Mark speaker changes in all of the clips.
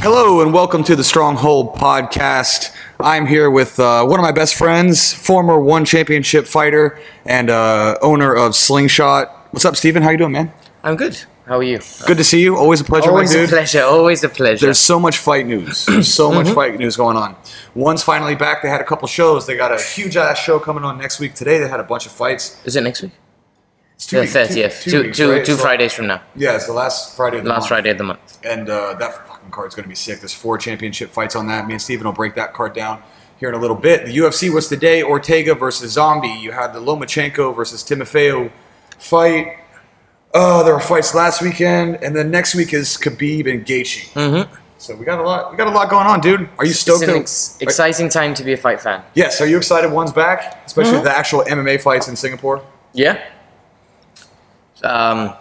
Speaker 1: Hello and welcome to the Stronghold podcast. I'm here with uh, one of my best friends, former one championship fighter and uh, owner of Slingshot. What's up, Steven? How you doing, man?
Speaker 2: I'm good. How are you?
Speaker 1: Good to see you. Always a pleasure,
Speaker 2: Always
Speaker 1: my
Speaker 2: a
Speaker 1: dude.
Speaker 2: pleasure. Mm-hmm. Always a pleasure.
Speaker 1: There's so much fight news. There's so much fight news going on. One's finally back. They had a couple shows. They got a huge ass show coming on next week. Today they had a bunch of fights.
Speaker 2: Is it next week?
Speaker 1: It's
Speaker 2: The
Speaker 1: weeks-
Speaker 2: thirtieth. Two, two, two
Speaker 1: weeks, right? So-
Speaker 2: Fridays from now.
Speaker 1: Yeah, it's the last Friday. Of the
Speaker 2: Last
Speaker 1: month.
Speaker 2: Friday of the month.
Speaker 1: and uh, that fucking card's going to be sick. There's four championship fights on that. Me and Steven will break that card down here in a little bit. The UFC was today Ortega versus Zombie. You had the Lomachenko versus Timofeo fight. Uh, there were fights last weekend, and then next week is Khabib and Gaethje.
Speaker 2: Mm-hmm.
Speaker 1: So we got a lot. We got a lot going on, dude. Are you
Speaker 2: It's
Speaker 1: stoked?
Speaker 2: an
Speaker 1: that-
Speaker 2: ex-
Speaker 1: are-
Speaker 2: exciting time to be a fight fan.
Speaker 1: yes. Are you excited? One's back, especially
Speaker 2: Mm-hmm.
Speaker 1: the actual MMA fights in Singapore.
Speaker 2: Yeah. Um,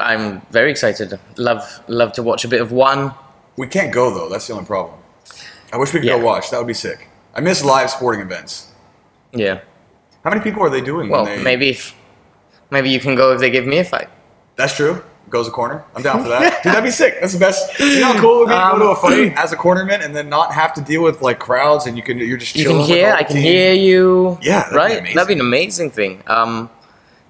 Speaker 2: I'm very excited. Love, love to watch a bit of one.
Speaker 1: We can't go though. That's the only problem. I wish we could
Speaker 2: Yeah.
Speaker 1: go watch. That would be sick. I miss live sporting events.
Speaker 2: Yeah.
Speaker 1: How many people are they doing?
Speaker 2: Well,
Speaker 1: when they,
Speaker 2: maybe, if, maybe you can go if they give me a fight.
Speaker 1: That's true. Goes a corner. I'm down for that. Dude, that'd be sick. That's the best. You know how cool it would be to go
Speaker 2: Um,
Speaker 1: to a fight as a cornerman and then not have to deal with like crowds and you can you're just
Speaker 2: You
Speaker 1: chilling.
Speaker 2: can
Speaker 1: with
Speaker 2: hear.
Speaker 1: all the
Speaker 2: I can
Speaker 1: team.
Speaker 2: hear you.
Speaker 1: Yeah, that'd be
Speaker 2: right.
Speaker 1: amazing.
Speaker 2: that'd be an amazing thing. Um,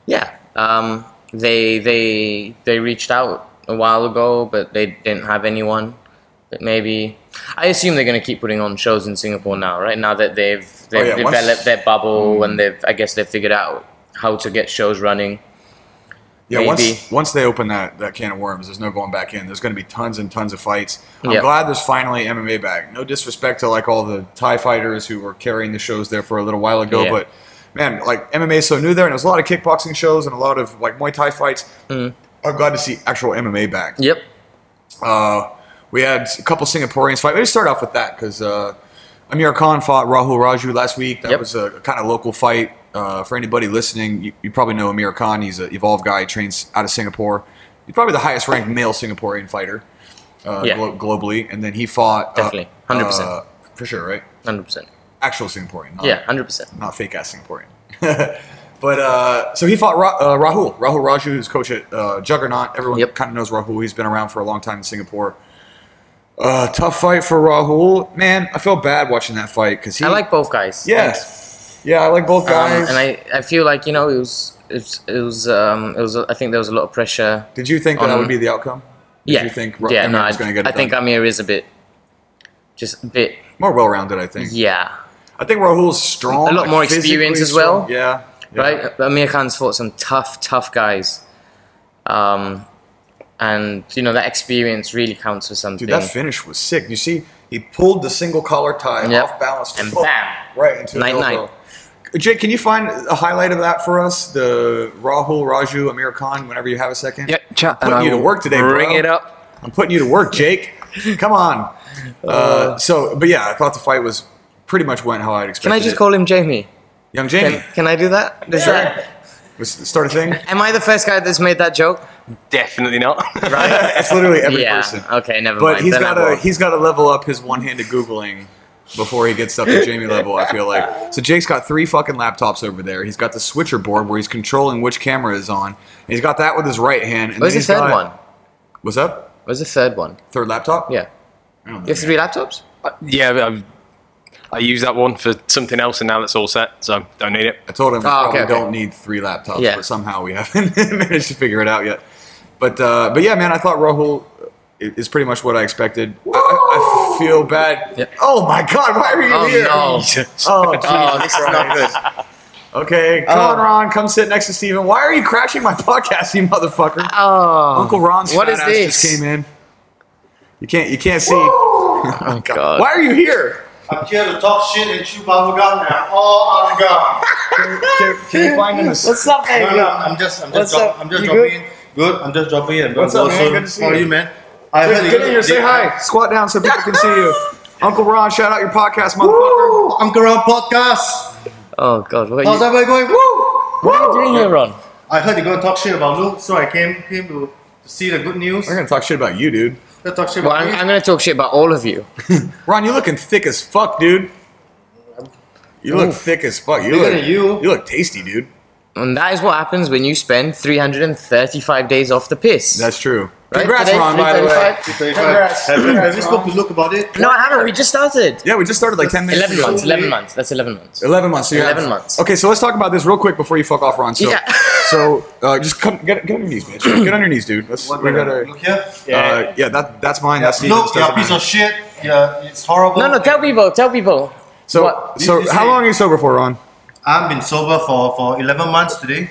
Speaker 2: yeah. Um, they they they reached out a while ago, but they didn't have anyone. But maybe I assume they're going to keep putting on shows in Singapore now, right? Now that they've they've
Speaker 1: Oh, yeah, once- Hmm.
Speaker 2: developed their bubble and they've I guess they've figured out how to get shows running.
Speaker 1: Yeah,
Speaker 2: Maybe.
Speaker 1: once once they open that that can of worms, there's no going back in. There's going to be tons and tons of fights. I'm
Speaker 2: Yeah.
Speaker 1: glad there's finally MMA back. No disrespect to like all the Thai fighters who were carrying the shows there for a little while ago,
Speaker 2: Yeah.
Speaker 1: but man, like MMA is so new there, and there's a lot of kickboxing shows and a lot of like Muay Thai fights.
Speaker 2: Mm.
Speaker 1: I'm glad to see actual MMA back.
Speaker 2: Yep.
Speaker 1: Uh, we had a couple Singaporeans fight. Let's start off with that because uh, Amir Khan fought Rahul Raju last week. That
Speaker 2: Yep.
Speaker 1: was a, kind of local fight. Uh, for anybody listening, you, you probably know Amir Khan. He's an evolved guy, trains out of Singapore. He's probably the highest ranked male Singaporean fighter uh,
Speaker 2: Yeah.
Speaker 1: glo- globally. And then he fought. uh,
Speaker 2: Definitely. 100%.
Speaker 1: uh, for sure, right?
Speaker 2: Hundred percent.
Speaker 1: Actual Singaporean. not-
Speaker 2: Yeah. Hundred percent.
Speaker 1: not fake ass Singaporean. but uh, so he fought Ra- uh, Rahul, Rahul Raju, who's coach at uh, Juggernaut. Everyone
Speaker 2: Yep.
Speaker 1: kind of knows Rahul. He's been around for a long time in Singapore. Uh, tough fight for Rahul, man. I felt bad watching that fight because he.
Speaker 2: I like both guys.
Speaker 1: Yeah, yeah, I like both
Speaker 2: Um,
Speaker 1: guys.
Speaker 2: and I, I feel like you know it was it's it was um it was I think there was a lot of pressure.
Speaker 1: Did you think that, that
Speaker 2: Um,
Speaker 1: would be the outcome? Did
Speaker 2: yeah.
Speaker 1: you think Ra-
Speaker 2: yeah.
Speaker 1: Emir
Speaker 2: No, I,
Speaker 1: was gonna get it
Speaker 2: I think
Speaker 1: done?
Speaker 2: Amir is a bit, just a bit.
Speaker 1: more well-rounded. I think.
Speaker 2: Yeah.
Speaker 1: I think Rahul's strong.
Speaker 2: Mm-hmm. A lot
Speaker 1: like,
Speaker 2: more
Speaker 1: physically
Speaker 2: experience as
Speaker 1: strong.
Speaker 2: well.
Speaker 1: Yeah. yeah.
Speaker 2: Right. Amir Khan's fought some tough, tough guys. Um, and you know that experience really counts for something.
Speaker 1: Dude, that finish was sick. You see, he pulled the single collar tie
Speaker 2: Yep.
Speaker 1: off balance
Speaker 2: And
Speaker 1: boom,
Speaker 2: bam.
Speaker 1: right into
Speaker 2: Night,
Speaker 1: an elbow. Jake, can you find a highlight of that for us? The Rahul Raju Amir Khan, whenever you have a second.
Speaker 3: Yeah, chat.
Speaker 1: Putting you to
Speaker 3: will
Speaker 1: work today, bro.
Speaker 3: Bring it up.
Speaker 1: I'm putting you to work, Jake. Come on. Uh, so, but yeah, I thought the fight was pretty much went how I'd expected.
Speaker 2: Can I just
Speaker 1: it.
Speaker 2: call him Jamie?
Speaker 1: Young
Speaker 2: Can,
Speaker 1: Jamie?
Speaker 2: can I do that? Does that?
Speaker 1: Was start a thing?
Speaker 2: Am I the first guy that's made that joke?
Speaker 3: Definitely not.
Speaker 1: it's literally every
Speaker 2: yeah.
Speaker 1: person.
Speaker 2: Okay. Never
Speaker 1: But
Speaker 2: mind.
Speaker 1: he's
Speaker 2: Then I
Speaker 1: got to
Speaker 2: won't.
Speaker 1: he's got to level up his one-handed googling before he gets up to Jamie level. I feel like so. Jake's got three fucking laptops over there. He's got the switcher board where he's controlling which camera is on. He's got that with his right hand. And
Speaker 2: Where's the
Speaker 1: then he's got-
Speaker 2: third one?
Speaker 1: What's up?
Speaker 2: Where's the third one?
Speaker 1: Third laptop?
Speaker 2: Yeah.
Speaker 1: Oh. I don't know,
Speaker 2: You have
Speaker 1: man.
Speaker 2: three laptops?
Speaker 3: yeah, but I've, I used that one for something else, and now it's all set, so don't need it.
Speaker 1: I told him we
Speaker 2: Oh, okay,
Speaker 1: probably
Speaker 2: okay.
Speaker 1: don't need three laptops,
Speaker 2: Yeah.
Speaker 1: but somehow we haven't managed to figure it out yet. But uh, but yeah, man, I thought Rahul i- is pretty much what I expected. I- I, I feel bad.
Speaker 2: Yep.
Speaker 1: Oh my God, why are you
Speaker 2: Oh,
Speaker 1: here?
Speaker 2: no.
Speaker 1: Oh, Jesus
Speaker 2: Oh, this is not
Speaker 1: Christ. Okay,
Speaker 2: Oh.
Speaker 1: come on, Ron. Come sit next to Steven. Why are you crashing my podcast, you motherfucker?
Speaker 2: Oh.
Speaker 1: Uncle Ron's
Speaker 2: what
Speaker 1: fat
Speaker 2: is
Speaker 1: ass
Speaker 2: this?
Speaker 1: just came in. You can't. You can't see. oh,
Speaker 2: God.
Speaker 1: Why are you here?
Speaker 4: I'm here to talk shit and chew bubble gum now. All on gum.
Speaker 1: Can, can- can you find him? A,
Speaker 2: up,
Speaker 4: No, no, I'm just, I'm just,
Speaker 2: What's
Speaker 4: drop,
Speaker 2: up?
Speaker 4: I'm just
Speaker 2: You
Speaker 4: dropping
Speaker 2: good?
Speaker 4: in. Good. I'm just dropping in. I'm gonna
Speaker 1: What's up,
Speaker 4: go
Speaker 1: man?
Speaker 4: soon.
Speaker 1: Good to see
Speaker 4: How are
Speaker 1: you.
Speaker 4: you, man? I heard
Speaker 1: get in here. Say
Speaker 4: they-
Speaker 1: hi. Squat down so people can see you. Uncle Ron, shout out your podcast, motherfucker.
Speaker 4: Woo! Uncle Ron podcast.
Speaker 2: Oh God, what are
Speaker 4: How's
Speaker 2: you,
Speaker 4: everybody going? Woo!
Speaker 2: what are you doing here, Ron?
Speaker 4: I heard you're gonna talk shit about Luke, so I came came to, to see the good news.
Speaker 1: We're gonna talk shit about you, dude.
Speaker 4: Let's talk shit
Speaker 2: Well,
Speaker 4: about
Speaker 2: I'm,
Speaker 4: me.
Speaker 2: I'm gonna talk shit about all of you.
Speaker 1: Ron, you looking thick as fuck, dude. You look thick as fuck. You
Speaker 4: Look
Speaker 1: look
Speaker 4: at you.
Speaker 1: You look tasty, dude.
Speaker 2: And that is what happens when you spend 335 days off the piss.
Speaker 1: That's true.
Speaker 2: Right?
Speaker 1: Congrats,
Speaker 2: Today,
Speaker 1: Ron, by the way.
Speaker 2: 335?
Speaker 1: Congrats.
Speaker 4: Have you, have you
Speaker 1: Congrats,
Speaker 4: spoke to
Speaker 1: Ron.
Speaker 4: Luke about it?
Speaker 2: No, I haven't. We just started.
Speaker 1: Yeah, we just started like 10 minutes
Speaker 2: 11
Speaker 1: ago.
Speaker 2: months. 11 months. That's 11 months.
Speaker 1: 11 months. So you
Speaker 2: 11
Speaker 1: have-
Speaker 2: months.
Speaker 1: Okay, so let's talk about this real quick before you fuck off, Ron. So,
Speaker 2: Yeah.
Speaker 1: so uh, just come, get, get on your knees, bitch. Get on your knees, dude. Let's,
Speaker 4: What,
Speaker 1: we gotta,
Speaker 4: Luke here?
Speaker 1: uh, yeah, that, that's mine. That's Steven's.
Speaker 4: Luke, you're
Speaker 1: doesn't
Speaker 4: a piece
Speaker 1: matter.
Speaker 4: of shit. Yeah, it's
Speaker 1: Oh.
Speaker 4: horrible.
Speaker 2: No, no, tell people. Tell people.
Speaker 1: So,
Speaker 2: What?
Speaker 1: so
Speaker 4: You- you
Speaker 1: how
Speaker 4: say-
Speaker 1: long are you sober for, Ron?
Speaker 4: I've been sober for, for 11 months today.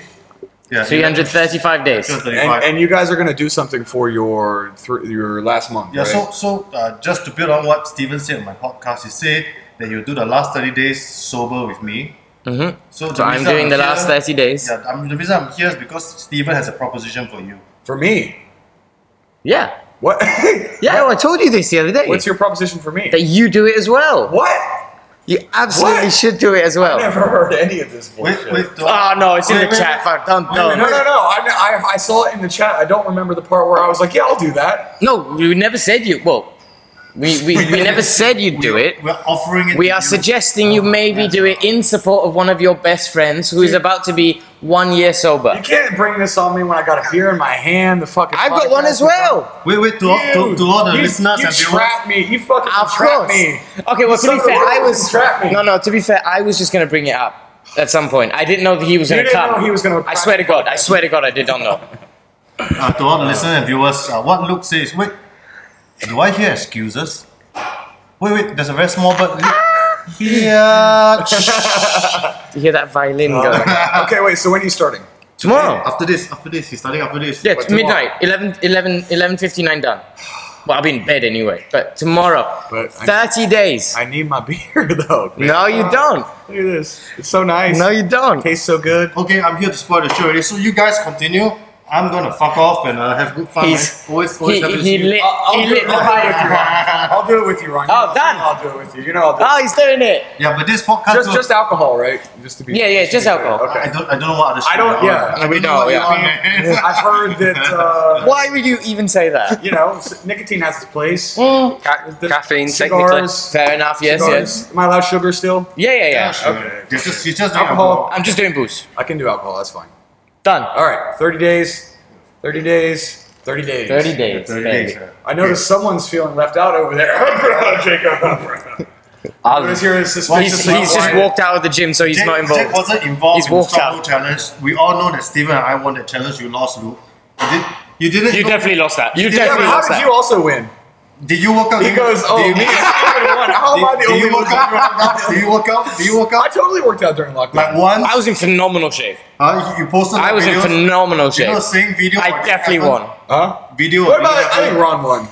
Speaker 4: Yeah.
Speaker 2: 335 days.
Speaker 4: 335.
Speaker 1: And, and you guys are gonna do something for your thr your last month,
Speaker 4: Yeah,
Speaker 1: right?
Speaker 4: so so uh, just to build on what Steven said on my podcast, he said that he'll do the last 30 days sober with me.
Speaker 2: Mm-hmm.
Speaker 4: So,
Speaker 2: So I'm
Speaker 4: reason
Speaker 2: doing the last
Speaker 4: here-
Speaker 2: 30 days.
Speaker 4: Yeah, I'm, the reason I'm here is because Steven has a proposition for you.
Speaker 1: for me,
Speaker 2: Yeah.
Speaker 1: what?
Speaker 2: Yeah, well, I told you this the other day.
Speaker 1: What's your proposition for me?
Speaker 2: that you do it as well.
Speaker 1: What?
Speaker 2: You absolutely
Speaker 1: What?
Speaker 2: should do it as well.
Speaker 1: Never heard any of this
Speaker 4: Wait,
Speaker 1: bullshit.
Speaker 4: wait,
Speaker 2: Oh, no, it's in
Speaker 4: Wait,
Speaker 2: the
Speaker 4: wait,
Speaker 2: chat.
Speaker 4: wait.
Speaker 2: Fuck, don't-
Speaker 4: Wait,
Speaker 2: don't.
Speaker 1: No, no, no. I, I, I saw it in the chat. I don't remember the part where I was like, yeah, I'll do that.
Speaker 2: No, we never said you. Well, we, we, we never said you'd do it.
Speaker 4: We're offering it.
Speaker 2: We
Speaker 4: to
Speaker 2: are
Speaker 4: you.
Speaker 2: suggesting you
Speaker 1: Oh,
Speaker 2: maybe do it in support of one of your best friends who is about to be one year
Speaker 1: You
Speaker 2: sober.
Speaker 1: can't bring this on me when I got a beer in my hand. The fucking.
Speaker 2: I've got one
Speaker 1: podcast
Speaker 2: as well.
Speaker 4: Wait, wait, to, all- to, to all the
Speaker 1: you,
Speaker 4: listeners
Speaker 1: you
Speaker 4: and viewers.
Speaker 1: trapped me. You fucking
Speaker 2: Of
Speaker 1: trapped
Speaker 2: course.
Speaker 1: me.
Speaker 2: Okay, well, to
Speaker 1: Son
Speaker 2: be
Speaker 1: of a
Speaker 2: fair, I
Speaker 1: bitch,
Speaker 2: was.
Speaker 1: trapped me.
Speaker 2: No, no, to be fair, I was just going to bring it up at some point. I didn't know that he was
Speaker 1: You
Speaker 2: going to
Speaker 1: didn't
Speaker 2: come.
Speaker 1: know he was gonna
Speaker 2: I swear to
Speaker 1: crack the
Speaker 2: God, I
Speaker 1: podcast.
Speaker 2: swear to God, I did not know.
Speaker 4: uh, to all the listeners and viewers, uh, what Luke says, wait, do I hear excuses? Wait, wait, there's a very small bird. Yeah.
Speaker 2: you hear that violin going?
Speaker 1: okay, wait. So when are you starting?
Speaker 2: Tomorrow.
Speaker 4: After this, after this, he's starting after this.
Speaker 2: Yeah, it's
Speaker 1: But tomorrow-
Speaker 2: midnight, 11, 11, 11.59 done. Well, I'll be in bed anyway, but tomorrow,
Speaker 1: But I-
Speaker 2: 30 days.
Speaker 1: I need my beer though. man.
Speaker 2: no, you don't.
Speaker 1: Look at this. It's so nice.
Speaker 2: No, you don't.
Speaker 1: Tastes so good.
Speaker 4: Okay, I'm here to spoil the show already. So you guys continue. I'm gonna fuck off and uh, have good fun.
Speaker 2: He's-
Speaker 4: man. always, always
Speaker 2: He,
Speaker 4: happy to see
Speaker 2: he
Speaker 4: you.
Speaker 2: lit, he
Speaker 1: do
Speaker 2: lit
Speaker 1: it-
Speaker 2: the
Speaker 1: I'll do it with you,
Speaker 2: fire.
Speaker 1: Ron. I'll do it with you, Ron. You
Speaker 2: Oh,
Speaker 1: know
Speaker 2: done.
Speaker 1: I'll do it with you. You know I'll do it.
Speaker 2: Oh, he's doing it.
Speaker 4: Yeah, but this podcast.
Speaker 1: Just,
Speaker 4: will-
Speaker 1: just alcohol, right? Just to be.
Speaker 2: Yeah, yeah, just alcohol.
Speaker 1: Okay.
Speaker 4: I don't. I don't know what other.
Speaker 1: I don't.
Speaker 4: show you're on.
Speaker 1: Yeah.
Speaker 2: we
Speaker 4: I don't
Speaker 2: know,
Speaker 4: what you're
Speaker 2: yeah.
Speaker 4: on, man.
Speaker 1: I've heard that. Uh,
Speaker 2: Why would you even say that?
Speaker 1: you know, s- nicotine has its place.
Speaker 2: Mm,
Speaker 3: Ca-
Speaker 1: The
Speaker 3: caffeine, technically.
Speaker 1: cigars,
Speaker 2: Fair enough, yes, yes.
Speaker 1: cigars. Am I allowed sugar still?
Speaker 2: Yeah, yeah, yeah.
Speaker 1: Okay.
Speaker 4: He's just. He's just
Speaker 1: Alcohol.
Speaker 2: I'm just doing booze.
Speaker 1: I can do alcohol. That's fine.
Speaker 2: Done.
Speaker 1: All right. Thirty days. Thirty days. Thirty days.
Speaker 2: 30 days,
Speaker 4: Thirty
Speaker 2: baby.
Speaker 4: days. yeah.
Speaker 1: I notice someone's feeling left out over there. Jacob.
Speaker 2: I'll-
Speaker 1: I notice you're
Speaker 2: he's,
Speaker 1: suspicious.
Speaker 2: he's just walked out of the gym, so he's
Speaker 4: Jack,
Speaker 2: not
Speaker 4: Jack
Speaker 2: involved.
Speaker 4: wasn't involved
Speaker 2: He's
Speaker 4: in the
Speaker 2: walked
Speaker 4: Strong
Speaker 2: out.
Speaker 4: Bull challenge. We all know that Steven and I won the challenge. You lost, Luke. You, did, you didn't.
Speaker 2: You
Speaker 4: know-
Speaker 2: definitely lost that. You
Speaker 1: Yeah, but
Speaker 2: definitely
Speaker 1: how
Speaker 2: lost
Speaker 1: did
Speaker 2: that.
Speaker 1: you also win?
Speaker 4: Did you work out?
Speaker 1: He goes, oh,
Speaker 4: Did you-
Speaker 1: me and Steven won. How am I the
Speaker 4: Did, did
Speaker 1: only
Speaker 4: you work
Speaker 1: one?
Speaker 4: out? Do you work out? Do you work
Speaker 1: I
Speaker 4: out?
Speaker 1: totally worked out during lockdown.
Speaker 4: Like once,
Speaker 2: I was in phenomenal shape.
Speaker 4: huh? you you posted.
Speaker 2: I
Speaker 4: the
Speaker 2: was in
Speaker 4: videos.
Speaker 2: phenomenal
Speaker 4: You know,
Speaker 2: shape.
Speaker 4: the same video.
Speaker 2: I
Speaker 4: of
Speaker 2: definitely
Speaker 4: Evan-
Speaker 2: won.
Speaker 1: huh?
Speaker 4: Video.
Speaker 1: What
Speaker 4: of
Speaker 1: about?
Speaker 4: Evan.
Speaker 1: I think Ron won.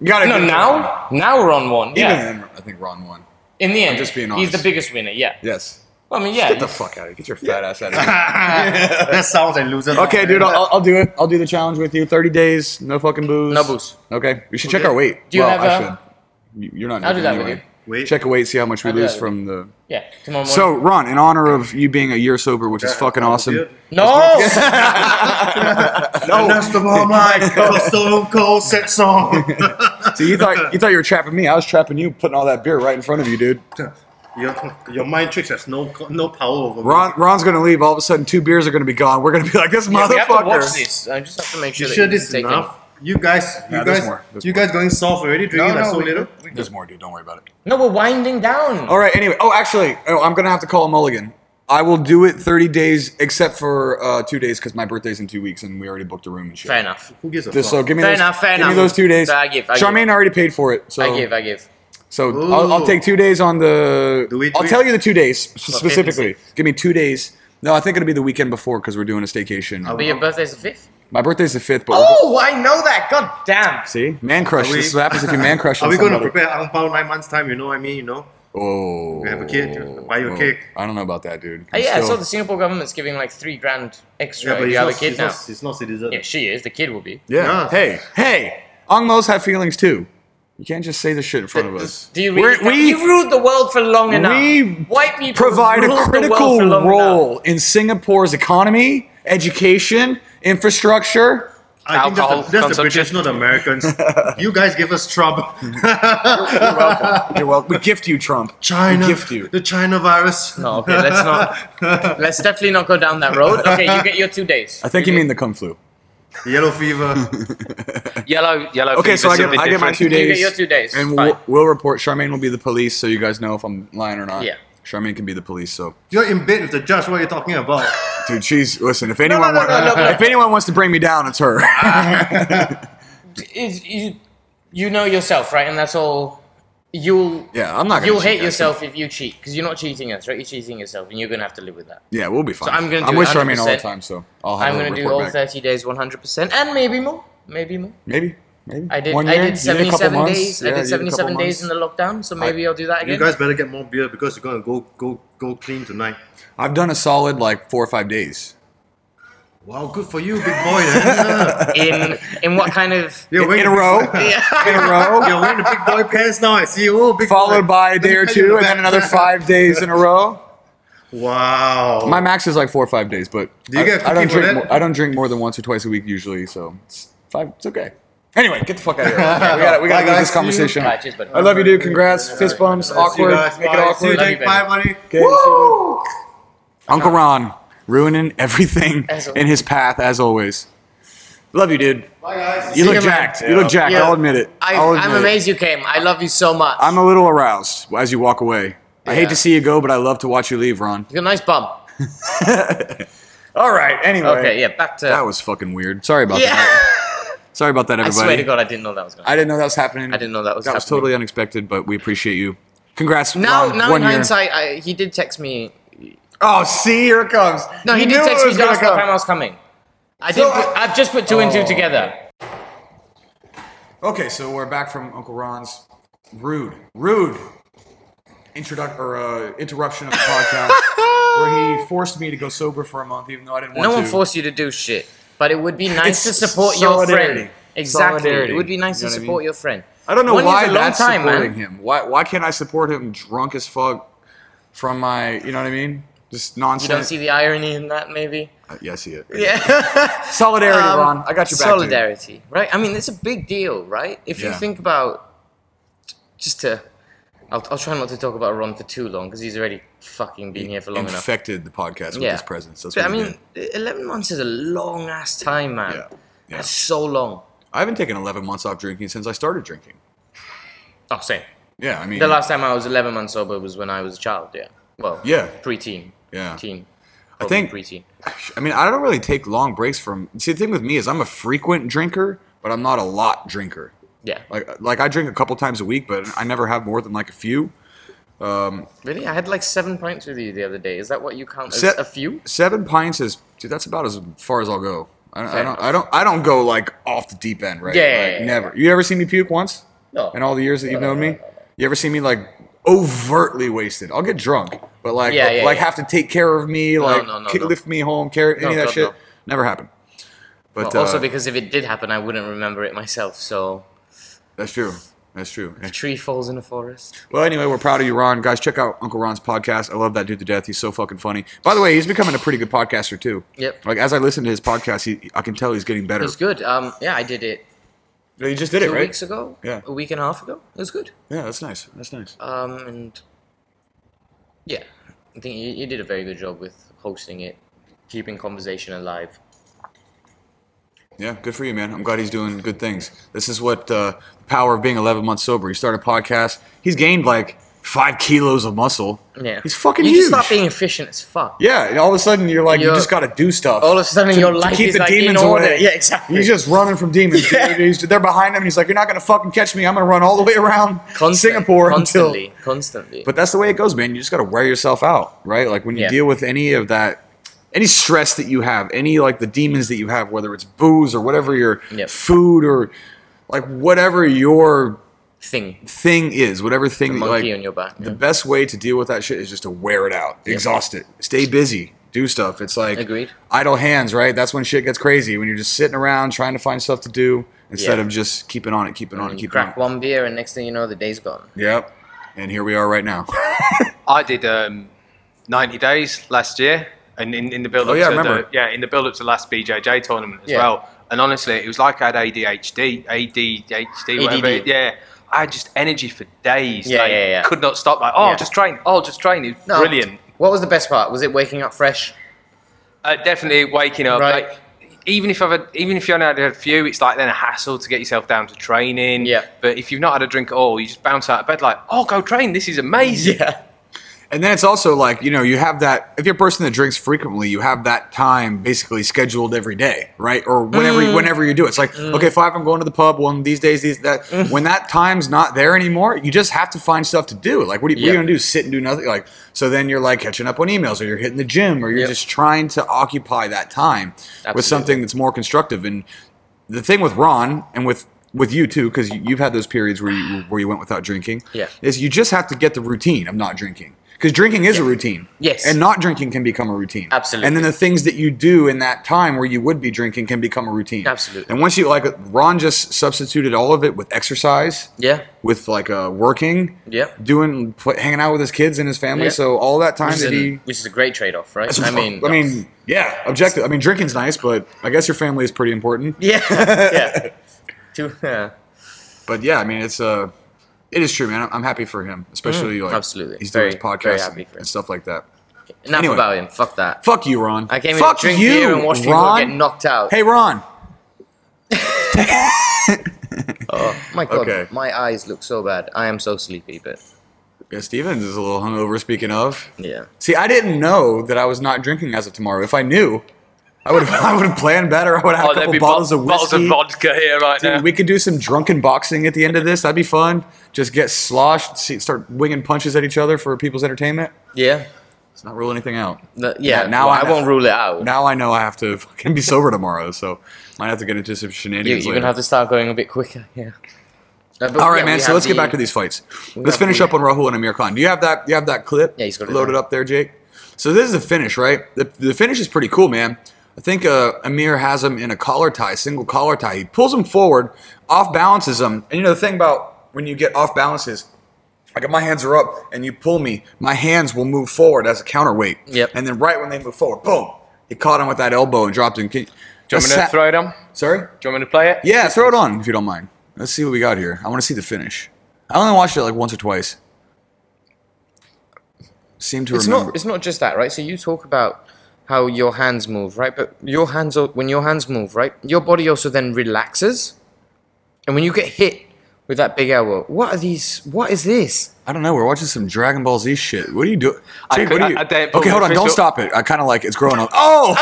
Speaker 1: You gotta
Speaker 2: No,
Speaker 1: give it to Ron.
Speaker 2: now, now we're on one.
Speaker 1: Even
Speaker 2: Yeah.
Speaker 1: then, I think Ron won.
Speaker 2: In the end,
Speaker 1: just being
Speaker 2: he's the
Speaker 1: honest.
Speaker 2: biggest winner. Yeah.
Speaker 1: Yes.
Speaker 2: Well, I mean, yeah.
Speaker 1: Get the fuck out of here. Get your fat ass out of here.
Speaker 4: that sounds like loser.
Speaker 1: Okay, dude, I'll, I'll do it. I'll do the challenge with you. 30 days, no fucking booze.
Speaker 2: No booze.
Speaker 1: Okay. We should check our weight.
Speaker 2: Do you
Speaker 1: well,
Speaker 2: have
Speaker 1: I
Speaker 2: a-
Speaker 1: should. You- You're not.
Speaker 2: I'll do
Speaker 1: naked
Speaker 2: that with
Speaker 1: anyway.
Speaker 2: you.
Speaker 4: Wait.
Speaker 1: Check a weight, see how much we
Speaker 2: I'll do
Speaker 1: lose
Speaker 2: that with
Speaker 1: from the.
Speaker 2: yeah. Tomorrow morning.
Speaker 1: So, Ron, in honor of you being a year sober, which is fucking awesome.
Speaker 2: no.
Speaker 4: No, that's the one like a Stone Cold set song.
Speaker 1: So you thought you thought you were trapping me? I was trapping you, putting all that beer right in front of you, dude.
Speaker 4: your, your mind tricks has no co- no power over me.
Speaker 1: Ron, Ron's gonna leave. All of a sudden, two beers are gonna be gone. We're gonna be like this
Speaker 2: Yeah, we have to
Speaker 1: motherfucker.
Speaker 2: watch this. I just have to make sure
Speaker 4: You
Speaker 2: that
Speaker 4: sure
Speaker 2: it's
Speaker 4: this is
Speaker 2: taken.
Speaker 4: enough? You guys, you
Speaker 1: Nah, there's
Speaker 4: guys,
Speaker 1: more, there's
Speaker 4: you
Speaker 1: more.
Speaker 4: guys going soft already? Drinking like so little?
Speaker 1: There's more, dude. Don't worry about it.
Speaker 2: No, we're winding down.
Speaker 1: All right. Anyway. Oh, actually, oh, I'm gonna have to call a mulligan. I will do it 30 days, except for uh, two days, because my birthday's in two weeks, and we already booked a room and shit.
Speaker 2: Fair enough.
Speaker 4: Who gives a
Speaker 1: Just so
Speaker 4: fuck?
Speaker 1: give me
Speaker 2: Fair
Speaker 1: those,
Speaker 2: enough, fair
Speaker 1: give
Speaker 2: enough.
Speaker 1: me those two days.
Speaker 2: So I give, I give.
Speaker 1: Charmaine already paid for it, so
Speaker 2: I give. I give.
Speaker 1: so I'll, I'll
Speaker 4: Ooh.
Speaker 1: take two days on the.
Speaker 4: Do we- do
Speaker 1: I'll
Speaker 4: we-
Speaker 1: tell you the two days s- specifically. Give me two days. No, I think it'll be the weekend before because we're doing a staycation.
Speaker 4: I'll
Speaker 2: But your birthday's the fifth.
Speaker 1: My birthday's the fifth, but we're go-
Speaker 2: Oh, I know that. God damn.
Speaker 1: see, man crush.
Speaker 4: Are we-
Speaker 1: this is what happens if you man crush.
Speaker 4: Are
Speaker 1: on
Speaker 4: we going to
Speaker 1: somebody.
Speaker 4: prepare ang pao nine months time? You know what I mean? You know.
Speaker 1: Oh,
Speaker 4: We have a kid, dude. Buy you a
Speaker 1: Well,
Speaker 4: cake.
Speaker 1: I don't know about that, dude.
Speaker 2: Uh,
Speaker 1: I'm
Speaker 2: yeah, I saw
Speaker 1: still-
Speaker 2: the Singapore government's giving like three grand extra if
Speaker 4: he's
Speaker 2: you have a
Speaker 4: not-
Speaker 2: kid
Speaker 4: he's
Speaker 2: now.
Speaker 4: Not, he's not citizen.
Speaker 2: Yeah, she is. The kid will be.
Speaker 1: Yeah.
Speaker 4: Yeah.
Speaker 1: Hey, hey, Angmos have feelings too. You can't just say this shit in front of us.
Speaker 2: Do you really?
Speaker 1: We're-
Speaker 2: We, you ruled the world for long enough.
Speaker 1: we
Speaker 2: White people
Speaker 1: provide
Speaker 2: ruled
Speaker 1: a
Speaker 2: the world
Speaker 1: critical
Speaker 2: for long enough.
Speaker 1: role in Singapore's economy, education, infrastructure.
Speaker 4: I think that's
Speaker 3: Alcohol
Speaker 4: the, that's the British,
Speaker 3: consumption.
Speaker 4: not the Americans. you guys give us trouble.
Speaker 1: You're welcome. You're welcome. We gift you, Trump.
Speaker 4: China,
Speaker 1: We gift you.
Speaker 4: the China virus.
Speaker 2: No, okay, let's not. Let's definitely not go down that road. Okay, you get your two days.
Speaker 1: I think you mean the kung flu.
Speaker 4: Yellow fever.
Speaker 3: Yellow, yellow.
Speaker 1: Okay, so I
Speaker 3: fever's something
Speaker 1: get, I get my
Speaker 3: different.
Speaker 1: two days.
Speaker 2: You get your two days.
Speaker 1: And
Speaker 2: Fine.
Speaker 1: we'll, we'll report. Charmaine will be the police, so you guys know if I'm lying or not.
Speaker 2: Yeah.
Speaker 1: Charmaine can be the police, so
Speaker 4: You're in bed with the judge. What are you talking about?
Speaker 1: dude, she's listen. If anyone
Speaker 2: no,
Speaker 1: wa-
Speaker 2: no, no, no.
Speaker 1: if anyone wants to bring me down, it's her.
Speaker 2: Is- you, you know yourself, right? And that's all. You'll
Speaker 1: yeah, I'm not. Gonna
Speaker 2: you'll
Speaker 1: cheat,
Speaker 2: hate
Speaker 1: guys.
Speaker 2: yourself if you cheat because you're not cheating us, right? You're cheating yourself, and you're gonna have to live with that.
Speaker 1: Yeah, we'll be fine.
Speaker 2: I'm gonna
Speaker 1: I'm
Speaker 2: do
Speaker 1: with
Speaker 2: it
Speaker 1: Charmaine all the
Speaker 2: 100%.
Speaker 1: time, so I'll have
Speaker 2: I'm
Speaker 1: her
Speaker 2: gonna do
Speaker 1: report
Speaker 2: all
Speaker 1: back.
Speaker 2: 30 days, 100 percent, and maybe more. Maybe more.
Speaker 1: Maybe, maybe.
Speaker 2: I did.
Speaker 1: One
Speaker 2: I
Speaker 1: year?
Speaker 2: did
Speaker 1: You a couple
Speaker 2: 77
Speaker 1: months?
Speaker 2: days.
Speaker 1: Yeah,
Speaker 2: I
Speaker 1: you
Speaker 2: did
Speaker 1: a
Speaker 2: 77
Speaker 1: couple
Speaker 2: days in
Speaker 1: months.
Speaker 2: the lockdown, so maybe I, will do that
Speaker 4: You
Speaker 2: again.
Speaker 4: guys better get more beer because you're gonna go go go clean tonight.
Speaker 1: I've done a solid like four or five days.
Speaker 4: Wow, good for you, big boy. Then.
Speaker 2: in in what kind of?
Speaker 4: You're
Speaker 1: In,
Speaker 4: wearing
Speaker 1: in a
Speaker 4: the-
Speaker 1: row.
Speaker 2: Yeah.
Speaker 1: In a row.
Speaker 4: You're wearing the big boy pants now. I see you. Oh, big
Speaker 1: Followed
Speaker 4: boy.
Speaker 1: by a day or two, and then another five days in a row.
Speaker 4: Wow.
Speaker 1: My max is like four or five days, but
Speaker 4: Do you
Speaker 1: I,
Speaker 4: get a
Speaker 1: I don't
Speaker 4: cookie for
Speaker 1: drink.
Speaker 4: that?
Speaker 1: More, I don't drink more than once or twice a week usually, so it's five. It's okay. Anyway, get the fuck out of here. Okay, we got we got to leave
Speaker 4: Bye, guys.
Speaker 1: this conversation.
Speaker 2: Alright, cheers, buddy.
Speaker 1: I love you, dude. Congrats. Fist bumps.
Speaker 4: See you
Speaker 1: Awkward.
Speaker 4: guys.
Speaker 1: Make it
Speaker 4: Bye. See you,
Speaker 1: awkward.
Speaker 2: Love you,
Speaker 4: Jake. Bye, buddy.
Speaker 1: Okay, Uncle Ron ruining everything
Speaker 2: As always.
Speaker 1: in his path as always. Love you, dude.
Speaker 4: Bye, guys.
Speaker 1: You
Speaker 2: ya,
Speaker 1: look
Speaker 2: man.
Speaker 1: jacked. You look jacked.
Speaker 2: Yeah.
Speaker 1: I'll admit it.
Speaker 2: I,
Speaker 1: I'll admit
Speaker 2: I'm
Speaker 1: it.
Speaker 2: amazed you came. I love you so much.
Speaker 1: I'm a little aroused as you walk away. I hate
Speaker 2: Yeah.
Speaker 1: to see you go, but I love to watch you leave, Ron.
Speaker 2: you got a nice bum.
Speaker 1: All right. Anyway,
Speaker 2: Okay, yeah, back to.
Speaker 1: that was fucking weird. Sorry about
Speaker 2: yeah.
Speaker 1: that. Sorry about that,
Speaker 2: I
Speaker 1: everybody.
Speaker 2: swear to God, I didn't know that was going.
Speaker 1: I didn't know that was happening.
Speaker 2: I didn't know that was
Speaker 1: That was
Speaker 2: happening.
Speaker 1: totally unexpected, but we appreciate you. Congrats.
Speaker 2: Now,
Speaker 1: Ron.
Speaker 2: now
Speaker 1: One
Speaker 2: in
Speaker 1: year.
Speaker 2: hindsight, I, he did text me.
Speaker 1: Oh, see, here it comes.
Speaker 2: No, he
Speaker 1: You
Speaker 2: did
Speaker 1: knew
Speaker 2: text
Speaker 1: it
Speaker 2: me
Speaker 1: was gonna
Speaker 2: last
Speaker 1: come. Oh.
Speaker 2: time I was coming. I did. put, I've just put two and two together.
Speaker 1: Okay, so we're back from Uncle Ron's rude, rude introduc- or, uh, interruption of the podcast, where he forced me to go sober for a month, even though I didn't want
Speaker 2: No
Speaker 1: to.
Speaker 2: one forced you to do shit, but it would be nice
Speaker 1: It's
Speaker 2: to support your
Speaker 1: solidarity.
Speaker 2: friend. Exactly,
Speaker 1: Solidarity.
Speaker 2: it would be nice
Speaker 1: You know
Speaker 2: to
Speaker 1: what I mean?
Speaker 2: support your friend.
Speaker 1: I don't know
Speaker 2: One year's
Speaker 1: why
Speaker 2: a long
Speaker 1: that's
Speaker 2: time, man.
Speaker 1: supporting him. Why why can't I support him drunk as fuck from my you know what I mean? Just
Speaker 2: You don't
Speaker 1: nonsense.
Speaker 2: see the irony in that, maybe.
Speaker 1: Uh, yeah, I see it.
Speaker 2: Yeah.
Speaker 1: Solidarity,
Speaker 2: Um,
Speaker 1: Ron. I got your back. dude.
Speaker 2: Solidarity, right? I mean, it's a big deal, right? If you
Speaker 1: Yeah.
Speaker 2: think about, just to, I'll, I'll try not to talk about Ron for too long because he's already fucking been here for long enough.
Speaker 1: Infected the podcast with
Speaker 2: Yeah.
Speaker 1: his presence. That's
Speaker 2: But,
Speaker 1: what
Speaker 2: I
Speaker 1: he
Speaker 2: mean,
Speaker 1: did.
Speaker 2: eleven months is a long ass time, man.
Speaker 1: Yeah. Yeah.
Speaker 2: That's so long.
Speaker 1: I haven't taken 11 months off drinking since I started drinking.
Speaker 2: Oh, same.
Speaker 1: Yeah, I mean,
Speaker 2: The last time I was eleven months sober was when I was a child. Yeah. Well.
Speaker 1: Yeah.
Speaker 2: Preteen.
Speaker 1: Yeah.
Speaker 2: Teen.
Speaker 1: I
Speaker 2: Probably
Speaker 1: think-
Speaker 2: preteen.
Speaker 1: I mean, I don't really take long breaks from. See, the thing with me is I'm a frequent drinker, but I'm not a lot drinker.
Speaker 2: Yeah.
Speaker 1: Like, like I drink a couple times a week, but I never have more than like a few.
Speaker 2: Really, I had like seven pints with you the other day. Is that what you count as
Speaker 1: Se-
Speaker 2: a few?
Speaker 1: Seven pints is, dude. That's about as far as I'll go. I, I
Speaker 2: Fair
Speaker 1: don't,
Speaker 2: enough.
Speaker 1: I don't, I don't go like off the deep end, right?
Speaker 2: Yeah,
Speaker 1: Like,
Speaker 2: yeah, yeah, Uh, yeah.
Speaker 1: never. You ever seen me puke once?
Speaker 2: No.
Speaker 1: In all the years that you've known me, you ever seen me like overtly wasted? I'll get drunk, but like,
Speaker 2: Yeah, yeah,
Speaker 1: like
Speaker 2: yeah.
Speaker 1: have to take care of me, like
Speaker 2: no, no,
Speaker 1: ki-
Speaker 2: no.
Speaker 1: lift me home, carry any of that
Speaker 2: God,
Speaker 1: shit.
Speaker 2: no.
Speaker 1: Never happened. But
Speaker 2: Well, also
Speaker 1: uh,
Speaker 2: because if it did happen, I wouldn't remember it myself. So
Speaker 1: that's true. That's true.
Speaker 2: tree falls in a forest.
Speaker 1: Well, anyway, we're proud of you, Ron. Guys, check out Uncle Ron's podcast. I love that dude to death. He's so fucking funny. By the way, he's becoming a pretty good podcaster too.
Speaker 2: Yep.
Speaker 1: Like as I listen to his podcast, he, I can tell he's getting better.
Speaker 2: It was good. Um, yeah, I did it
Speaker 1: Yeah, you just did it,
Speaker 2: two
Speaker 1: right?
Speaker 2: weeks ago.
Speaker 1: Yeah.
Speaker 2: a week and a half ago. It was good.
Speaker 1: Yeah, that's nice. That's nice.
Speaker 2: Um, and yeah, I think you, you did a very good job with hosting it, keeping conversation alive.
Speaker 1: Yeah, good for you, man. I'm glad he's doing good things. This is what uh, the power of being 11 months sober. He started a podcast. He's gained like five kilos of muscle.
Speaker 2: Yeah,
Speaker 1: he's fucking
Speaker 2: You
Speaker 1: huge.
Speaker 2: just stop being efficient as fuck.
Speaker 1: yeah, and all of a sudden you're like, you
Speaker 2: You're-
Speaker 1: just got to do stuff.
Speaker 2: All of a sudden,
Speaker 1: to-
Speaker 2: your
Speaker 1: to
Speaker 2: life
Speaker 1: keep
Speaker 2: is
Speaker 1: the
Speaker 2: like in
Speaker 1: demons
Speaker 2: order.
Speaker 1: away.
Speaker 2: Yeah, exactly.
Speaker 1: He's just running from demons. dude.
Speaker 2: Yeah.
Speaker 1: He's- They're behind him, and he's like, "You're not gonna fucking catch me. I'm gonna run all the way around
Speaker 2: Constant-
Speaker 1: Singapore
Speaker 2: constantly,
Speaker 1: until."
Speaker 2: constantly.
Speaker 1: But that's the way it goes, man. You just gotta wear yourself out, right? Like when you
Speaker 2: Yeah.
Speaker 1: deal with any of that, any stress that you have, any like the demons that you have, whether it's booze or whatever your
Speaker 2: Yep.
Speaker 1: food or like whatever your
Speaker 2: thing,
Speaker 1: thing is, whatever thing that you
Speaker 2: monkey
Speaker 1: like,
Speaker 2: on your back.
Speaker 1: the
Speaker 2: yeah.
Speaker 1: best way to deal with that shit is just to wear it out, exhaust it, stay busy, do stuff. It's like
Speaker 2: Agreed.
Speaker 1: idle hands, right? That's when shit gets crazy when you're just sitting around trying to find stuff to do instead
Speaker 2: Yeah.
Speaker 1: of just keeping on it, keeping on it,
Speaker 2: And you
Speaker 1: keeping on.
Speaker 2: crack
Speaker 1: It.
Speaker 2: one beer, and next thing you know, the day's gone.
Speaker 1: Yep. And here we are right now.
Speaker 3: I did um, 90 days last year, and in, in the build up
Speaker 1: Oh, yeah, I
Speaker 3: to
Speaker 1: remember.
Speaker 3: the, yeah in the build up to the last BJJ tournament as
Speaker 2: Yeah.
Speaker 3: well.
Speaker 5: And honestly, it was like I had ADHD, ADHD, whatever.
Speaker 2: ADD.
Speaker 5: it- Yeah. I had just energy for days.
Speaker 2: Yeah,
Speaker 5: like,
Speaker 2: yeah, yeah.
Speaker 5: Could not stop. Like, oh,
Speaker 2: Yeah.
Speaker 5: just train. Oh, just train. It was
Speaker 2: No.
Speaker 5: brilliant.
Speaker 2: What was the best part? Was it waking up fresh?
Speaker 5: Uh, definitely waking up.
Speaker 2: Right.
Speaker 5: Like, even if I've had, even if you only had a few, it's like then a hassle to get yourself down to training.
Speaker 2: Yeah.
Speaker 5: But if you've not had a drink at all, you just bounce out of bed like, oh, go train. This is amazing.
Speaker 2: Yeah.
Speaker 1: And then it's also like, you know, you have that, if you're a person that drinks frequently, you have that time basically scheduled every day, right? Or whenever,
Speaker 2: Mm.
Speaker 1: whenever you do it. It's like, okay, five, I'm going to the pub. One, these days, these, that.
Speaker 2: Mm.
Speaker 1: When that time's not there anymore, you just have to find stuff to do. Like, what are you, what are
Speaker 2: Yeah.
Speaker 1: you going to do? Sit and do nothing? Like, so then you're like catching up on emails or you're hitting the gym or you're
Speaker 2: Yep.
Speaker 1: just trying to occupy that time
Speaker 2: Absolutely.
Speaker 1: with something that's more constructive. And the thing with Ron and with with you too, because you've had those periods where you where you went without drinking.
Speaker 2: Yeah.
Speaker 1: is you just have to get the routine of not drinking because drinking is a routine.
Speaker 2: Yes.
Speaker 1: and not drinking can become a routine.
Speaker 2: Absolutely.
Speaker 1: And then the things that you do in that time where you would be drinking can become a routine.
Speaker 2: Absolutely.
Speaker 1: And once you like, Ron just substituted all of it with exercise.
Speaker 2: Yeah.
Speaker 1: With like uh, working.
Speaker 2: Yeah.
Speaker 1: Doing pl- hanging out with his kids and his family.
Speaker 2: Yeah.
Speaker 1: So all that time
Speaker 2: Which is,
Speaker 1: that he
Speaker 2: an, which is a great trade-off, right? I mean,
Speaker 1: I mean, yeah, objective. I mean, drinking's nice, but I guess your family is pretty important.
Speaker 2: yeah, yeah. Two, yeah.
Speaker 1: But yeah, I mean, it's uh, it is true, man. I'm, I'm happy for him, especially like
Speaker 2: Mm, absolutely.
Speaker 1: he's doing
Speaker 2: Very-
Speaker 1: his podcast
Speaker 2: very happy
Speaker 1: and,
Speaker 2: for him.
Speaker 1: and stuff like that.
Speaker 2: Enough
Speaker 1: Anyway.
Speaker 2: about him. Fuck that.
Speaker 1: Fuck you, Ron.
Speaker 2: I came
Speaker 1: Fuck
Speaker 2: in to drink
Speaker 1: you,
Speaker 2: beer and watch
Speaker 1: Ron.
Speaker 2: people get knocked out.
Speaker 1: Hey, Ron.
Speaker 2: Oh my god,
Speaker 1: Okay.
Speaker 2: my eyes look so bad. I am so sleepy, but
Speaker 1: Yeah, Stevens is a little hungover. Speaking of,
Speaker 2: yeah.
Speaker 1: see, I didn't know that I was not drinking as of tomorrow. If I knew, I would have. I would have planned better. I would have had
Speaker 3: Oh,
Speaker 1: a
Speaker 3: there'd
Speaker 1: couple
Speaker 3: be
Speaker 1: bottles of whiskey.
Speaker 3: bottles of vodka here right
Speaker 1: Dude,
Speaker 3: now.
Speaker 1: we could do some drunken boxing at the end of this. That'd be fun. Just get sloshed, see, start winging punches at each other for people's entertainment.
Speaker 2: Yeah.
Speaker 1: Let's not rule anything out.
Speaker 2: No, yeah.
Speaker 1: Now- now
Speaker 2: well,
Speaker 1: I
Speaker 2: I,
Speaker 1: know.
Speaker 2: won't rule it out.
Speaker 1: Now I know I have to fucking be sober tomorrow, so might have to get into some
Speaker 2: you,
Speaker 1: shenanigans.
Speaker 2: you're gonna
Speaker 1: later.
Speaker 2: have to start going a bit quicker. Yeah. Uh, but
Speaker 1: All right,
Speaker 2: yeah,
Speaker 1: man.
Speaker 2: we
Speaker 1: So
Speaker 2: have
Speaker 1: let's get
Speaker 2: the-
Speaker 1: back to these fights. Let's
Speaker 2: have
Speaker 1: finish
Speaker 2: the-
Speaker 1: up on Rahul and Amir Khan. Do you have that? You have that clip?
Speaker 2: Yeah, he's got it
Speaker 1: loaded
Speaker 2: down.
Speaker 1: up there, Jake. So this is the finish, right? The, the finish is pretty cool, man. I think uh, Amir has him in a collar tie, single collar tie. He pulls him forward, off balances him, and you know the thing about when you get off balances. Like if my hands are up and you pull me, my hands will move forward as a counterweight.
Speaker 2: Yep.
Speaker 1: And then right when they move forward, boom! He caught him with that elbow and dropped him. Can-
Speaker 3: Do you want me
Speaker 1: Assa-
Speaker 3: to throw it on?
Speaker 1: Sorry.
Speaker 3: Do you want me to play it?
Speaker 1: Yeah, throw it on if you don't mind. Let's see what we got here. I want to see the finish. I only watched it like once or twice. Seem to
Speaker 2: It's
Speaker 1: remember.
Speaker 2: not. It's not just that, right? So you talk about how your hands move, right? But your hands, al- when your hands move, right, your body also then relaxes, and when you get hit with that big elbow, what are these? What is this?
Speaker 1: I don't know. We're watching some Dragon Ball Z shit. What are you doing? Jake, what
Speaker 5: could-
Speaker 1: are you?
Speaker 5: I- I don't-
Speaker 1: okay, hold on. Don't
Speaker 5: official-
Speaker 1: stop it. I kind of like it's growing on. Oh,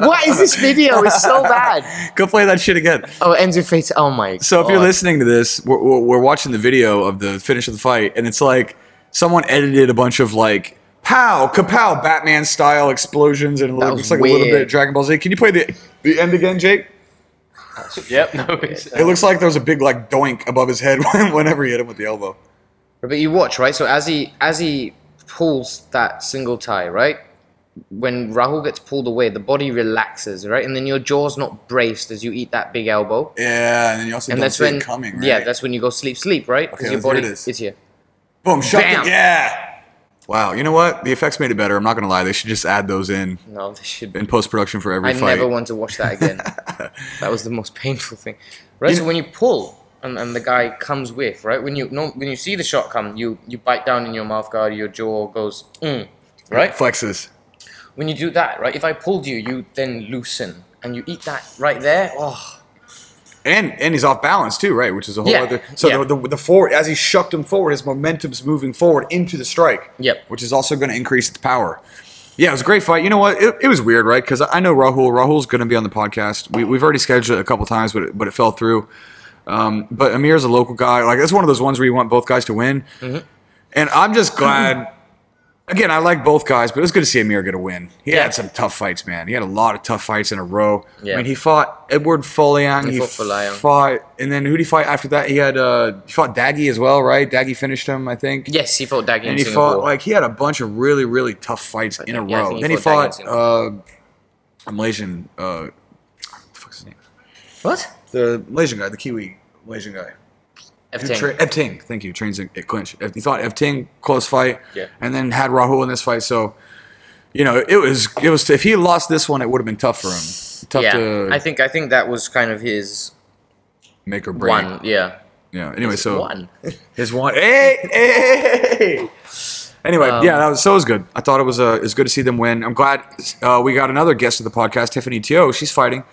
Speaker 2: what is this video? It's so bad.
Speaker 1: go play that shit again.
Speaker 2: Oh, it ends with face. Oh my.
Speaker 1: So if you're
Speaker 2: God.
Speaker 1: listening to this, we're, we're we're watching the video of the finish of the fight, and it's like someone edited a bunch of like pow, kapow, Batman style explosions and a little,
Speaker 2: was
Speaker 1: just like a little
Speaker 2: weird.
Speaker 1: bit of Dragon Ball Z. Can you play the the end again, Jake?
Speaker 3: Yep. No, it's-
Speaker 1: It looks like there was a big like doink above his head when- whenever he hit him with the elbow.
Speaker 2: But you watch, right? So as he as he pulls that single tie, right? When Rahul gets pulled away, the body relaxes, right? And then your jaw's not braced as you eat that big elbow.
Speaker 1: Yeah, and then you also
Speaker 2: And
Speaker 1: don't
Speaker 2: that's
Speaker 1: see
Speaker 2: when
Speaker 1: it coming, right?
Speaker 2: Yeah, that's when you go sleep sleep, right? Because
Speaker 1: Okay,
Speaker 2: your
Speaker 1: let's hear
Speaker 2: body
Speaker 1: this.
Speaker 2: is here.
Speaker 1: boom, shut
Speaker 2: Bam!
Speaker 1: the yeah. Wow, you know what? The effects made it better. I'm not gonna lie. They should just add those in
Speaker 2: No, this should be
Speaker 1: in post production for every
Speaker 2: I
Speaker 1: fight.
Speaker 2: never want to watch that again. that was the most painful thing. Right?
Speaker 1: You
Speaker 2: so
Speaker 1: kn-
Speaker 2: when you pull and, and the guy comes with, right? When you no, when you see the shot come, you you bite down in your mouth guard, your jaw goes, mm, right?
Speaker 1: Flexes.
Speaker 2: when you do that, right? If I pulled you, you then loosen and you eat that right there. Oh,
Speaker 1: And and he's off balance too, right? Which is a whole
Speaker 2: Yeah,
Speaker 1: other. So
Speaker 2: yeah.
Speaker 1: the, the the forward as he shucked him forward, his momentum's moving forward into the strike.
Speaker 2: Yep.
Speaker 1: Which is also going to increase its power. Yeah, it was a great fight. You know what? It, it was weird, right? Because I know Rahul. Rahul's going to be on the podcast. We, we've already scheduled it a couple times, but it, but it fell through. Um, but Amir's a local guy. Like it's one of those ones where you want both guys to win.
Speaker 2: Mm-hmm.
Speaker 1: And I'm just glad. Again, I like both guys, but it was good to see Amir get a win. He
Speaker 2: Yeah.
Speaker 1: had some tough fights, man. He had a lot of tough fights in a row.
Speaker 2: Yeah.
Speaker 1: I mean, he fought Edward Foliang. He,
Speaker 2: fought Foliang.
Speaker 1: fought, and then who did he fight after that? He had uh, he fought Daggy as well, right? Daggy finished him, I think.
Speaker 2: yes, he fought Daggy in
Speaker 1: And he
Speaker 2: Singapore.
Speaker 1: fought like he had a bunch of really really tough fights in a
Speaker 2: yeah, I
Speaker 1: row.
Speaker 2: think he
Speaker 1: then he
Speaker 2: fought Daggy in
Speaker 1: fought uh, a Malaysian. Uh, what the fuck's his name?
Speaker 2: what?
Speaker 1: The Malaysian guy, the Kiwi Malaysian guy. Who
Speaker 2: F10.
Speaker 1: tra- Efting, thank you. Trains at at clinch. Ef- He thought Efting close fight,
Speaker 2: Yeah.
Speaker 1: and then had Rahul in this fight. So, you know, it was it was. If he lost this one, it would have been tough for him. It's tough
Speaker 2: yeah,
Speaker 1: to
Speaker 2: I think I think that was kind of his
Speaker 1: make or break.
Speaker 2: one. Yeah,
Speaker 1: Yeah. Anyway, so
Speaker 2: one.
Speaker 1: His one. Hey, hey. Anyway, yeah, that was so it was good. I thought it was uh, it's good to see them win. I'm glad uh, we got another guest of the podcast, Tiffany Teo. She's fighting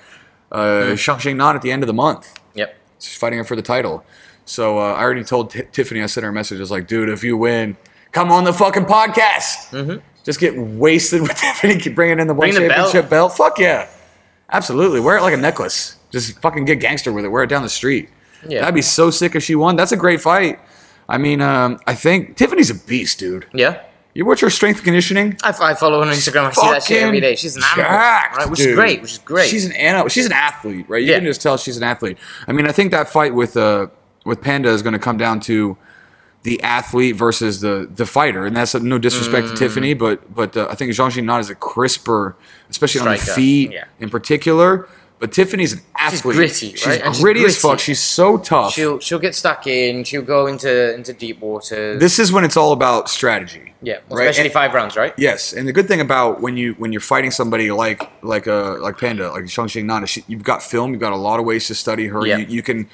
Speaker 1: uh, Shang Xing Nan at the end of the month.
Speaker 2: yep.
Speaker 1: She's fighting her for the title. So uh, I already told Ti Tiffany. I sent her a message. I was like, dude, if you win, come on the fucking podcast. Just get wasted with Tiffany. Keep bringing in the one
Speaker 2: Bring Mm-hmm. the belt.
Speaker 1: championship belt. Fuck yeah, absolutely. Wear it like a necklace. Just fucking get gangster with it. Wear it down the street.
Speaker 2: Yeah.
Speaker 1: That'd be so sick if she won. That's a great fight. I mean, um, I think Tiffany's a beast, dude.
Speaker 2: Yeah.
Speaker 1: You watch her strength and conditioning.
Speaker 2: I, I follow her on Instagram. I see that shit every
Speaker 1: Fucking
Speaker 2: day. She's an animal,
Speaker 1: jacked,
Speaker 2: right? Which
Speaker 1: dude.
Speaker 2: is great. Which is great.
Speaker 1: She's an animal. She's an athlete, right? You
Speaker 2: Yeah.
Speaker 1: can just tell she's an athlete. I mean, I think that fight with uh with Panda is going to come down to the athlete versus the the fighter, and that's no disrespect
Speaker 2: Mm.
Speaker 1: to Tiffany, but but uh, I think Zhang Xin is a crisper, especially on the
Speaker 2: Striker,
Speaker 1: feet
Speaker 2: yeah.
Speaker 1: in particular. But Tiffany's an athlete.
Speaker 2: gritty,
Speaker 1: She's
Speaker 2: right? And she's
Speaker 1: gritty as fuck.
Speaker 2: gritty.
Speaker 1: She's so tough.
Speaker 2: she'll she'll get stuck in. She'll go into into deep waters.
Speaker 1: this is when it's all about strategy.
Speaker 2: yeah,
Speaker 1: right?
Speaker 2: especially
Speaker 1: And-
Speaker 2: five rounds, right?
Speaker 1: Yes, and the good thing about when you when you're fighting somebody like like uh like Panda like Shang Xing Nan, is she- you've got film, you've got a lot of ways to study her.
Speaker 2: Yeah.
Speaker 1: You, you can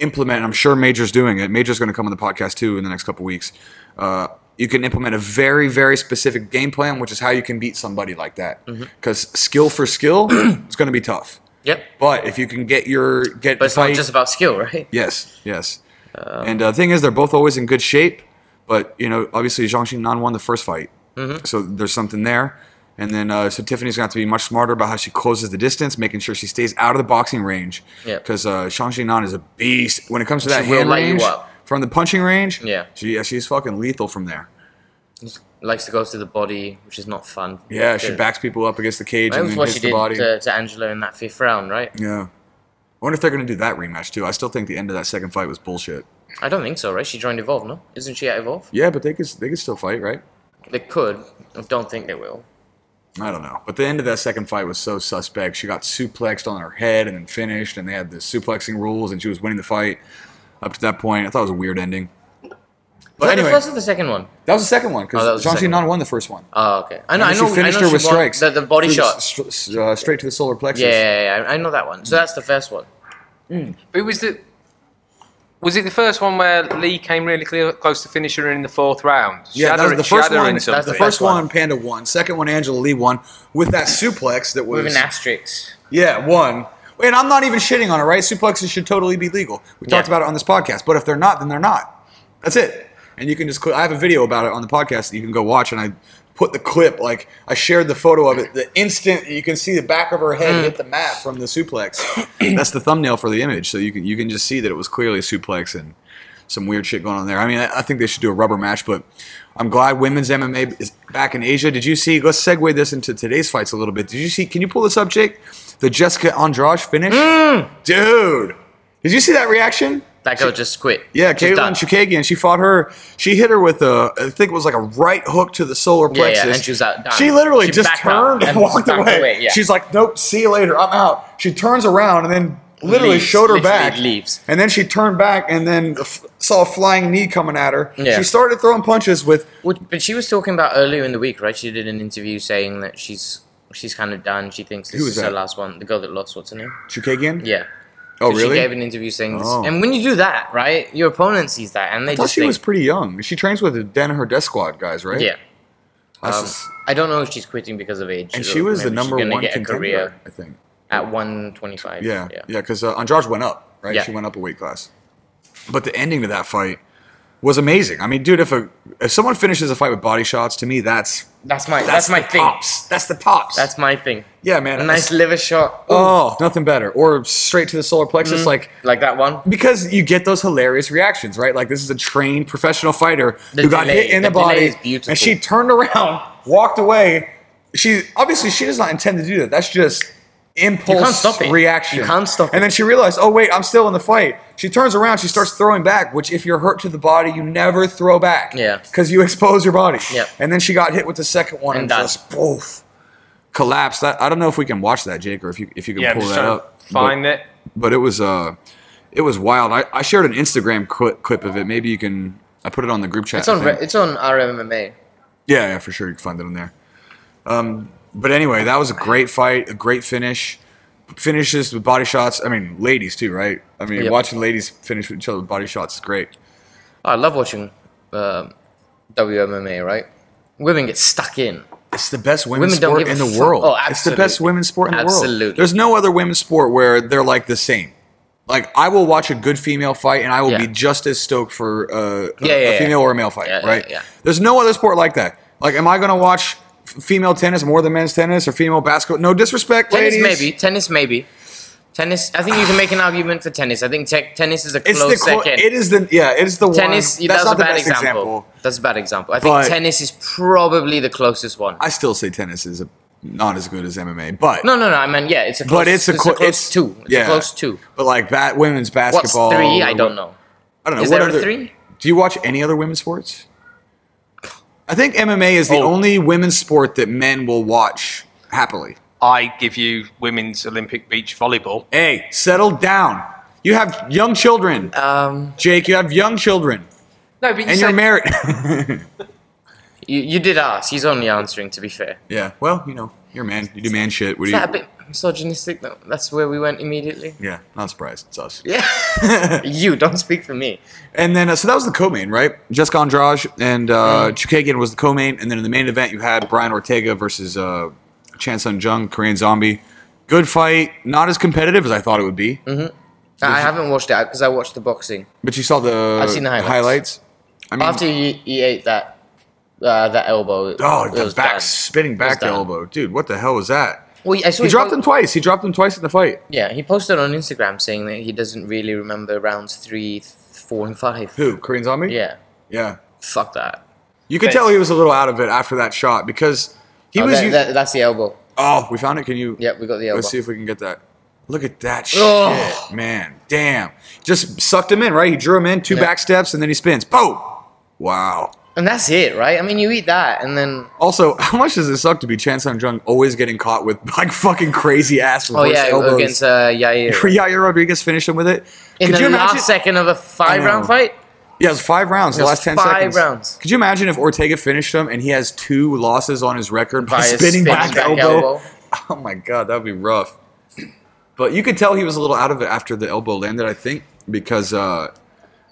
Speaker 1: implement. and I'm sure Major's doing it. Major's going to come on the podcast too in the next couple weeks. Uh, you can implement a very very specific game plan, which is how you can beat somebody like that.
Speaker 2: Mm-hmm.
Speaker 1: Because skill for skill, it's going to be tough.
Speaker 2: Yep.
Speaker 1: But if you can get your get
Speaker 2: But it's
Speaker 1: fight,
Speaker 2: not just about skill, right?
Speaker 1: Yes, yes. and uh, the thing is, they're both always in good shape, but you know, obviously Zhang Xingnan won the first fight,
Speaker 2: Mm-hmm.
Speaker 1: so there's something there. And then uh, so Tiffany's going to have to be much smarter about how she closes the distance, making sure she stays out of the boxing range.
Speaker 2: Yeah.
Speaker 1: Because uh, Zhang Xingnan is a beast when it comes to that
Speaker 2: She will
Speaker 1: hand
Speaker 2: light you
Speaker 1: range
Speaker 2: up.
Speaker 1: from the punching range.
Speaker 2: Yeah.
Speaker 1: she, yeah, she's fucking lethal from there.
Speaker 2: Likes to go to the body, which is not fun.
Speaker 1: Yeah, she
Speaker 2: Good.
Speaker 1: backs people up against the cage
Speaker 2: That
Speaker 1: and
Speaker 2: was
Speaker 1: then
Speaker 2: what
Speaker 1: hits
Speaker 2: she
Speaker 1: the
Speaker 2: did uh,
Speaker 1: body.
Speaker 2: to, to Angela in that fifth round, right?
Speaker 1: yeah. I wonder if they're going to do that rematch too. I still think the end of that second fight was bullshit.
Speaker 2: I don't think so, right? She joined Evolve, no? Isn't she at Evolve?
Speaker 1: Yeah, but they could they could still fight, right?
Speaker 2: They could. I don't think they will.
Speaker 1: I don't know. But the end of that second fight was so suspect. She got suplexed on her head and then finished, and they had the suplexing rules, and she was winning the fight up to that point. I thought it was a weird ending.
Speaker 2: Was
Speaker 1: But
Speaker 2: that
Speaker 1: anyway,
Speaker 2: the first or the second one?
Speaker 1: that was the second one
Speaker 2: Oh, that
Speaker 1: because
Speaker 2: was the
Speaker 1: Zhang
Speaker 2: second
Speaker 1: Xinan won the first one.
Speaker 2: Oh, okay. I know. I
Speaker 1: And
Speaker 2: know.
Speaker 1: she finished
Speaker 2: I know
Speaker 1: her with
Speaker 2: won
Speaker 1: strikes.
Speaker 2: The, the body
Speaker 1: through the
Speaker 2: shot.
Speaker 1: s- str- uh, straight to the solar plexus.
Speaker 2: Yeah, yeah, yeah, I I know that one. So that's the first one.
Speaker 5: But was the was it the first one where Lee came really clear, close to finishing her in the fourth round? She
Speaker 1: Yeah,
Speaker 5: had
Speaker 1: that was
Speaker 5: her-
Speaker 1: the
Speaker 5: she
Speaker 1: first
Speaker 5: had her
Speaker 1: one.
Speaker 5: in
Speaker 1: That's the
Speaker 5: something.
Speaker 1: first
Speaker 2: That's one.
Speaker 1: one. Panda won. Second one, Angela Lee won with that suplex that was
Speaker 2: With an asterisk.
Speaker 1: Yeah, one. And I'm not even shitting on it, right? Suplexes should totally be legal. We talked
Speaker 2: Yeah.
Speaker 1: about it on this podcast, but if they're not, then they're not. That's it. And you can just click. I have a video about it on the podcast that you can go watch, and I put the clip, like, I shared the photo of it the instant you can see the back of her head hit the mat from the suplex. That's the thumbnail for the image, so you can, you can just see that it was clearly a suplex and some weird shit going on there. I mean, I, I think they should do a rubber match, but I'm glad women's MMA is back in Asia. Did you see? Let's segue this into today's fights a little bit. Did you see? Can you pull this up, Jake? The Jessica Andrade finish, dude. Did you see that reaction?
Speaker 2: That girl just quit.
Speaker 1: Yeah,
Speaker 2: She's done.
Speaker 1: Caitlin Chukagian. She fought her. She hit her with a, I think it was like a right hook to the solar
Speaker 2: Yeah, yeah,
Speaker 1: plexus.
Speaker 2: and she was out- done.
Speaker 1: She literally
Speaker 2: She
Speaker 1: just
Speaker 2: backed up
Speaker 1: turned and
Speaker 2: and
Speaker 1: walked
Speaker 2: backed
Speaker 1: away.
Speaker 2: away, yeah.
Speaker 1: She's like, nope, see you later. I'm out. She turns around and then literally
Speaker 2: Leaves,
Speaker 1: showed her
Speaker 2: literally
Speaker 1: back.
Speaker 2: leaves.
Speaker 1: And then she turned back and then f- saw a flying knee coming at her.
Speaker 2: Yeah.
Speaker 1: She started throwing punches with.
Speaker 2: Well, But she was talking about earlier in the week, right? She did an interview saying that she's she's kind of done. She thinks this
Speaker 1: Who
Speaker 2: is
Speaker 1: was
Speaker 2: her
Speaker 1: that?
Speaker 2: last one. The girl that lost, what's her name?
Speaker 1: Chukagian?
Speaker 2: Yeah.
Speaker 1: Oh,
Speaker 2: So
Speaker 1: really?
Speaker 2: She gave an interview saying this.
Speaker 1: Oh.
Speaker 2: And when you do that, right, your opponent sees that and they
Speaker 1: I thought
Speaker 2: just
Speaker 1: she
Speaker 2: think,
Speaker 1: was pretty young. She trains with Dan and her death squad guys, right?
Speaker 2: yeah.
Speaker 1: That's
Speaker 2: Um,
Speaker 1: just-
Speaker 2: I don't know if she's quitting because of age.
Speaker 1: and
Speaker 2: or
Speaker 1: she was the
Speaker 2: maybe she's
Speaker 1: number
Speaker 2: gonna
Speaker 1: one
Speaker 2: get a
Speaker 1: contender, I think.
Speaker 2: at 125.
Speaker 1: Yeah, yeah, because uh, Andrade went up, right?
Speaker 2: Yeah.
Speaker 1: She went up a weight class. But the ending to that fight was amazing. I mean, dude, if a if someone finishes a fight with body shots, to me, that's
Speaker 2: That's my
Speaker 1: that's,
Speaker 2: that's, my
Speaker 1: the
Speaker 2: thing.
Speaker 1: Pops. That's the pops.
Speaker 2: That's my thing.
Speaker 1: yeah, man.
Speaker 2: A nice
Speaker 1: it's-
Speaker 2: liver shot. Ooh,
Speaker 1: oh, nothing better. Or straight to the solar plexus,
Speaker 2: Mm-hmm.
Speaker 1: like.
Speaker 2: like that one.
Speaker 1: Because you get those hilarious reactions, right? Like this is a trained professional fighter
Speaker 2: The
Speaker 1: who got
Speaker 2: delay-
Speaker 1: hit in the,
Speaker 2: the delay
Speaker 1: body,
Speaker 2: is beautiful.
Speaker 1: and she turned around, walked away. She obviously she does not intend to do that. That's just impulse
Speaker 2: stop it.
Speaker 1: reaction.
Speaker 2: You can't stop
Speaker 1: And
Speaker 2: it.
Speaker 1: then she realized, oh wait, I'm still in the fight. She turns around, she starts throwing back, which if you're hurt to the body, you never throw back.
Speaker 2: Yeah.
Speaker 1: because you expose your body.
Speaker 2: Yeah.
Speaker 1: And then she got hit with the second one and,
Speaker 2: And done.
Speaker 1: just poof. Collapsed. I, I don't know if we can watch that, Jake, or if you if you can
Speaker 5: Yeah, I'm
Speaker 1: pull
Speaker 5: just
Speaker 1: that
Speaker 5: trying
Speaker 1: up.
Speaker 5: to
Speaker 1: But-
Speaker 5: find it.
Speaker 1: but it was uh it was wild i, I shared an instagram clip, clip of it maybe you can i put it on the group chat
Speaker 2: It's on
Speaker 1: I
Speaker 2: re-
Speaker 1: think.
Speaker 2: it's on RMMA.
Speaker 1: yeah yeah for sure you can find it on there um but anyway that was a great fight a great finish finishes with body shots. I mean, ladies too, right? I mean,
Speaker 2: Yep.
Speaker 1: watching ladies finish with each other with body shots is great.
Speaker 2: I love watching um WMMA, right? Women get stuck in.
Speaker 1: It's the best women's
Speaker 2: Women don't
Speaker 1: sport
Speaker 2: give
Speaker 1: in
Speaker 2: a
Speaker 1: the
Speaker 2: fuck.
Speaker 1: world.
Speaker 2: Oh,
Speaker 1: It's the best
Speaker 2: absolutely.
Speaker 1: women's sport in the world.
Speaker 2: Absolutely.
Speaker 1: There's no other women's sport where they're like the same. Like I will watch a good female fight and I will
Speaker 2: Yeah.
Speaker 1: be just as stoked for uh, a-
Speaker 2: Yeah, yeah,
Speaker 1: a
Speaker 2: yeah.
Speaker 1: female or a male fight,
Speaker 2: Yeah, yeah,
Speaker 1: right?
Speaker 2: yeah.
Speaker 1: There's no other sport like that. Like, am I going to watch f- female tennis more than men's tennis or female basketball? No disrespect,
Speaker 2: Tennis
Speaker 1: ladies.
Speaker 2: maybe. Tennis maybe. Tennis. I think you can make an argument for tennis. I think te- tennis is a
Speaker 1: It's
Speaker 2: close
Speaker 1: the clo-
Speaker 2: second.
Speaker 1: it is the yeah, it is the
Speaker 2: tennis.
Speaker 1: one.
Speaker 2: That's,
Speaker 1: not
Speaker 2: a
Speaker 1: the
Speaker 2: bad
Speaker 1: best
Speaker 2: example. That's a bad example. I think
Speaker 1: But-
Speaker 2: tennis is probably the closest one.
Speaker 1: I still say tennis is a, not as good as MMA, but
Speaker 2: no, no, no. I mean, yeah, it's a. Close,
Speaker 1: but it's a, clo-
Speaker 2: a close two. It's
Speaker 1: yeah.
Speaker 2: a close two.
Speaker 1: But like bat women's
Speaker 2: What's
Speaker 1: basketball.
Speaker 2: three? I don't know.
Speaker 1: I don't know.
Speaker 2: Is
Speaker 1: what
Speaker 2: there a
Speaker 1: other-
Speaker 2: three?
Speaker 1: Do you watch any other women's sports? I think MMA is the
Speaker 3: Oh.
Speaker 1: only women's sport that men will watch happily.
Speaker 3: I give you women's Olympic beach volleyball.
Speaker 1: Hey, settle down. You have young children,
Speaker 2: Um,
Speaker 1: Jake. You have young children,
Speaker 5: No, but you
Speaker 1: and
Speaker 5: said,
Speaker 1: you're married.
Speaker 2: you, you did ask. He's only answering. To be fair,
Speaker 1: yeah. Well, you know, you're a man. You do man shit. What do
Speaker 2: is
Speaker 1: you?
Speaker 2: that a bit misogynistic? though? That's where we went immediately.
Speaker 1: yeah. Not surprised. It's us.
Speaker 2: Yeah. you don't speak for me.
Speaker 1: And then, uh, so that was the co-main, right? Jessica Andrade and uh, Chukagian was the co-main. And then in the main event, you had Brian Ortega versus uh, Chan Sung Jung, Korean Zombie. Good fight. Not as competitive as I thought it would be.
Speaker 2: I haven't watched it because I watched the boxing
Speaker 1: But you saw the,
Speaker 2: I've seen the highlights.
Speaker 1: I mean,
Speaker 2: after he, he ate that uh, that elbow. it-
Speaker 1: oh,
Speaker 2: it
Speaker 1: the
Speaker 2: was
Speaker 1: back
Speaker 2: done.
Speaker 1: spinning
Speaker 2: It was
Speaker 1: back
Speaker 2: done.
Speaker 1: elbow, dude. What the hell was that?
Speaker 2: Well, I saw
Speaker 1: He dropped
Speaker 2: po-
Speaker 1: him twice. He dropped him twice in the fight.
Speaker 2: Yeah, he posted on Instagram saying that he doesn't really remember rounds three, th- four, and five.
Speaker 1: Who? Korean Zombie?
Speaker 2: Yeah,
Speaker 1: Yeah.
Speaker 2: fuck that.
Speaker 1: You could
Speaker 3: Thanks.
Speaker 1: tell he was a little out of it after that shot because he
Speaker 2: Oh,
Speaker 1: was.
Speaker 2: that-
Speaker 1: u-
Speaker 2: that- that's the elbow.
Speaker 1: oh, we found it. Can you?
Speaker 2: Yep, we got the elbow.
Speaker 1: Let's see if we can get that. Look at that
Speaker 2: Oh.
Speaker 1: shit, man. Damn. Just sucked him in, right? He drew him in, two
Speaker 2: Yeah.
Speaker 1: back steps, and then he spins. Boom. Wow.
Speaker 2: And that's it, right? I mean, you eat that, and then
Speaker 1: Also, how much does it suck to be Chan Sung Jung always getting caught with like fucking crazy ass
Speaker 2: oh
Speaker 1: reverse
Speaker 2: yeah,
Speaker 1: elbows?
Speaker 2: against uh, Yair
Speaker 1: Yair Rodriguez finished him with it.
Speaker 2: in
Speaker 1: Could
Speaker 2: the
Speaker 1: you
Speaker 2: last
Speaker 1: imagine?
Speaker 2: second of a
Speaker 1: know.
Speaker 2: five-round fight.
Speaker 1: Yeah, it was five rounds.
Speaker 2: It
Speaker 1: the
Speaker 2: was
Speaker 1: last ten
Speaker 2: five
Speaker 1: seconds.
Speaker 2: rounds.
Speaker 1: Could you imagine if Ortega finished him and he has two losses on his record by,
Speaker 2: By a
Speaker 1: spinning,
Speaker 2: spinning
Speaker 1: back,
Speaker 2: back
Speaker 1: elbow?
Speaker 2: elbow.
Speaker 1: Oh my god, that would be rough. But you could tell he was a little out of it after the elbow landed. I think because uh,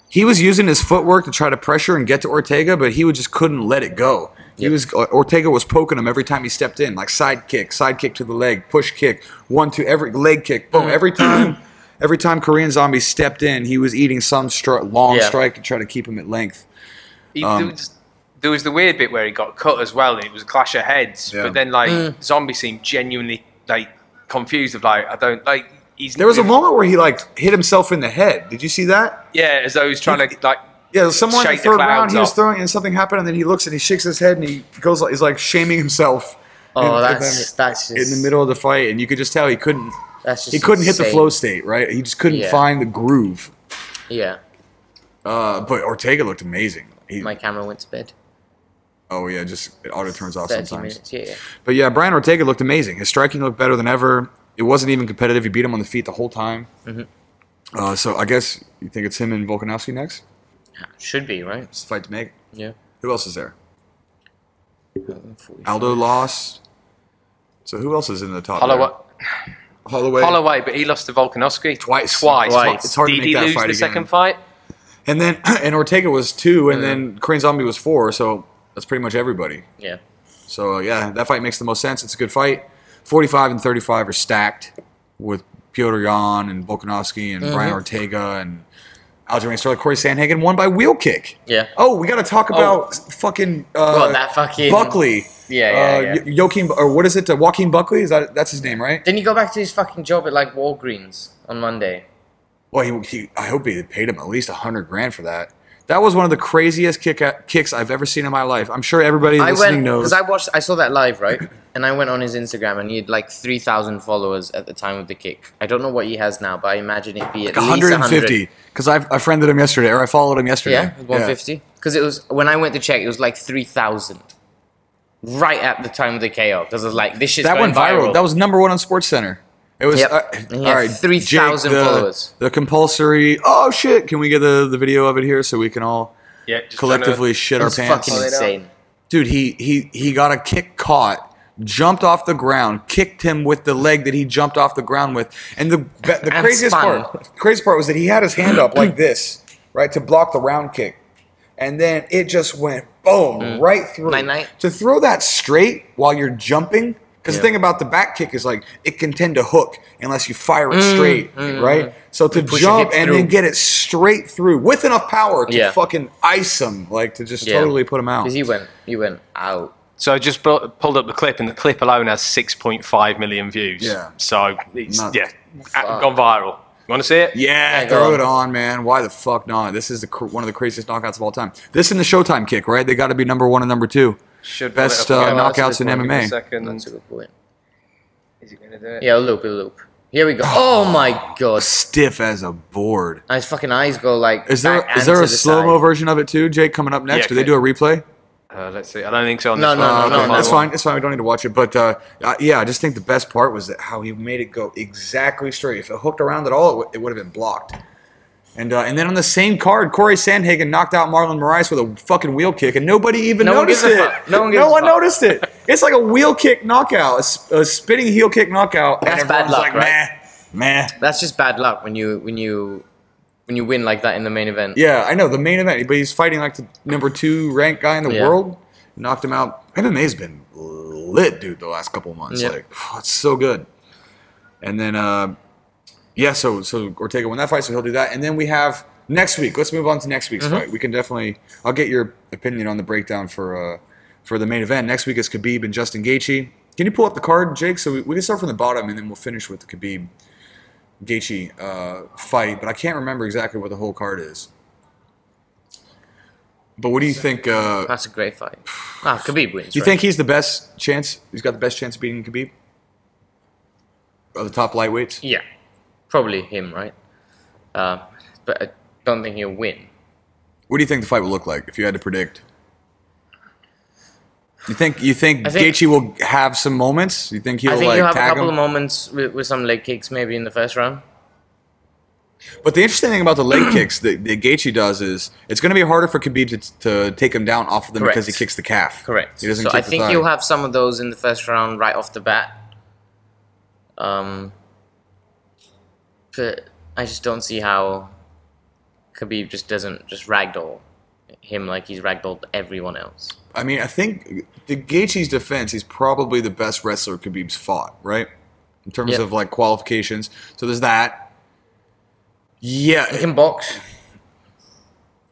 Speaker 1: he was using his footwork to try to pressure and get to Ortega, but he would just couldn't let it go. He
Speaker 2: Yep.
Speaker 1: was uh, Ortega was poking him every time he stepped in, like side kick, side kick to the leg, push kick, one two every leg kick,
Speaker 2: Mm.
Speaker 1: boom. Every time, every time Korean Zombie stepped in, he was eating some stri- long
Speaker 2: Yeah.
Speaker 1: strike to try to keep him at length.
Speaker 5: he-
Speaker 1: um,
Speaker 5: there, was, there was the weird bit where he got cut as well, and it was a clash of heads.
Speaker 1: Yeah.
Speaker 5: But then, like, zombie seemed genuinely like confused of like, I don't like. He's
Speaker 1: There was a moment where he like hit himself in the head. Did you see that?
Speaker 5: yeah, as though he was trying to like.
Speaker 1: Yeah, someone in
Speaker 5: Shake
Speaker 1: the
Speaker 5: the
Speaker 1: third
Speaker 5: clouds
Speaker 1: round he was
Speaker 5: off.
Speaker 1: throwing and something happened, and then he looks and he shakes his head and he goes like he's like shaming himself. in-
Speaker 2: Oh,
Speaker 1: in
Speaker 2: that's
Speaker 1: the-
Speaker 2: that's just
Speaker 1: in the middle of the fight, and you could just tell he couldn't
Speaker 2: That's just
Speaker 1: he couldn't hit the
Speaker 2: insane.
Speaker 1: flow state right. He just couldn't
Speaker 2: Yeah.
Speaker 1: find the groove.
Speaker 2: Yeah,
Speaker 1: Uh, but Ortega looked amazing. He,
Speaker 2: my camera went to bed.
Speaker 1: oh yeah, just it auto turns off
Speaker 2: Thirty
Speaker 1: Oh, sometimes.
Speaker 2: minutes. Yeah, yeah.
Speaker 1: But yeah, Brian Ortega looked amazing. His striking looked better than ever. It wasn't even competitive. He beat him on the feet the whole time.
Speaker 2: Mm-hmm.
Speaker 1: Uh, so I guess you think it's him and Volkanovski next?
Speaker 2: should be right.
Speaker 1: It's a fight to make.
Speaker 2: Yeah.
Speaker 1: Who else is there?
Speaker 2: Forty-
Speaker 1: Aldo lost. So who else is in the top?
Speaker 5: Holloway,
Speaker 1: there? Holloway.
Speaker 5: Holloway, but he lost to Volkanovski
Speaker 1: Twice.
Speaker 5: Twice.
Speaker 1: Twice. It's hard to
Speaker 5: Did
Speaker 1: make
Speaker 5: he
Speaker 1: that
Speaker 5: lose
Speaker 1: fight
Speaker 5: the
Speaker 1: again.
Speaker 5: second fight?
Speaker 1: And then and Ortega was two, and then Korean Zombie was four. So that's pretty much everybody.
Speaker 2: Yeah.
Speaker 1: So uh, yeah, that fight makes the most sense. It's a good fight. Forty-five and thirty-five are stacked with Piotr Jan and Volkanovski and
Speaker 2: Mm-hmm.
Speaker 1: Brian Ortega and Aljamain Sterling. Corey Sandhagen won by wheel kick.
Speaker 2: Yeah.
Speaker 1: Oh, we got to talk about fucking uh,
Speaker 2: Well, that fucking-
Speaker 1: Buckley.
Speaker 2: Yeah, yeah,
Speaker 1: uh,
Speaker 2: yeah.
Speaker 1: Y- Joaquin or what is it? Uh, Joaquin Buckley is that that's his name, right?
Speaker 2: Then he go back to his fucking job at like Walgreens on Monday.
Speaker 1: Well, he, he I hope he paid him at least a hundred grand for that. That was one of the craziest kick uh, kicks I've ever seen in my life. I'm sure everybody
Speaker 2: I
Speaker 1: listening
Speaker 2: went
Speaker 1: knows.
Speaker 2: because I watched. I saw that live, right? and I went on his Instagram, and he had like three thousand followers at the time of the kick. I don't know what he has now, but I imagine it'd be at least
Speaker 1: 150
Speaker 2: 150.
Speaker 1: because I, I friended him yesterday or I followed him yesterday.
Speaker 2: Yeah, one fifty. Because it was when I went to check, it was like three thousand, right at the time of the KO. Because I was like, this shit's
Speaker 1: That
Speaker 2: going
Speaker 1: went viral.
Speaker 2: viral.
Speaker 1: That was number one on Sports Center. It was
Speaker 2: Yep.
Speaker 1: uh,
Speaker 2: And he
Speaker 1: all
Speaker 2: had
Speaker 1: right.
Speaker 2: 3,000
Speaker 1: Jake, the-
Speaker 2: followers.
Speaker 1: The compulsory. Oh shit! Can we get the, the video of it here so we can all
Speaker 3: Yeah, just
Speaker 1: collectively shit
Speaker 2: It
Speaker 1: our
Speaker 2: was
Speaker 1: pants?
Speaker 2: fucking insane.
Speaker 1: Dude, he he he got a kick caught jumped off the ground, kicked him with the leg that he jumped off the ground with, and the the
Speaker 2: And
Speaker 1: craziest
Speaker 2: spun.
Speaker 1: part, craziest part was that he had his hand up like this, right, to block the round kick, and then it just went boom right through.
Speaker 2: Mm. Night, night.
Speaker 1: To throw that straight while you're jumping. Because the
Speaker 2: Yeah.
Speaker 1: thing about the back kick is like it can tend to hook unless you fire
Speaker 2: Mm,
Speaker 1: it straight, right? So to
Speaker 2: push your
Speaker 1: jump
Speaker 2: hips
Speaker 1: and
Speaker 2: through.
Speaker 1: then get it straight through with enough power to
Speaker 2: Yeah.
Speaker 1: fucking ice him, like to just
Speaker 2: Yeah.
Speaker 1: totally put him out.
Speaker 2: Because you went, you went out.
Speaker 3: So I just bu- pulled up the clip, and the clip alone has 6.5 million views.
Speaker 1: Yeah.
Speaker 3: So it's
Speaker 1: Nuts.
Speaker 3: yeah, a- gone viral. You want to see it?
Speaker 1: Yeah,
Speaker 2: Yeah,
Speaker 1: throw
Speaker 2: go
Speaker 1: it on, man. Why the fuck not? This is the cr- one of the craziest knockouts of all time. This and the Showtime kick, right? They got to be number one and number two.
Speaker 3: Should
Speaker 1: Best
Speaker 3: pull it
Speaker 1: uh,
Speaker 3: up
Speaker 2: no, that's a
Speaker 1: knockouts
Speaker 2: good
Speaker 1: in
Speaker 2: point.
Speaker 1: MMA.
Speaker 3: second.
Speaker 2: That's a good point.
Speaker 5: Is he gonna do it?
Speaker 2: Yeah, a loop, a loop. Here we go. Oh my god.
Speaker 1: Stiff as a board.
Speaker 2: And His fucking eyes go like.
Speaker 1: Is there
Speaker 2: back
Speaker 1: is
Speaker 2: and
Speaker 1: there
Speaker 2: to
Speaker 1: a
Speaker 2: the
Speaker 1: slow mo
Speaker 2: side.
Speaker 1: version of it too, Jake? Coming up next,
Speaker 3: Yeah,
Speaker 1: do they
Speaker 3: okay.
Speaker 1: do a replay?
Speaker 3: Uh, let's see. I don't think so. On
Speaker 2: No,
Speaker 3: this
Speaker 2: no,
Speaker 3: one.
Speaker 2: no,
Speaker 1: Uh,
Speaker 2: no,
Speaker 1: okay,
Speaker 2: no.
Speaker 1: that's fine. It's fine. We don't need to watch it, but uh, uh, yeah, I just think the best part was that how he made it go exactly straight. If it hooked around at all, it, w- it would have been blocked. And uh, and then on the same card, Corey Sandhagen knocked out Marlon Moraes with a fucking wheel kick, and nobody even
Speaker 2: No one
Speaker 1: noticed
Speaker 2: gives a
Speaker 1: it.
Speaker 2: fuck. No one gives a fuck.
Speaker 1: noticed it. It's like a wheel kick knockout, a, s- a spinning heel kick knockout.
Speaker 2: That's
Speaker 1: and
Speaker 2: bad
Speaker 1: everyone's like,
Speaker 2: luck, right?
Speaker 1: Meh, meh.
Speaker 2: That's just bad luck when you when you when you win like that in the main event.
Speaker 1: Yeah, I know the main event, but he's fighting like the number two ranked guy in the
Speaker 2: Yeah.
Speaker 1: world. Knocked him out. MMA's been lit, dude, the last couple of months.
Speaker 2: Yeah.
Speaker 1: Like, phew, it's so good. And then, uh, yeah, so so Ortega won that fight, so he'll do that. And then we have next week. Let's move on to next week's
Speaker 2: Mm-hmm.
Speaker 1: fight. We can definitely. I'll get your opinion on the breakdown for uh, for the main event next week. Is Khabib and Justin Gaethje? Can you pull up the card, Jake? So we, we can start from the bottom, and then we'll finish with the Khabib Gaethje uh, fight. But I can't remember exactly what the whole card is. But what do you think? Uh,
Speaker 2: That's a great fight. Ah, Khabib wins.
Speaker 1: do you
Speaker 2: right?
Speaker 1: think he's the best chance? He's got the best chance of beating Khabib of the top lightweights.
Speaker 2: Yeah, probably him, right? Uh, but I don't think he'll win.
Speaker 1: What do you think the fight will look like if you had to predict? You think you think,
Speaker 2: I think-
Speaker 1: Gaethje will have some moments? You think he'll
Speaker 2: I think
Speaker 1: like
Speaker 2: he'll have a
Speaker 1: tag
Speaker 2: couple
Speaker 1: him?
Speaker 2: of moments with, with some leg kicks, maybe in the first round.
Speaker 1: but the interesting thing about the leg kicks that, that Gaethje does is it's going to be harder for Khabib to, to take him down off of them because he
Speaker 2: Correct.
Speaker 1: kicks the calf.
Speaker 2: Correct.
Speaker 1: He doesn't
Speaker 2: so
Speaker 1: kick
Speaker 2: I
Speaker 1: the
Speaker 2: think
Speaker 1: thigh.
Speaker 2: you'll have some of those in the first round right off the bat. Um, but I just don't see how Khabib just doesn't just ragdoll him like he's ragdolled everyone else.
Speaker 1: I mean, I think to Gaethje's defense, he's probably the best wrestler Khabib's fought, right? In terms
Speaker 2: Yeah.
Speaker 1: of like qualifications. So there's that. Yeah,
Speaker 2: He can box,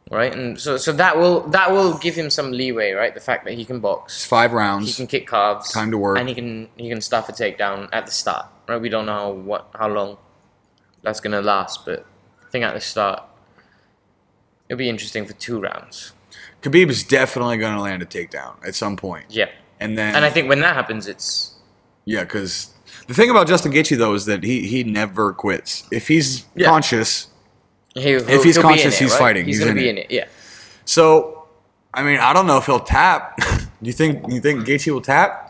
Speaker 2: right? And so so that will that will give him some leeway, right? The fact that he can box.
Speaker 1: it's five rounds.
Speaker 2: He can kick calves.
Speaker 1: Time to work.
Speaker 2: And he can he can stuff a takedown at the start. Right? We don't know what how long that's gonna last, but I think at the start it'll be interesting for two rounds.
Speaker 1: Khabib is definitely going to land a takedown at some point.
Speaker 2: Yeah.
Speaker 1: And then
Speaker 2: And I think when that happens it's
Speaker 1: Yeah, because the thing about Justin Gaethje though is that he he never quits. If he's
Speaker 2: Yeah.
Speaker 1: conscious,
Speaker 2: he'll,
Speaker 1: If he's
Speaker 2: he'll be in
Speaker 1: conscious,
Speaker 2: it,
Speaker 1: he's
Speaker 2: right?
Speaker 1: fighting.
Speaker 2: He's,
Speaker 1: He's
Speaker 2: gonna
Speaker 1: in
Speaker 2: be
Speaker 1: it.
Speaker 2: in it, yeah.
Speaker 1: so I mean, I don't know if he'll tap. you think you think Gaethje will tap?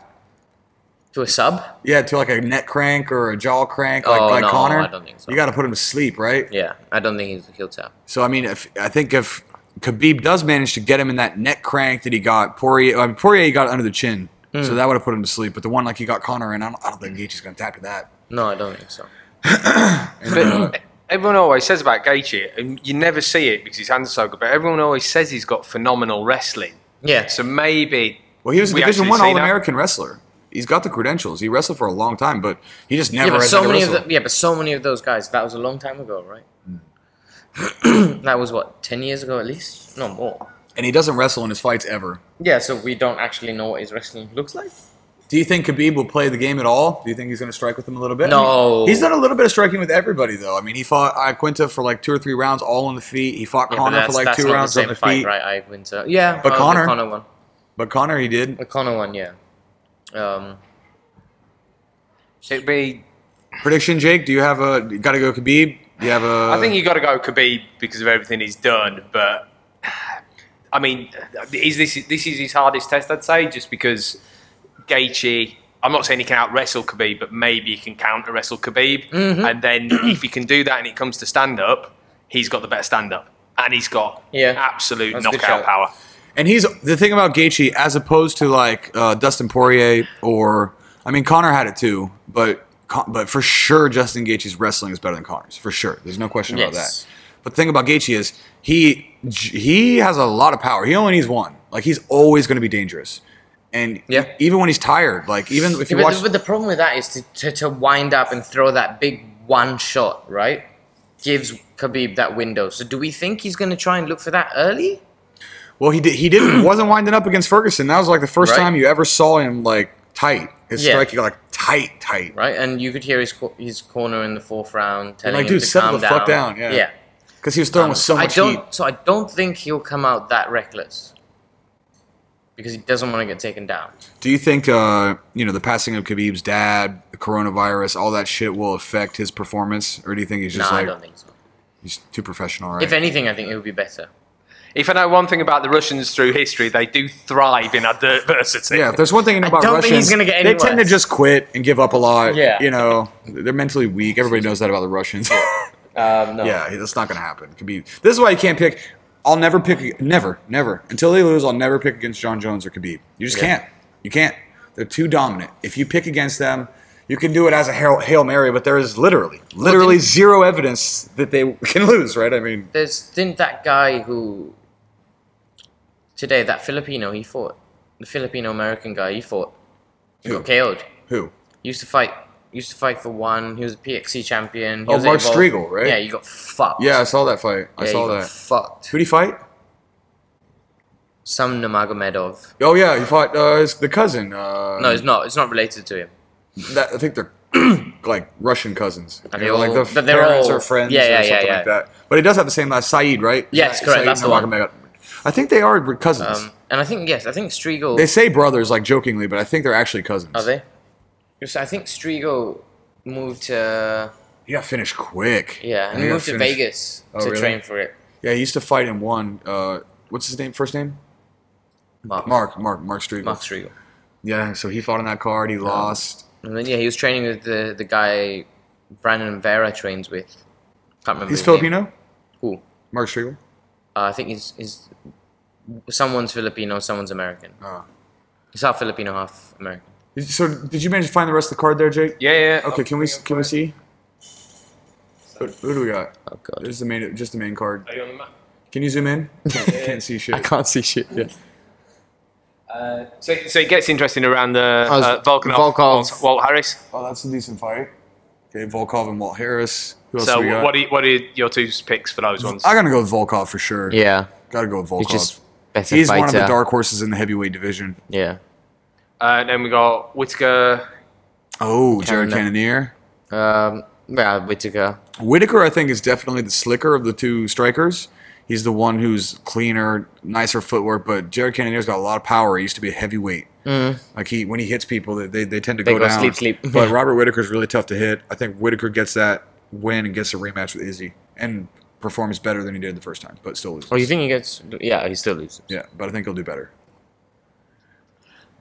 Speaker 2: To a sub?
Speaker 1: Yeah, to like a neck crank or a jaw crank, like
Speaker 2: Oh,
Speaker 1: like
Speaker 2: no,
Speaker 1: Connor.
Speaker 2: I don't think so.
Speaker 1: You got to put him to sleep, right?
Speaker 2: Yeah. I don't think he's, he'll tap.
Speaker 1: So I mean, if I think if Khabib does manage to get him in that neck crank that he got Poirier, I mean, Poirier he got it under the chin, so
Speaker 2: Hmm.
Speaker 1: that would have put him to sleep. But the one like he got Connor in, I don't, I don't think Gaethje's gonna tap to that.
Speaker 2: No, I don't think so.
Speaker 5: But everyone always says about Gaethje, and you never see it because his hands are so good. But everyone always says he's got phenomenal wrestling.
Speaker 2: Yeah.
Speaker 5: So maybe.
Speaker 1: Well, he was a
Speaker 5: we
Speaker 1: Division
Speaker 5: actually
Speaker 1: One
Speaker 5: see that.
Speaker 1: All American wrestler. He's got the credentials. He wrestled for a long time, but he just never.
Speaker 2: yeah, but
Speaker 1: has
Speaker 2: so
Speaker 1: another
Speaker 2: many of the,
Speaker 1: wrestle.
Speaker 2: yeah, but so many of those guys. That was a long time ago, right?
Speaker 1: Hmm.
Speaker 2: that was what ten years ago, at least, no more.
Speaker 1: and he doesn't wrestle in his fights ever.
Speaker 2: Yeah, so we don't actually know what his wrestling looks like.
Speaker 1: Do you think Khabib will play the game at all? Do you think he's going to strike with him a little bit?
Speaker 2: No.
Speaker 1: he's done a little bit of striking with everybody though. I mean, he fought uh, Quinta for like two or three rounds, all on the feet. He fought
Speaker 2: Yeah, but
Speaker 1: Connor for
Speaker 2: that's,
Speaker 1: like
Speaker 2: that's
Speaker 1: two
Speaker 2: not
Speaker 1: rounds
Speaker 2: the same
Speaker 1: on the
Speaker 2: fight,
Speaker 1: feet.
Speaker 2: right? I Winter. Yeah,
Speaker 1: But
Speaker 2: oh,
Speaker 1: Conor-
Speaker 2: the Connor one,
Speaker 1: But Connor, he did.
Speaker 2: the Connor one, yeah. Um,
Speaker 5: It'd be.
Speaker 1: Prediction, Jake? Do you have a? Got to go, Khabib. Do you have a?
Speaker 5: I think you got to go Khabib because of everything he's done. But I mean, is this this is his hardest test? I'd say just because Gaethje. I'm not saying he can out wrestle Khabib, but maybe he can counter wrestle Khabib.
Speaker 2: Mm-hmm.
Speaker 5: And then if he can do that and it comes to stand up, he's got the better stand up. And he's got
Speaker 2: Yeah.
Speaker 5: absolute
Speaker 2: That's a good
Speaker 5: knockout
Speaker 2: shout.
Speaker 5: power.
Speaker 1: And he's the thing about Gaethje, as opposed to like uh, Dustin Poirier or I mean Connor had it too, but Con- but for sure Justin Gaethje's wrestling is better than Connor's for sure. There's no question about
Speaker 2: Yes.
Speaker 1: that. But the thing about Gaethje is he j- he has a lot of power. He only needs one. Like he's always going to be dangerous. And
Speaker 2: Yeah.
Speaker 1: even when he's tired, like even if you
Speaker 2: but,
Speaker 1: watch
Speaker 2: the, but the problem with that is to, to, to wind up and throw that big one shot, right? Gives Khabib that window. So do we think he's going to try and look for that early?
Speaker 1: Well, he did. He didn't. wasn't winding up against Ferguson. That was like the first
Speaker 2: Right.
Speaker 1: time you ever saw him like tight. His
Speaker 2: Yeah.
Speaker 1: striking like tight, tight.
Speaker 2: Right? And you could hear his co- his corner in the fourth round telling
Speaker 1: like,
Speaker 2: him
Speaker 1: dude,
Speaker 2: to
Speaker 1: settle
Speaker 2: calm
Speaker 1: the
Speaker 2: down.
Speaker 1: fuck down, yeah. Because he was throwing with so
Speaker 2: Um, I
Speaker 1: much
Speaker 2: don't.
Speaker 1: heat.
Speaker 2: So I don't think he'll come out that reckless because he doesn't want to get taken down.
Speaker 1: Do you think uh, you know the passing of Khabib's dad, the coronavirus, all that shit will affect his performance, or do you think he's
Speaker 2: No,
Speaker 1: just
Speaker 2: I
Speaker 1: like
Speaker 2: don't think so.
Speaker 1: he's too professional, right?
Speaker 2: If anything, I think it would be better.
Speaker 5: If I know one thing about the Russians through history, they do thrive in adversity.
Speaker 1: yeah, if there's one thing about
Speaker 2: don't think
Speaker 1: Russians,
Speaker 2: he's gonna get any
Speaker 1: they tend to
Speaker 2: worse.
Speaker 1: just quit and give up a lot.
Speaker 2: Yeah.
Speaker 1: you know they're mentally weak. Everybody knows that about the Russians.
Speaker 2: Um, no.
Speaker 1: Yeah, he- that's not going to happen. Could be. This is why you can't pick. I'll never pick. Never, never until they lose. I'll never pick against John Jones or Khabib. You just can't. You can't. They're too dominant. If you pick against them, you can do it as a hail, hail mary, but there is literally, literally
Speaker 2: didn't-
Speaker 1: zero evidence that they can lose. Right? I mean,
Speaker 2: There's didn't that guy who today that Filipino he fought the Filipino American guy he fought he got KO'd.
Speaker 1: who?
Speaker 2: He used to fight. Used to fight for one. He was a PXC champion. He
Speaker 1: Oh,
Speaker 2: was
Speaker 1: Mark
Speaker 2: involved-
Speaker 1: Striegel, right?
Speaker 2: Yeah, you got fucked.
Speaker 1: Yeah, I saw that fight. I
Speaker 2: Yeah,
Speaker 1: saw
Speaker 2: you got
Speaker 1: that.
Speaker 2: Fucked.
Speaker 1: Who'd he fight?
Speaker 2: Some Namagomedov.
Speaker 1: Oh yeah, he fought uh, his, the cousin. Uh,
Speaker 2: No, it's not. It's not related to him.
Speaker 1: that, I think they're like Russian cousins.
Speaker 2: Are
Speaker 1: You
Speaker 2: they
Speaker 1: know, like
Speaker 2: all-
Speaker 1: the
Speaker 2: but they're
Speaker 1: parents
Speaker 2: all-
Speaker 1: are friends
Speaker 2: Yeah, yeah,
Speaker 1: or
Speaker 2: yeah,
Speaker 1: something
Speaker 2: yeah.
Speaker 1: like that. But he does have the same last Saeed, right?
Speaker 2: Yes,
Speaker 1: Sa-
Speaker 2: correct,
Speaker 1: Saeed
Speaker 2: that's the
Speaker 1: Nurmagomedov. I think they are cousins.
Speaker 2: Um, and I think yes, I think Striegel.
Speaker 1: they say brothers like jokingly, but I think they're actually cousins.
Speaker 2: Are they? Yes, I think Strigo moved to
Speaker 1: He got finished quick.
Speaker 2: yeah,
Speaker 1: And
Speaker 2: he
Speaker 1: got
Speaker 2: moved to
Speaker 1: finished-
Speaker 2: Vegas
Speaker 1: Oh,
Speaker 2: to
Speaker 1: really?
Speaker 2: train for it.
Speaker 1: Yeah, he used to fight in one. Uh, what's his name? First name?
Speaker 2: Mark Mark,
Speaker 1: Mark. Mark. Mark Striegel.
Speaker 2: Striegel. Oh.
Speaker 1: Yeah. So he fought on that card. He lost.
Speaker 2: And then yeah, he was training with the the guy Brandon Vera trains with. Can't remember.
Speaker 1: He's
Speaker 2: his name.
Speaker 1: Filipino.
Speaker 2: Who?
Speaker 1: Mark Striegel.
Speaker 2: Uh, I think he's he's someone's Filipino, someone's American.
Speaker 1: Oh.
Speaker 2: He's half Filipino, half American.
Speaker 1: So did you manage to find the rest of the card there, Jake?
Speaker 5: Yeah, yeah.
Speaker 1: Okay. Can we can we see? Who, who do we got?
Speaker 2: Oh god.
Speaker 1: There's the main, just the main card.
Speaker 5: Are you on the map?
Speaker 1: Can you zoom in? Can't, can't see shit.
Speaker 3: Can't see shit. Yeah.
Speaker 5: So, so it gets interesting around the
Speaker 3: was-
Speaker 5: uh, Volkanov,
Speaker 3: Volkov.
Speaker 5: Walt Harris.
Speaker 1: Oh, that's a decent fight. Okay, Volkov and Walt Harris. Who else
Speaker 5: So,
Speaker 1: we got?
Speaker 5: what are, you- what are your two picks for those ones?
Speaker 1: I gotta go with Volkov for sure.
Speaker 2: Yeah,
Speaker 1: gotta go with Volkov.
Speaker 2: he's
Speaker 1: He's,
Speaker 2: just better fighter.
Speaker 1: one of the dark horses in the heavyweight division.
Speaker 2: Yeah.
Speaker 5: Uh, then we got Whitaker.
Speaker 1: Oh, Jared
Speaker 2: Cannon.
Speaker 1: Cannonier.
Speaker 2: Um. Yeah, Whitaker.
Speaker 1: Whitaker, I think, is definitely the slicker of the two strikers. He's the one who's cleaner, nicer footwork, but Jared Cannonier's got a lot of power. He used to be a heavyweight. Like he, when he hits people, they, they, they tend to
Speaker 2: Mm-hmm. They
Speaker 1: go,
Speaker 2: go
Speaker 1: down.
Speaker 2: sleep, sleep.
Speaker 1: But Robert Whitaker's really tough to hit. I think Whitaker gets that win and gets a rematch with Izzy and performs better than he did the first time, but still loses.
Speaker 2: Oh, you think he gets? Yeah, he still loses.
Speaker 1: Yeah, but I think he'll do better.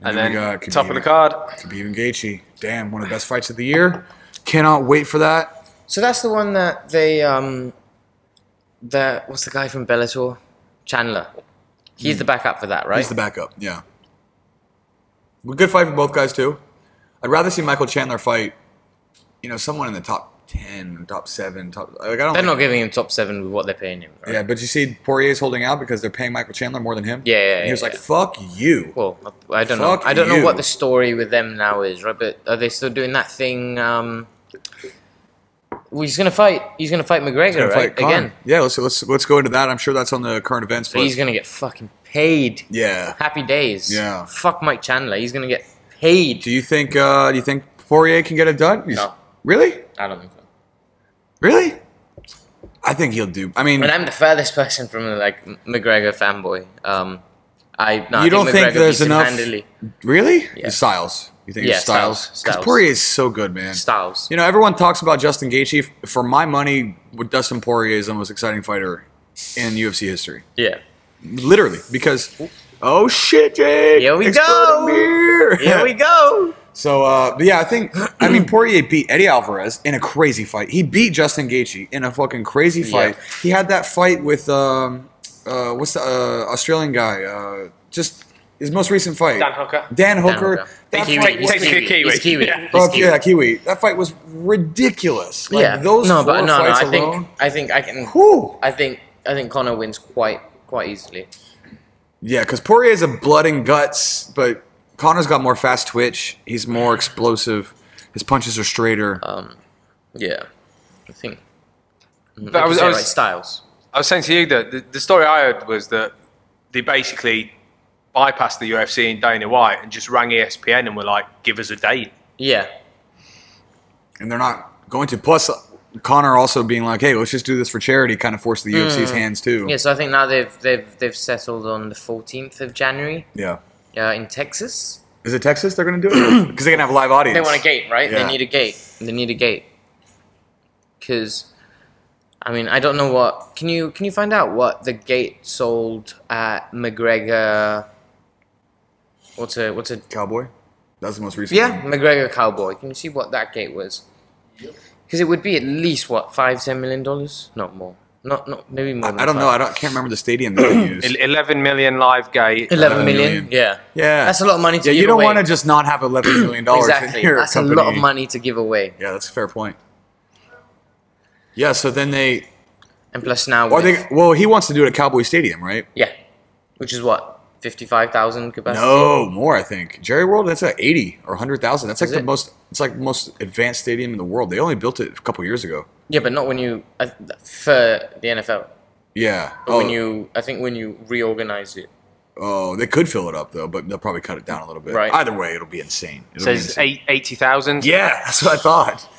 Speaker 5: And
Speaker 1: we
Speaker 5: then
Speaker 1: got
Speaker 5: top
Speaker 1: Khabib.
Speaker 5: of the card.
Speaker 1: Khabib and Gaethje. Damn, one of the best fights of the year. Cannot wait for that.
Speaker 2: So that's the one that they um that what's the guy from Bellator? Chandler. He's the backup for that, right?
Speaker 1: Hmm. He's the backup. Yeah. Well, Good fight for both guys too. I'd rather see Michael Chandler fight, you know, someone in the top ten, top seven, top. Like I don't.
Speaker 2: they're
Speaker 1: like-
Speaker 2: not giving him top seven with what they're paying him. Right?
Speaker 1: yeah, but you see, Poirier's holding out because they're paying Michael Chandler more than him.
Speaker 2: Yeah, yeah,
Speaker 1: And he
Speaker 2: yeah,
Speaker 1: was like,
Speaker 2: yeah.
Speaker 1: "Fuck you."
Speaker 2: Well, I I don't
Speaker 1: Fuck
Speaker 2: know. I don't know
Speaker 1: you.
Speaker 2: what the story with them now is, right? But are they still doing that thing? Um, well, he's gonna fight. He's gonna fight McGregor,
Speaker 1: Gonna
Speaker 2: right?
Speaker 1: fight Conor.
Speaker 2: Again.
Speaker 1: Yeah, let's let's let's go into that. I'm sure that's on the current events.
Speaker 2: So
Speaker 1: but-
Speaker 2: he's gonna get fucking paid.
Speaker 1: yeah.
Speaker 2: Happy days.
Speaker 1: Yeah.
Speaker 2: Fuck Mike Chandler. He's gonna get paid.
Speaker 1: Do you think uh, do you think Poirier can get it done? He's-
Speaker 2: No.
Speaker 1: Really?
Speaker 2: I don't think so.
Speaker 1: Really? I think he'll do. I mean,
Speaker 2: And I'm the furthest person from like McGregor fanboy. Um, I no, I
Speaker 1: you don't think
Speaker 2: McGregor
Speaker 1: there's
Speaker 2: beats him
Speaker 1: enough?
Speaker 2: handily.
Speaker 1: Really?
Speaker 2: Yeah.
Speaker 1: It's Styles. You think it's
Speaker 2: Yeah,
Speaker 1: Styles?
Speaker 2: Styles,
Speaker 1: Because
Speaker 2: Styles.
Speaker 1: Poirier is so good, man.
Speaker 2: Styles.
Speaker 1: You know, everyone talks about Justin Gaethje. F- For my money, with Dustin Poirier is the most exciting fighter in UFC history.
Speaker 2: Yeah.
Speaker 1: Literally, because oh shit, Jake!
Speaker 2: Here we
Speaker 1: Exploding
Speaker 2: go.
Speaker 1: beer!
Speaker 2: Here we go.
Speaker 1: So, uh, but yeah, I think I mean Poirier beat Eddie Alvarez in a crazy fight. He beat Justin Gaethje in a fucking crazy fight. He had that fight with um, uh, what's the uh, Australian guy? Uh, just his most recent fight.
Speaker 5: Dan Hooker.
Speaker 1: Dan
Speaker 2: Dan
Speaker 1: Hooker.
Speaker 2: Hooker.
Speaker 1: That
Speaker 2: Kiwi.
Speaker 1: fight
Speaker 2: He's
Speaker 1: was-
Speaker 5: Technically
Speaker 2: Kiwi.
Speaker 5: Kiwi.
Speaker 2: He's Kiwi.
Speaker 5: Yeah.
Speaker 2: He's
Speaker 1: Oh,
Speaker 2: Kiwi.
Speaker 1: yeah, Kiwi. That fight was ridiculous. Like,
Speaker 2: yeah.
Speaker 1: Those
Speaker 2: no,
Speaker 1: four
Speaker 2: but no, no.
Speaker 1: fights
Speaker 2: I
Speaker 1: alone.
Speaker 2: think I think I can.
Speaker 1: Whew.
Speaker 2: I think I think Connor wins quite quite easily.
Speaker 1: Yeah, because Poirier's a blood and guts, but Connor's got more fast twitch. He's more explosive. His punches are straighter.
Speaker 2: Um, yeah, I think.
Speaker 5: I
Speaker 2: Like I
Speaker 5: was-
Speaker 2: was,
Speaker 5: I
Speaker 2: say,
Speaker 5: was-
Speaker 2: like Styles.
Speaker 5: I was saying to you that the, the story I heard was that they basically bypassed the UFC and Dana White and just rang E ESPN and were like, "Give us a date."
Speaker 2: Yeah,
Speaker 1: and they're not going to. Plus, Connor also being like, hey, let's just do this for charity kind of forced
Speaker 2: Hmm.
Speaker 1: the UFC's hands, too.
Speaker 2: yeah. So I think now they've they've they've settled on the 14th of January
Speaker 1: Yeah.
Speaker 2: uh, in Texas.
Speaker 1: Is it Texas they're going to do it? Because they can have a live audience.
Speaker 2: They want a gate, right?
Speaker 1: Yeah.
Speaker 2: They need a gate. They need a gate. Because, I mean, I don't know what. Can you can you find out what the gate sold at McGregor? What's a what's a
Speaker 1: Cowboy? That's the most recent.
Speaker 2: yeah
Speaker 1: one.
Speaker 2: McGregor Cowboy? Can you see what that gate was? Because it would be at least what five ten million dollars, not more. Not not maybe more. than
Speaker 1: I don't know. I
Speaker 2: five.
Speaker 1: don't, can't remember the stadium that they used.
Speaker 5: El- Eleven million live gate.
Speaker 2: Eleven million.
Speaker 1: million.
Speaker 2: Yeah.
Speaker 1: Yeah.
Speaker 2: That's a lot of money to
Speaker 1: yeah,
Speaker 2: give
Speaker 1: you don't
Speaker 2: away.
Speaker 1: want to just not have $11 million
Speaker 2: Exactly.
Speaker 1: in your
Speaker 2: That's
Speaker 1: company.
Speaker 2: a lot of money to give away.
Speaker 1: Yeah, that's a fair point. Yeah, so then they.
Speaker 2: And plus now.
Speaker 1: Are
Speaker 2: with-
Speaker 1: they well, he wants to do it at Cowboy Stadium, right?
Speaker 2: Yeah. Which is what? 55,000 capacity?
Speaker 1: No, more I think. Jerry World, that's like eighty or hundred thousand. That's like
Speaker 2: Is
Speaker 1: the
Speaker 2: it?
Speaker 1: most. It's like the most advanced stadium in the world. They only built it a couple years ago.
Speaker 2: Yeah, but not when you. I th- For the NFL.
Speaker 1: Yeah.
Speaker 2: But when you. I think when you reorganize it.
Speaker 1: oh, they could fill it up though, but they'll probably cut it down a little bit.
Speaker 2: Right.
Speaker 1: Either way, it'll be insane. It'll be
Speaker 5: Says
Speaker 1: insane.
Speaker 5: eight, eighty thousand.
Speaker 1: Yeah, that's what I thought.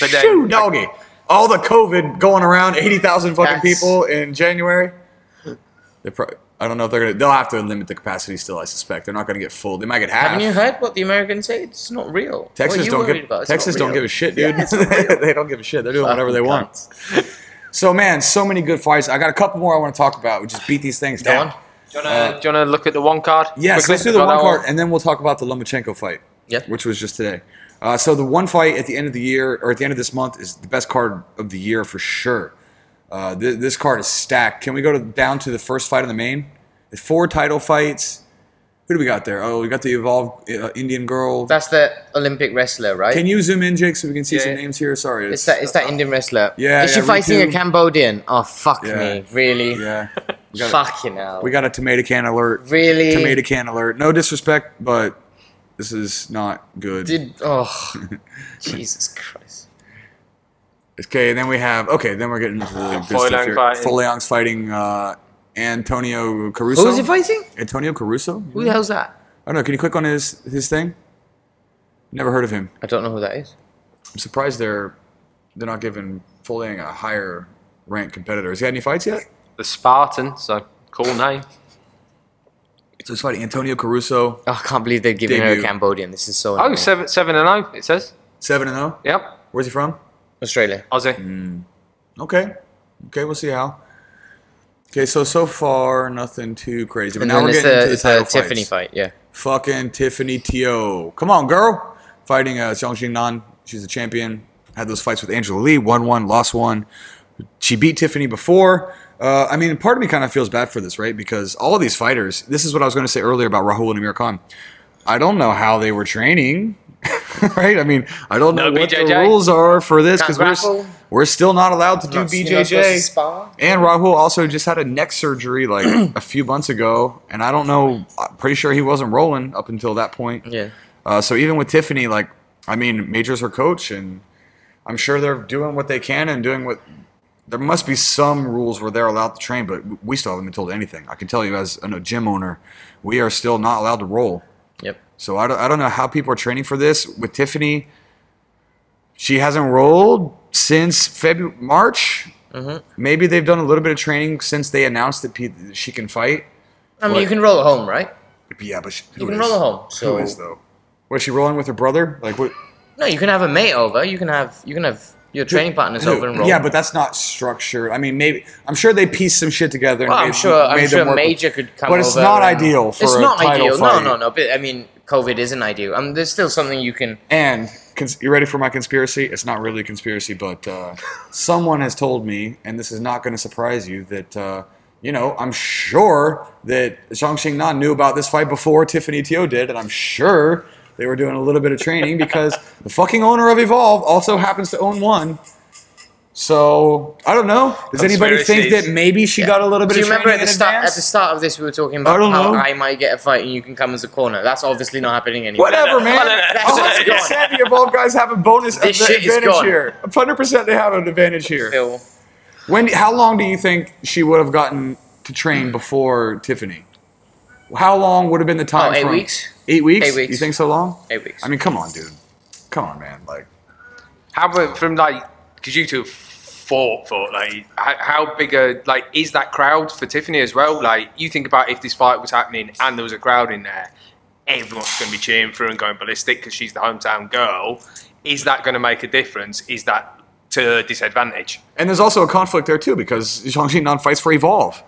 Speaker 5: But then-
Speaker 1: Shoo, doggy. All the COVID going around, eighty thousand fucking
Speaker 2: That's-
Speaker 1: people in January. They probably. I don't know if they're gonna. They'll have to limit the capacity still. I suspect they're not gonna get full. They might get half.
Speaker 2: Haven't you heard what the Americans say? It's not real. what are
Speaker 1: Ah. Texas
Speaker 2: you
Speaker 1: don't
Speaker 2: worried
Speaker 1: give
Speaker 2: about? It's not
Speaker 1: Texas don't
Speaker 2: real.
Speaker 1: give a shit, dude.
Speaker 2: Yeah, it's not real.
Speaker 1: they don't give a shit. They're doing whatever they
Speaker 2: Fucking
Speaker 1: want.
Speaker 2: cunts.
Speaker 1: So man, so many good fights. I got a couple more I want to talk about. We just beat these things
Speaker 2: Go
Speaker 1: down.
Speaker 2: on.
Speaker 5: Uh, Do you want to look at the one card?
Speaker 1: Yes,
Speaker 5: quickly?
Speaker 1: let's do the
Speaker 5: Got
Speaker 1: one
Speaker 5: that
Speaker 1: card, and then we'll talk about the Lomachenko fight,
Speaker 2: Yeah.
Speaker 1: which was just today. Uh, so the one fight at the end of the year, or at the end of this month, is the best card of the year for sure. Uh, th- this card is stacked. Can we go to, down to the first fight on the main? The four title fights. Who do we got there? Oh, we got the evolved uh, Indian girl.
Speaker 2: That's the Olympic wrestler, right?
Speaker 1: Can you zoom in, Jake, so we can see
Speaker 5: Yeah,
Speaker 1: some
Speaker 5: yeah.
Speaker 1: names here? Sorry,
Speaker 2: it's that, it's that Indian wrestler.
Speaker 1: Yeah,
Speaker 2: Is she
Speaker 1: yeah, me
Speaker 2: fighting
Speaker 1: too.
Speaker 2: a Cambodian? Oh, fuck
Speaker 1: Yeah.
Speaker 2: me. Really?
Speaker 1: yeah. We got,
Speaker 2: Fucking hell.
Speaker 1: we got a tomato can alert.
Speaker 2: really?
Speaker 1: Tomato can alert. No disrespect, but this is not good.
Speaker 2: Did. Oh. Jesus Christ.
Speaker 1: Okay, and then we have okay. Then we're getting into the good
Speaker 5: Foy
Speaker 1: stuff
Speaker 5: Lang
Speaker 1: here.
Speaker 5: fighting.
Speaker 1: Foleyang's fighting uh, Antonio Caruso.
Speaker 2: Who was he fighting?
Speaker 1: Antonio Caruso.
Speaker 2: Who the hell's that?
Speaker 1: I don't know. Can you click on his his thing? Never heard of him.
Speaker 2: I don't know who that is.
Speaker 1: I'm surprised they're they're not giving Foleyang a higher ranked competitor. Has he had any fights yet?
Speaker 5: one. The Spartan, so cool name.
Speaker 1: So he's fighting Antonio Caruso,
Speaker 2: Oh, I can't believe they're giving her
Speaker 1: Debut.
Speaker 2: a Cambodian. This is so.
Speaker 5: Oh,
Speaker 2: annoying.
Speaker 5: seven, seven and zero. It says.
Speaker 1: seven and zero.
Speaker 5: Yep.
Speaker 1: Where's he from?
Speaker 2: Australia.
Speaker 5: Aussie.
Speaker 1: Okay, okay, we'll see how. Okay, so so far nothing too crazy. But
Speaker 2: And
Speaker 1: now
Speaker 2: then
Speaker 1: we're
Speaker 2: it's
Speaker 1: getting
Speaker 2: the,
Speaker 1: into the
Speaker 2: it's the
Speaker 1: title
Speaker 2: Tiffany
Speaker 1: fights.
Speaker 2: fight. Yeah.
Speaker 1: Fucking Tiffany Teo. Come on, girl. Fighting uh, Xiang Xing Nan. She's a champion. Had those fights with Angela Lee. Won one, lost one. She beat Tiffany before. Uh, I mean, part of me kind of feels bad for this, right? Because all of these fighters, this is what I was going to say earlier about Rahul and Amir Khan. I don't know how they were training, right? I mean, I don't know
Speaker 5: No
Speaker 1: what the
Speaker 5: BJJ.
Speaker 1: rules are for this
Speaker 2: Can't
Speaker 1: because we're,
Speaker 2: grapple.
Speaker 1: s- we're still not allowed to do BJJ. And Rahul also just had a neck surgery like a few months ago, and I don't know. I'm pretty sure he wasn't rolling up until that point.
Speaker 2: Yeah.
Speaker 1: Uh, so even with Tiffany, like I mean, Major's her coach, and I'm sure they're doing what they can and doing what. There must be some rules where they're allowed to train, but we still haven't been told anything. I can tell you as a gym owner, we are still not allowed to roll.
Speaker 2: Yep.
Speaker 1: So I don't, I don't know how people are training for this with Tiffany. She hasn't rolled since February, March.
Speaker 2: Mm-hmm.
Speaker 1: Maybe they've done a little bit of training since they announced that pe- she can fight.
Speaker 2: I mean,
Speaker 1: What?
Speaker 2: you can roll at home, right?
Speaker 1: But yeah, but she,
Speaker 2: You
Speaker 1: who
Speaker 2: can
Speaker 1: is-
Speaker 2: roll at home.
Speaker 1: Who
Speaker 2: So
Speaker 1: is though? Was she rolling with her brother? Like what?
Speaker 2: no, you can have a mate over. You can have you can have your training partners over and roll.
Speaker 1: Yeah, but that's not structured. I mean, maybe I'm sure they pieced some shit together.
Speaker 2: well,
Speaker 1: and
Speaker 2: I'm
Speaker 1: made-
Speaker 2: sure I'm
Speaker 1: made
Speaker 2: sure
Speaker 1: them work with-
Speaker 2: Major could come.
Speaker 1: But it's
Speaker 2: over
Speaker 1: not
Speaker 2: and-
Speaker 1: ideal for
Speaker 2: it's
Speaker 1: a
Speaker 2: not
Speaker 1: title
Speaker 2: ideal.
Speaker 1: fight.
Speaker 2: No, no, no. But I mean, COVID isn't ideal. Um, there's still something you can.
Speaker 1: And cons- you ready for my conspiracy? It's not really a conspiracy, but uh, someone has told me, and this is not going to surprise you, that uh, you know, I'm sure that Zhang Xing Nan knew about this fight before Tiffany Teo did, and I'm sure they were doing a little bit of training because the fucking owner of Evolve also happens to own one. So I don't know. Does anybody think
Speaker 5: Conspiracies.
Speaker 1: that maybe she got a little bit
Speaker 2: Do you
Speaker 1: of
Speaker 2: remember
Speaker 1: training
Speaker 2: at the
Speaker 1: in
Speaker 2: start at
Speaker 1: advance?
Speaker 2: the start of this we were talking about
Speaker 1: I don't
Speaker 2: how
Speaker 1: know.
Speaker 2: I might get a fight and you can come as a corner? That's obviously not happening anymore.
Speaker 1: Whatever, Oh, man.
Speaker 5: no, no, no.
Speaker 1: hundred percent, the Evolve guys have a bonus
Speaker 2: This
Speaker 1: adva-
Speaker 2: shit is
Speaker 1: advantage
Speaker 2: gone.
Speaker 1: here. hundred percent, they have an advantage here.
Speaker 2: Phil,
Speaker 1: When? How long do you think she would have gotten to train before Tiffany? How long would have been the time?
Speaker 2: Oh, eight
Speaker 1: from-
Speaker 2: weeks?
Speaker 1: Eight weeks.
Speaker 2: Eight weeks.
Speaker 1: You think so long?
Speaker 2: eight weeks.
Speaker 1: I mean, come on, dude. Come on, man. Like,
Speaker 5: How about from like because you two have fought for like how, how big a like is that crowd for Tiffany as well? Like you think about if this fight was happening and there was a crowd in there, everyone's going to be cheering for her and going ballistic because she's the hometown girl. Is that going to make a difference? Is that to her disadvantage?
Speaker 1: and there's also a conflict there too because Zhang Xinan fights for Evolve.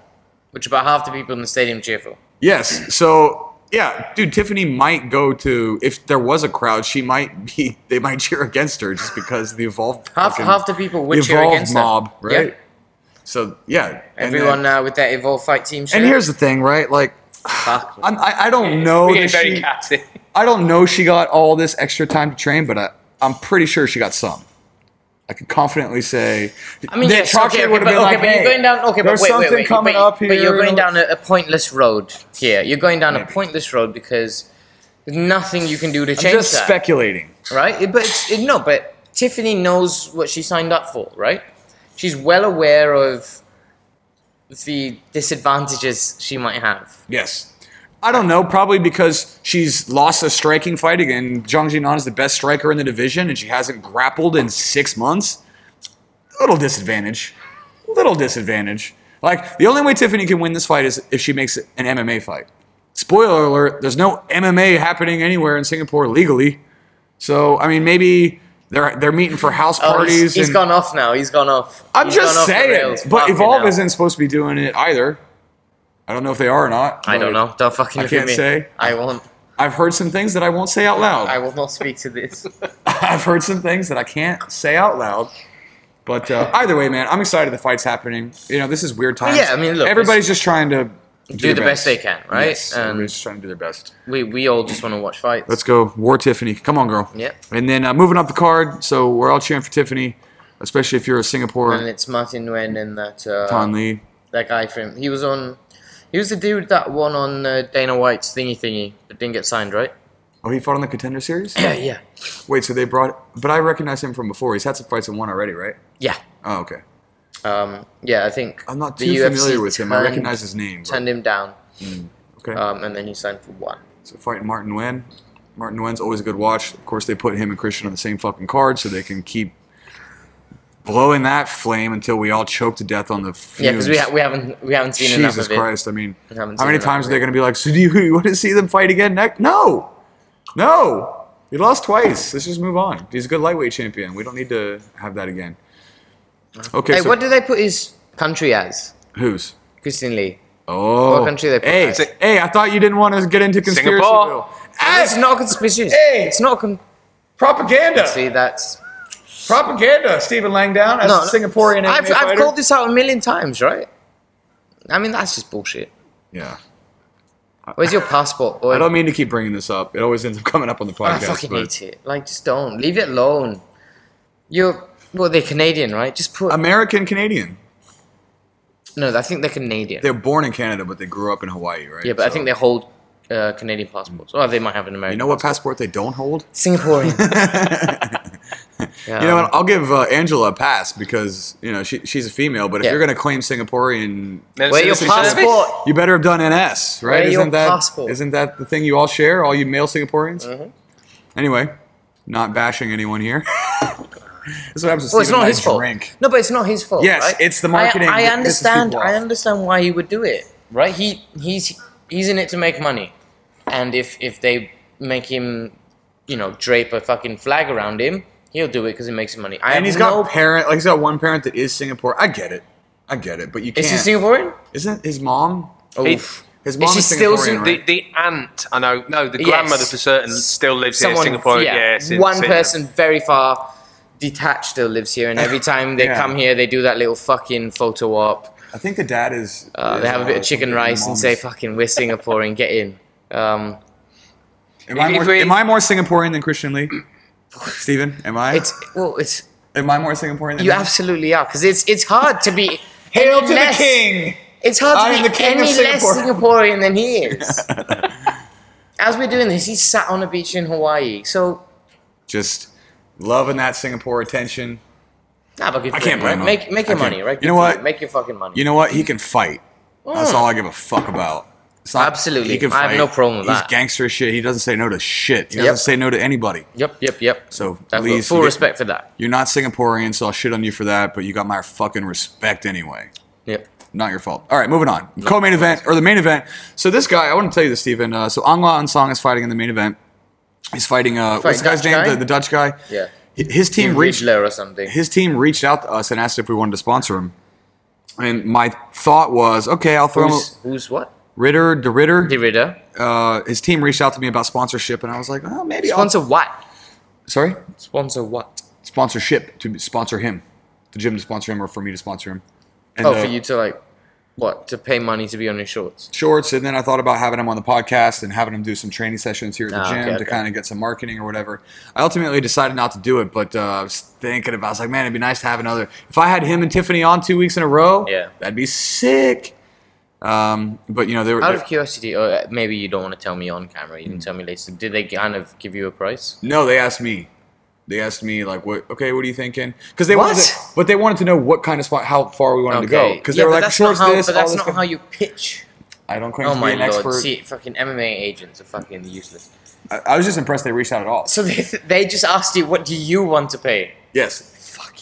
Speaker 2: Which about half the people in the stadium cheer for.
Speaker 1: Yes. So yeah, dude, Tiffany might go to if there was a crowd, she might be. They might cheer against her just because the evolved
Speaker 2: Half-
Speaker 1: fucking-
Speaker 2: half the people would
Speaker 1: the
Speaker 2: cheer
Speaker 1: Evolve
Speaker 2: against her.
Speaker 1: mob,
Speaker 2: Yeah.
Speaker 1: right? So yeah, and then-
Speaker 2: Everyone uh, with that evolve fight team.
Speaker 1: And
Speaker 2: shirt.
Speaker 1: here's the thing, right? Like,
Speaker 2: Fuck.
Speaker 1: I'm, I I don't know.
Speaker 5: We're
Speaker 1: that
Speaker 5: getting very
Speaker 1: Oh, she-
Speaker 5: catty.
Speaker 1: I don't know she got all this extra time to train, but I, I'm pretty sure she got some. I could confidently say.
Speaker 2: I mean,
Speaker 1: that
Speaker 2: yes,
Speaker 1: Chalky
Speaker 2: okay, okay,
Speaker 1: would've
Speaker 2: but,
Speaker 1: been
Speaker 2: okay,
Speaker 1: like,
Speaker 2: but you're
Speaker 1: "Hey,
Speaker 2: going down. Okay, but
Speaker 1: there's
Speaker 2: wait,
Speaker 1: something
Speaker 2: wait, wait,
Speaker 1: coming
Speaker 2: but,
Speaker 1: up here.
Speaker 2: but you're going down a, a pointless road here. You're going down a
Speaker 1: Maybe.
Speaker 2: pointless road because there's nothing you can do to
Speaker 1: I'm
Speaker 2: change
Speaker 1: just
Speaker 2: that,
Speaker 1: speculating.
Speaker 2: right? It- But it's, it, no, but Tiffany knows what she signed up for, right? She's well aware of the disadvantages she might have.
Speaker 1: Yes. I don't know, probably because she's lost a striking fight again. Zhang Jinan is the best striker in the division, and she hasn't grappled in six months. Little disadvantage. Little disadvantage. Like, the only way Tiffany can win this fight is if she makes an MMA fight. Spoiler alert, there's no MMA happening anywhere in Singapore legally. So, I mean, maybe they're, they're meeting for house
Speaker 2: Oh,
Speaker 1: parties.
Speaker 2: he's, he's
Speaker 1: and-
Speaker 2: gone off now. He's gone off.
Speaker 1: I'm
Speaker 2: He's gone
Speaker 1: just
Speaker 2: off the
Speaker 1: saying.
Speaker 2: rails.
Speaker 1: But
Speaker 2: Fucking
Speaker 1: Evolve
Speaker 2: hell.
Speaker 1: isn't supposed to be doing it either. I don't know if they are or not.
Speaker 2: I don't
Speaker 1: but-
Speaker 2: know. Don't fucking
Speaker 1: I
Speaker 2: look
Speaker 1: can't
Speaker 2: at me.
Speaker 1: say.
Speaker 2: I won't.
Speaker 1: I've heard some things that I won't say out loud.
Speaker 2: I will not speak to this.
Speaker 1: I've heard some things that I can't say out loud. But uh, either way, man, I'm excited the fight's happening. You know, this is weird times.
Speaker 2: yeah, I mean, look,
Speaker 1: everybody's just trying to do,
Speaker 2: Do the best they can, right?
Speaker 1: Yes,
Speaker 2: And-
Speaker 1: everybody's just trying to do their best.
Speaker 2: We we all just want to watch fights.
Speaker 1: Let's go, War Tiffany. Come on, girl.
Speaker 2: Yep.
Speaker 1: And then uh, moving up the card, so we're all cheering for Tiffany, especially if you're a
Speaker 2: and
Speaker 1: Singapore
Speaker 2: it's Martin Nguyen and that uh,
Speaker 1: Tan Lee.
Speaker 2: that guy from he was on he was the dude that won on uh, Dana White's thingy thingy but didn't get signed, right?
Speaker 1: Oh, he fought on the Contender Series.
Speaker 2: Yeah, yeah,
Speaker 1: Wait, so they brought? But I recognize him from before. He's had some fights and won already, right?
Speaker 2: yeah.
Speaker 1: Oh, okay.
Speaker 2: Um, yeah, I think
Speaker 1: I'm not
Speaker 2: the
Speaker 1: too
Speaker 2: UFC
Speaker 1: familiar with him. I
Speaker 2: turned-
Speaker 1: recognize his name. but-
Speaker 2: turned him down,
Speaker 1: okay.
Speaker 2: um, and then he signed for one.
Speaker 1: So fighting Martin Nguyen. Martin Nguyen's always a good watch. Of course, they put him and Christian on the same fucking card so they can keep blowing that flame until we all choke to death on the fumes.
Speaker 2: Yeah, because we ha- we haven't we haven't seen enough
Speaker 1: Jesus
Speaker 2: of it.
Speaker 1: Christ! I mean,
Speaker 2: We
Speaker 1: how
Speaker 2: haven't seen
Speaker 1: many
Speaker 2: enough
Speaker 1: times are
Speaker 2: of
Speaker 1: they
Speaker 2: it.
Speaker 1: going to be like, "So do you, you want to see them fight again next?" No, no. He lost twice. Let's just move on. He's a good lightweight champion. We don't need to have that again. Okay.
Speaker 2: Hey,
Speaker 1: so
Speaker 2: what did they put his country as?
Speaker 1: who's?
Speaker 2: Christian Lee.
Speaker 1: Oh,
Speaker 2: What country they put
Speaker 1: hey,
Speaker 2: that?
Speaker 1: hey! I thought you didn't want to get into conspiracy.
Speaker 5: Singapore.
Speaker 1: Bill.
Speaker 2: it's not a conspiracy.
Speaker 1: Hey!
Speaker 2: It's not a con-
Speaker 1: Propaganda.
Speaker 2: see that's
Speaker 1: Propaganda, Stephen Langdown as
Speaker 2: no
Speaker 1: a Singaporean MMA
Speaker 2: I've,
Speaker 1: fighter.
Speaker 2: I've called this out a million times, right? I mean that's just bullshit.
Speaker 1: yeah.
Speaker 2: Where's your passport?
Speaker 1: I
Speaker 2: Boy?
Speaker 1: don't mean to keep bringing this up. It always ends up coming up on the
Speaker 2: I
Speaker 1: podcast.
Speaker 2: fucking
Speaker 1: but-
Speaker 2: hate it. Like, just don't. Leave it alone. You're, well, they're Canadian, right? Just put.
Speaker 1: American Canadian.
Speaker 2: no, I think they're Canadian.
Speaker 1: They're born in Canada, but they grew up in Hawaii, right?
Speaker 2: yeah, but I
Speaker 1: So-
Speaker 2: think they hold uh, Canadian passports. Or they might have an
Speaker 1: You
Speaker 2: American.
Speaker 1: know what passport they don't hold?
Speaker 2: Singaporean. yeah,
Speaker 1: You know what? I'll give uh, Angela a pass because you know she, she's a female. But if
Speaker 2: Yeah.
Speaker 1: you're going to claim Singaporean,
Speaker 5: Then
Speaker 2: Where your
Speaker 5: citizenship-
Speaker 2: passport?
Speaker 1: you better have done NS, right?
Speaker 2: Where your
Speaker 1: isn't that
Speaker 2: passport?
Speaker 1: not that the thing you all share, all you male Singaporeans?
Speaker 2: Mm-hmm.
Speaker 1: Anyway, not bashing anyone here. That's what happens. with
Speaker 2: Well, it's
Speaker 1: Stephen
Speaker 2: not
Speaker 1: and I
Speaker 2: his fault.
Speaker 1: Drink.
Speaker 2: No, but it's not his fault.
Speaker 1: Yes,
Speaker 2: right?
Speaker 1: it's the marketing
Speaker 2: I, I
Speaker 1: that pisses
Speaker 2: understand.
Speaker 1: people
Speaker 2: I
Speaker 1: off.
Speaker 2: understand why he would do it. Right? He he's he's in it to make money, and if if they make him, you know, drape a fucking flag around him, he'll do it because it makes him money. I
Speaker 1: and
Speaker 2: have
Speaker 1: he's got
Speaker 2: no-
Speaker 1: parent, like he's got one parent that is Singapore. I get it, I get it, but you can't.
Speaker 2: Is he Singaporean?
Speaker 1: Isn't his mom?
Speaker 2: Oof.
Speaker 1: His mom
Speaker 2: she
Speaker 1: is,
Speaker 2: still
Speaker 1: Singaporean,
Speaker 2: Sing-
Speaker 1: right?
Speaker 5: The, the aunt, I know, no, the
Speaker 2: Yes.
Speaker 5: grandmother for certain still lives
Speaker 2: someone,
Speaker 5: here in Singapore.
Speaker 2: yeah,
Speaker 5: yes, in
Speaker 2: one
Speaker 5: Sydney.
Speaker 2: person very far detached that lives here, and every time they
Speaker 1: Yeah.
Speaker 2: come here, they do that little fucking photo op.
Speaker 1: I think the dad is.
Speaker 2: Uh, they
Speaker 1: is,
Speaker 2: have a bit
Speaker 1: uh,
Speaker 2: of chicken
Speaker 1: the
Speaker 2: rice and
Speaker 1: mom's-
Speaker 2: say, "Fucking, we're Singaporean. Get in." Um,
Speaker 1: Am I,
Speaker 5: If-
Speaker 1: more,
Speaker 5: if we-
Speaker 1: am I more Singaporean than Christian Lee? Stephen, am I?
Speaker 2: it's well, it's
Speaker 1: am I more Singaporean than
Speaker 2: you
Speaker 1: him?
Speaker 2: absolutely are because it's it's hard to be
Speaker 1: Hail
Speaker 2: any
Speaker 1: to
Speaker 2: less-
Speaker 1: the king!
Speaker 2: It's hard to
Speaker 1: I am
Speaker 2: be
Speaker 1: the king of
Speaker 2: any less
Speaker 1: Singapore.
Speaker 2: Singaporean than he is. As we're doing this, he's sat on a beach in Hawaii. So,
Speaker 1: Just loving that Singapore attention.
Speaker 2: nah, but good
Speaker 1: I
Speaker 2: for
Speaker 1: can't
Speaker 2: him, right?
Speaker 1: blame him.
Speaker 2: Make make
Speaker 1: I
Speaker 2: your
Speaker 1: can't-
Speaker 2: money, right?
Speaker 1: You know
Speaker 2: Good for
Speaker 1: what?
Speaker 2: him. Make your fucking money.
Speaker 1: You know what? He can fight. That's
Speaker 2: Mm.
Speaker 1: all I give a fuck about. It's
Speaker 2: Absolutely. I have no problem with
Speaker 1: He's
Speaker 2: that.
Speaker 1: gangster shit. He doesn't say no to shit. He doesn't
Speaker 2: Yep.
Speaker 1: say no to anybody.
Speaker 2: Yep, yep, yep.
Speaker 1: So
Speaker 2: I've got
Speaker 1: please
Speaker 2: full
Speaker 1: forget-
Speaker 2: respect for that.
Speaker 1: You're not Singaporean, so I'll shit on you for that. But you got my fucking respect anyway.
Speaker 2: Yep.
Speaker 1: Not your fault. All right, moving on. Co-main event or the main event. So this guy, I want to tell you this, Stephen. Uh, so Angla Unsong is fighting in the main event. He's fighting. Uh, what's
Speaker 2: Fighting
Speaker 1: the guy's
Speaker 2: Dutch
Speaker 1: name?
Speaker 2: guy?
Speaker 1: The, the Dutch guy.
Speaker 2: Yeah.
Speaker 1: Hi- His team
Speaker 2: Team
Speaker 1: reached.
Speaker 2: Riedler or something.
Speaker 1: His team reached out to us and asked if we wanted to sponsor him. And my thought was, okay, I'll throw him.
Speaker 2: Who's, who's what?
Speaker 1: Ritter, the Ritter.
Speaker 2: The Ritter.
Speaker 1: Uh, his team reached out to me about sponsorship, and I was like, oh, maybe. I'll-
Speaker 2: Sponsor what?
Speaker 1: Sorry,
Speaker 2: Sponsor what?
Speaker 1: sponsorship to sponsor him, the gym to sponsor him, or for me to sponsor him. And,
Speaker 2: oh,
Speaker 1: uh,
Speaker 2: for you to like, what? To pay money to be on your shorts.
Speaker 1: shorts, and then I thought about having him on the podcast and having him do some training sessions here at the
Speaker 2: Ah,
Speaker 1: gym
Speaker 2: okay,
Speaker 1: to
Speaker 2: okay.
Speaker 1: kind of get some marketing or whatever. I ultimately decided not to do it, but uh, I was thinking about. I was like, man, it'd be nice to have another. If I had him and Tiffany on two weeks in a row,
Speaker 2: Yeah.
Speaker 1: that'd be sick. Um, but you know, they were.
Speaker 2: Out
Speaker 1: they-
Speaker 2: of curiosity, or uh, maybe you don't want to tell me on camera.
Speaker 1: Hmm.
Speaker 2: You can tell me later. Did they kind of give you a price?
Speaker 1: No, they asked me. They asked me like, "What? Okay, what are you thinking?" Because they wanted, to,
Speaker 2: What?
Speaker 1: but they wanted to know what kind of spot, how far we wanted to go. Because
Speaker 2: Yeah,
Speaker 1: they were
Speaker 2: but
Speaker 1: like,
Speaker 2: that's not
Speaker 1: "Shorts
Speaker 2: how-
Speaker 1: this,
Speaker 2: But
Speaker 1: all
Speaker 2: that's
Speaker 1: this
Speaker 2: not
Speaker 1: stuff."
Speaker 2: how you pitch.
Speaker 1: I don't claim
Speaker 2: Oh
Speaker 1: to be
Speaker 2: my
Speaker 1: an
Speaker 2: lord!
Speaker 1: expert.
Speaker 2: See, fucking MMA agents are fucking useless.
Speaker 1: I, I was just impressed they reached out at all.
Speaker 2: So they, they just asked you, what do you want to pay?
Speaker 1: Yes.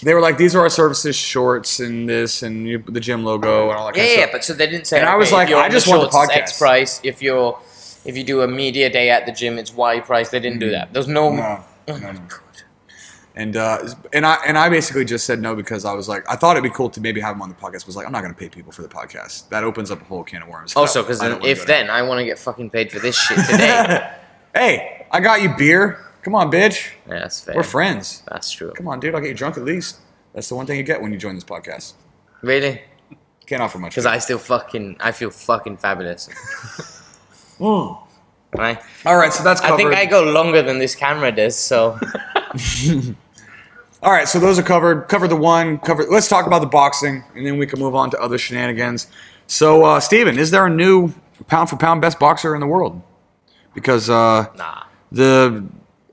Speaker 1: They were like, "These are our services: shorts and this and you- the gym logo and all that."
Speaker 2: Yeah,
Speaker 1: kind of
Speaker 2: yeah,
Speaker 1: stuff.
Speaker 2: but so they didn't say.
Speaker 1: And I
Speaker 2: okay,
Speaker 1: was
Speaker 2: if
Speaker 1: like,
Speaker 2: you're
Speaker 1: I
Speaker 2: on
Speaker 1: just want the
Speaker 2: shorts, it's
Speaker 1: podcast.
Speaker 2: X price. If you're, if you do a media day at the gym, it's Y price. They didn't do that. There's no.
Speaker 1: Hmm. Uh, No, no, no. And uh, and I and I basically just said no because I was like, I thought it'd be cool to maybe have him on the podcast. But I was like, I'm not going to pay people for the podcast. That opens up a whole can of worms.
Speaker 2: Also, because
Speaker 1: I don't wanna
Speaker 2: if
Speaker 1: go down.
Speaker 2: then I want to get fucking paid for this shit today. yeah,
Speaker 1: hey, I got you beer. Come on, bitch.
Speaker 2: that's fair.
Speaker 1: We're friends.
Speaker 2: That's true.
Speaker 1: Come on, dude. I'll get you drunk at least. That's the one thing you get when you join this podcast.
Speaker 2: Really?
Speaker 1: Can't offer much.
Speaker 2: Because I still fucking, I feel fucking fabulous. right?
Speaker 1: Mm. All right, so that's covered.
Speaker 2: I think I go longer than this camera does, so
Speaker 1: All right, so those are covered. Cover the one. Cover. Let's talk about the boxing, and then we can move on to other shenanigans. So, uh, Steven, is there a new pound for pound best boxer in the world? Because uh,
Speaker 2: nah.
Speaker 1: the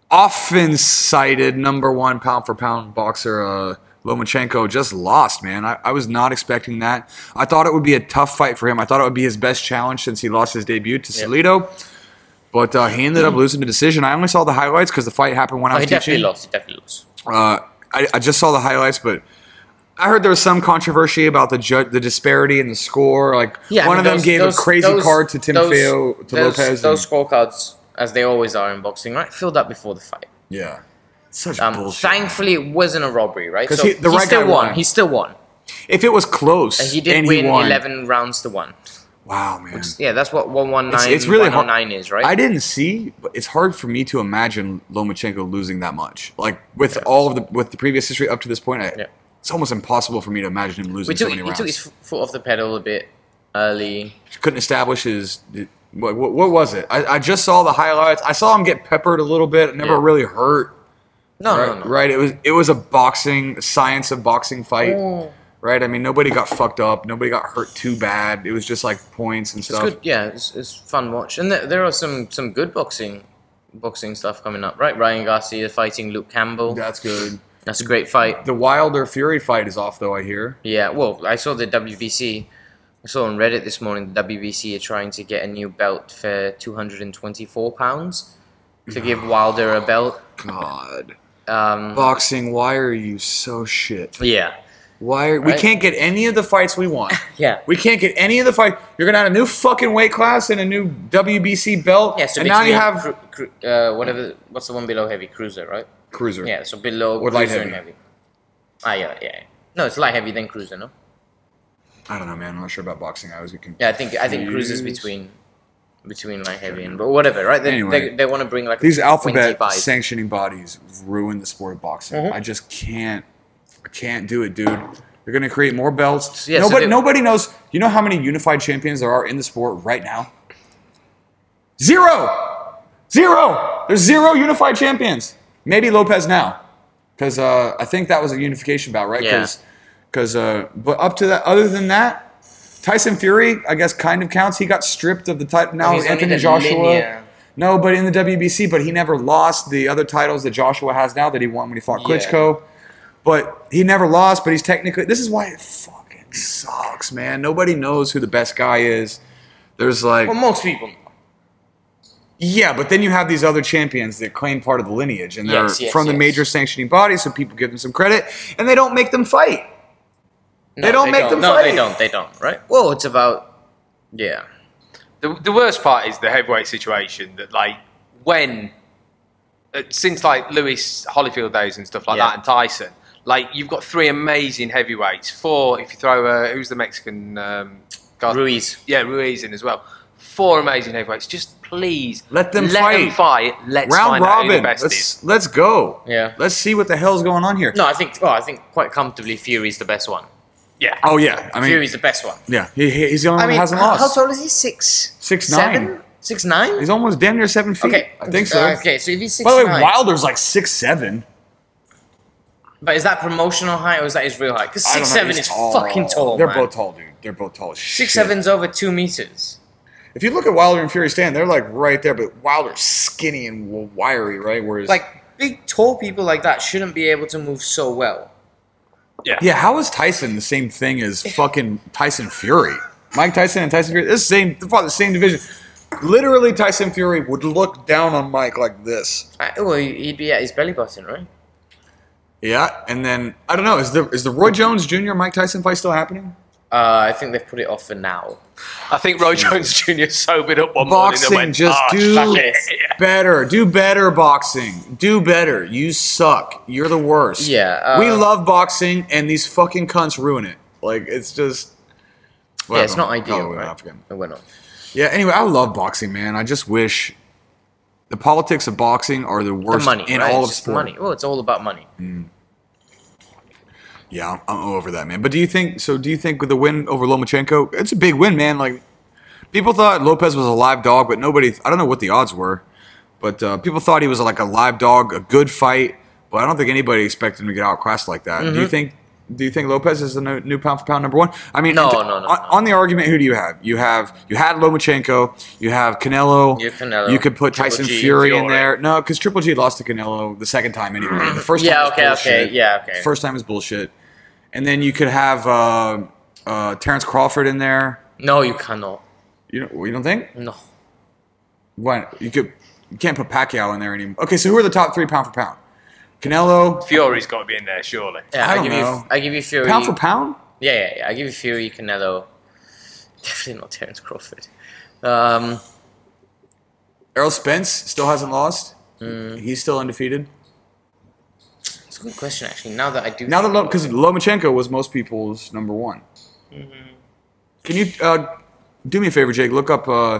Speaker 1: often cited number one pound for pound boxer uh, Lomachenko just lost, man. I, I was not expecting that. I thought it would be a tough fight for him. I thought it would be his best challenge since he lost his debut to Salido. But uh, he ended up losing the decision. I only saw the highlights because the fight happened when I
Speaker 2: Oh,
Speaker 1: was
Speaker 2: he
Speaker 1: teaching.
Speaker 2: definitely lost. He definitely lost.
Speaker 1: Uh, I, I just saw the highlights, but I heard there was some controversy about the ju- the disparity in the score. Like
Speaker 2: Yeah, I
Speaker 1: one
Speaker 2: mean,
Speaker 1: of them
Speaker 2: those-
Speaker 1: gave
Speaker 2: those-
Speaker 1: a crazy
Speaker 2: those-
Speaker 1: card to Tim
Speaker 2: those-
Speaker 1: Feo to
Speaker 2: those,
Speaker 1: Lopez. and-
Speaker 2: Those scorecards, as they always are in boxing, right? Filled up before the fight.
Speaker 1: yeah, such
Speaker 2: Um,
Speaker 1: bullshit.
Speaker 2: thankfully, it wasn't a robbery, right?
Speaker 1: 'Cause
Speaker 2: So
Speaker 1: he-
Speaker 2: he,
Speaker 1: the right
Speaker 2: still
Speaker 1: guy
Speaker 2: won.
Speaker 1: won.
Speaker 2: He still won.
Speaker 1: if it was close,
Speaker 2: And he did
Speaker 1: and
Speaker 2: win
Speaker 1: won,
Speaker 2: eleven rounds to one.
Speaker 1: Wow, man,
Speaker 2: Yeah, that's what one one oh
Speaker 1: It's-
Speaker 2: nine.
Speaker 1: it's really hard-
Speaker 2: is, right?
Speaker 1: I didn't see, but it's hard for me to imagine Lomachenko losing that much. Like with all of the with the previous history up to this point, I,
Speaker 2: Yeah.
Speaker 1: it's almost impossible for me to imagine him losing
Speaker 2: we took,
Speaker 1: so many
Speaker 2: he
Speaker 1: rounds.
Speaker 2: took his f- foot off the pedal a bit early.
Speaker 1: couldn't establish his what, what, what was it? I, I just saw the highlights. I saw him get peppered a little bit. It never
Speaker 2: Yeah.
Speaker 1: really hurt.
Speaker 2: No,
Speaker 1: right,
Speaker 2: no, no.
Speaker 1: right. It was it was a boxing science of boxing fight.
Speaker 2: Mm.
Speaker 1: Right. I mean, nobody got fucked up. Nobody got hurt too bad. It was just like points and
Speaker 2: It's
Speaker 1: stuff.
Speaker 2: good. Yeah, it's, it's fun watch, and there, there are some some good boxing boxing stuff coming up, right? Ryan Garcia fighting Luke Campbell.
Speaker 1: That's good.
Speaker 2: That's a great fight.
Speaker 1: The Wilder Fury fight is off though. I hear.
Speaker 2: Yeah, well, I saw the WBC. I saw on Reddit this morning the WBC are trying to get a new belt for 224 pounds to give Wilder a belt.
Speaker 1: God,
Speaker 2: Um,
Speaker 1: boxing. Why are you so shit?
Speaker 2: yeah,
Speaker 1: Why are, we
Speaker 2: Right.
Speaker 1: can't get any of the fights we want?
Speaker 2: yeah.
Speaker 1: We can't get any of the fight. You're gonna have a new fucking weight class and a new WBC belt,
Speaker 2: Yeah, so
Speaker 1: and now you
Speaker 2: basically
Speaker 1: have
Speaker 2: cru- cru- uh, whatever. What's the one below heavy cruiser, right?
Speaker 1: cruiser.
Speaker 2: Yeah, so below
Speaker 1: Or
Speaker 2: cruiser
Speaker 1: light
Speaker 2: and
Speaker 1: heavy.
Speaker 2: heavy. Ah, yeah, yeah. yeah. No, it's light heavy then cruiser, no?
Speaker 1: I don't know, man. I'm not sure about boxing. I always get confused.
Speaker 2: Yeah, I think I think cruiser's between between light heavy and but whatever, right? They
Speaker 1: Anyway.
Speaker 2: they, they want to bring like a
Speaker 1: These alphabet
Speaker 2: 25.
Speaker 1: sanctioning bodies ruin the sport of boxing. I just can't. I can't do it, dude. They're going to create more belts.
Speaker 2: Yeah, so
Speaker 1: nobody,
Speaker 2: they-
Speaker 1: nobody knows. You know how many unified champions there are in the sport right now? Zero. Zero. There's zero unified champions. Maybe Lopez now, because uh, I think that was a unification bout, right?
Speaker 2: Yeah.
Speaker 1: Because, uh, but up to that, other than that, Tyson Fury, I guess, kind of counts. He got stripped of the title. Now
Speaker 2: He's only
Speaker 1: Anthony
Speaker 2: the
Speaker 1: Joshua.
Speaker 2: linear.
Speaker 1: No, but in the WBC, but he never lost the other titles that Joshua has now that he won when he fought
Speaker 2: Yeah.
Speaker 1: Klitschko. But he never lost, but he's technically. This is why it fucking sucks, man. Nobody knows who the best guy is. There's like.
Speaker 2: Well, most people. know.
Speaker 1: Yeah, but then you have these other champions that claim part of the lineage, and they're
Speaker 2: Yes, yes,
Speaker 1: from the
Speaker 2: yes.
Speaker 1: major sanctioning body, so people give them some credit, and they don't make them fight.
Speaker 2: No,
Speaker 1: They don't make them
Speaker 2: No,
Speaker 1: fight.
Speaker 2: they don't. They don't. Right? Well, it's about. Yeah.
Speaker 5: The, the worst part is the heavyweight situation. That like when uh, since like Lewis Holyfield days and stuff like
Speaker 2: Yeah.
Speaker 5: that, and Tyson. Like you've got three amazing heavyweights. Four if you throw uh, who's the Mexican um, guy?
Speaker 2: Ruiz.
Speaker 5: Yeah, Ruiz in as well. Four amazing heavyweights. Just please
Speaker 1: Let them
Speaker 5: let Them fight. Let's
Speaker 1: Round
Speaker 5: find out who the
Speaker 1: robin.
Speaker 5: best is.
Speaker 1: Let's let's go.
Speaker 2: Yeah.
Speaker 1: Let's see what the hell's going on here.
Speaker 2: No, I think. Oh, I think quite comfortably, Fury's the best one.
Speaker 5: Yeah.
Speaker 1: Oh yeah, I mean,
Speaker 2: Fury's the best one.
Speaker 1: yeah, he, he- he's the only one who hasn't
Speaker 2: how,
Speaker 1: lost.
Speaker 2: how tall is he? Six.
Speaker 1: Six,
Speaker 2: seven?
Speaker 1: nine.
Speaker 2: Six nine.
Speaker 1: He's almost damn near seven feet.
Speaker 2: okay,
Speaker 1: I think so.
Speaker 2: Uh, okay, so if he's six
Speaker 1: By the way,
Speaker 2: nine,
Speaker 1: Wilder's like six seven.
Speaker 2: but is that promotional height or is that his real height? Because
Speaker 1: I don't
Speaker 2: six
Speaker 1: know,
Speaker 2: seven
Speaker 1: he's
Speaker 2: is fucking tall.
Speaker 1: They're
Speaker 2: man.
Speaker 1: both tall, dude. They're both tall. As
Speaker 2: Six
Speaker 1: shit.
Speaker 2: seven's over two meters.
Speaker 1: If you look at Wilder and Fury stand, they're like right there, but Wilder's skinny and w- wiry, right? Whereas
Speaker 2: Like big tall people like that shouldn't be able to move so well.
Speaker 1: Yeah, how is Tyson the same thing as fucking Tyson Fury? Mike Tyson and Tyson Fury, this same probably the same division. Literally, Tyson Fury would look down on Mike like this.
Speaker 2: I, Uh, well, he'd be at his belly button, right?
Speaker 1: Yeah, and then I don't know. Is the is the Roy Jones Jr. Mike Tyson fight still happening?
Speaker 2: Uh, I think they've put it off for now.
Speaker 5: I think Roy Jones Jr. sobered up one
Speaker 1: Boxing,
Speaker 5: morning and went,
Speaker 1: just
Speaker 5: "Ah,
Speaker 1: do
Speaker 5: fuck it."
Speaker 1: better. Do better, boxing. Do better. You suck. You're the worst.
Speaker 2: Yeah, uh,
Speaker 1: we love boxing, and these fucking cunts ruin it. Like it's just.
Speaker 2: yeah, it's not
Speaker 1: Whatever.
Speaker 2: ideal,
Speaker 1: Oh, we're
Speaker 2: right?
Speaker 1: African.
Speaker 2: It went on.
Speaker 1: Yeah, anyway, I love boxing, man. I just wish the politics of boxing are the
Speaker 2: The
Speaker 1: worst
Speaker 2: money,
Speaker 1: in
Speaker 2: right?
Speaker 1: all
Speaker 2: It's
Speaker 1: of
Speaker 2: just
Speaker 1: sport.
Speaker 2: money. Oh, it's all about money.
Speaker 1: Yeah, I'm, I'm over that, man. But do you think so? Do you think with the win over Lomachenko, it's a big win, man? Like people thought Lopez was a live dog, but nobody. I don't know what the odds were, but uh, people thought he was like a live dog, a good fight. But I don't think anybody expected him to get outclassed like that.
Speaker 2: Mm-hmm.
Speaker 1: Do you think? Do you think Lopez is the no- new pound for pound number one? I mean,
Speaker 2: No,
Speaker 1: in t-
Speaker 2: no, no,
Speaker 1: on,
Speaker 2: no.
Speaker 1: on the argument, who do you have? You have you had Lomachenko, you have Canelo.
Speaker 2: You have Canelo,
Speaker 1: You could put
Speaker 2: Triple
Speaker 1: Tyson
Speaker 2: G,
Speaker 1: Fury in
Speaker 2: Fiore. Mm-hmm.
Speaker 1: there. No, because Triple G lost to Canelo the second time anyway. The first
Speaker 2: Yeah,
Speaker 1: time was
Speaker 2: okay, okay,
Speaker 1: bullshit.
Speaker 2: yeah, okay.
Speaker 1: First time is bullshit. And then you could have uh, uh, Terrence Crawford in there.
Speaker 2: No, you cannot.
Speaker 1: You don't, you don't think?
Speaker 2: No.
Speaker 1: Why? You could. You can't put Pacquiao in there anymore. Okay, so who are the top three pound for pound? Canelo,
Speaker 5: Fury's got to be in there, surely.
Speaker 2: Yeah,
Speaker 1: I don't
Speaker 2: give
Speaker 1: know.
Speaker 2: you. I give you Fury.
Speaker 1: pound for pound.
Speaker 2: Yeah, yeah, yeah. I give you Fury, Canelo. Definitely not Terence Crawford. Um,
Speaker 1: Errol Spence still hasn't lost.
Speaker 2: Mm-hmm.
Speaker 1: He's still undefeated.
Speaker 2: it's a good question, actually. Now that I do.
Speaker 1: Now that
Speaker 2: think about
Speaker 1: because
Speaker 2: it.
Speaker 1: Lomachenko was most people's number one.
Speaker 2: Mm-hmm.
Speaker 1: Can you uh, do me a favor, Jake? Look up uh,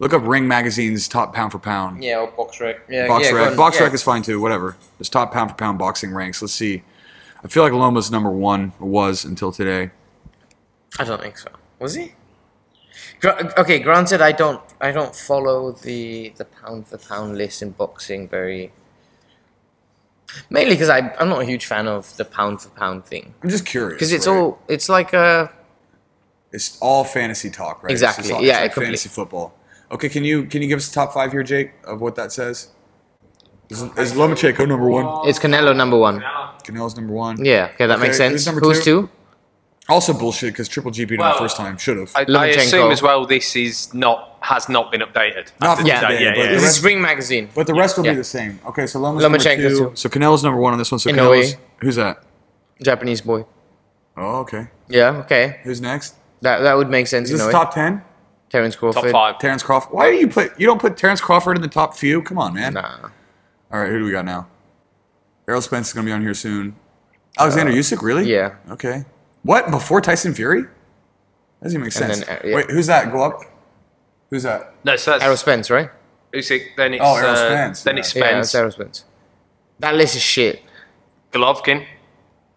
Speaker 1: look up Ring Magazine's top pound for pound.
Speaker 2: Yeah, or Box Rec. Yeah,
Speaker 1: Box
Speaker 2: yeah, go
Speaker 1: rec.
Speaker 2: on,
Speaker 1: Box
Speaker 2: yeah.
Speaker 1: rec is fine too. Whatever. There's top pound for pound boxing ranks. Let's see. I feel like Loma's number one or was until today.
Speaker 2: I don't think so. Was he? Gra- okay, granted, I don't, I don't follow the the pound for pound list in boxing very. Mainly because I I'm not a huge fan of the pound for pound thing
Speaker 1: I'm just curious.
Speaker 2: because it's
Speaker 1: right?
Speaker 2: all it's like uh, a
Speaker 1: it's all fantasy talk, right?
Speaker 2: Exactly.
Speaker 1: It's just all-
Speaker 2: Yeah,
Speaker 1: it's like
Speaker 2: completely.
Speaker 1: fantasy football. Okay, can you can you give us the top five here, Jake, of what that says? Is, is Lomachenko number one?
Speaker 2: it's Canelo number one.
Speaker 1: Canelo's number one.
Speaker 2: Yeah, okay, that
Speaker 1: Okay,
Speaker 2: makes
Speaker 1: who's
Speaker 2: sense.
Speaker 1: number
Speaker 2: Who's
Speaker 1: two?
Speaker 2: two?
Speaker 1: Also bullshit because Triple G beat him the
Speaker 5: Well,
Speaker 1: first time. Should have.
Speaker 5: I, I
Speaker 2: Lomachenko.
Speaker 5: assume as well this is not has not been updated.
Speaker 1: Not
Speaker 5: after
Speaker 1: been
Speaker 2: Yeah,
Speaker 5: today.
Speaker 1: updated, but
Speaker 5: yeah,
Speaker 1: the
Speaker 5: yeah.
Speaker 2: This is
Speaker 1: rest-
Speaker 2: Ring Magazine.
Speaker 1: But the rest will
Speaker 2: Yeah.
Speaker 1: be the same. Okay, so Loma's
Speaker 2: Lomachenko's
Speaker 1: number two.
Speaker 2: two.
Speaker 1: So Canelo's number one on this one. So
Speaker 2: Inoue.
Speaker 1: Canelo's who's that?
Speaker 2: Japanese boy.
Speaker 1: Oh, okay.
Speaker 2: Yeah, okay.
Speaker 1: Who's next?
Speaker 2: That that would make sense.
Speaker 1: Is this
Speaker 2: in a
Speaker 1: the
Speaker 2: way.
Speaker 1: top ten?
Speaker 2: Terence Crawford.
Speaker 5: Top five.
Speaker 1: Terrence Crawford. Why do you put you don't put Terrence Crawford in the top few? Come on, man.
Speaker 2: Nah.
Speaker 1: All right, who do we got now? Errol Spence is gonna be on here soon. Alexander Usyk, really?
Speaker 2: Uh, yeah.
Speaker 1: Okay. What before Tyson Fury? That doesn't make
Speaker 2: And
Speaker 1: sense.
Speaker 2: then, uh, yeah.
Speaker 1: Wait, who's that? Go up. Who's that?
Speaker 5: No, so that's
Speaker 2: Errol Spence, right?
Speaker 5: Usyk, then it's
Speaker 1: Oh, Errol
Speaker 5: uh,
Speaker 1: Spence,
Speaker 5: then
Speaker 1: yeah.
Speaker 5: it's
Speaker 2: Yeah,
Speaker 5: Spence,
Speaker 2: that's Errol Spence. That list is shit.
Speaker 5: Golovkin,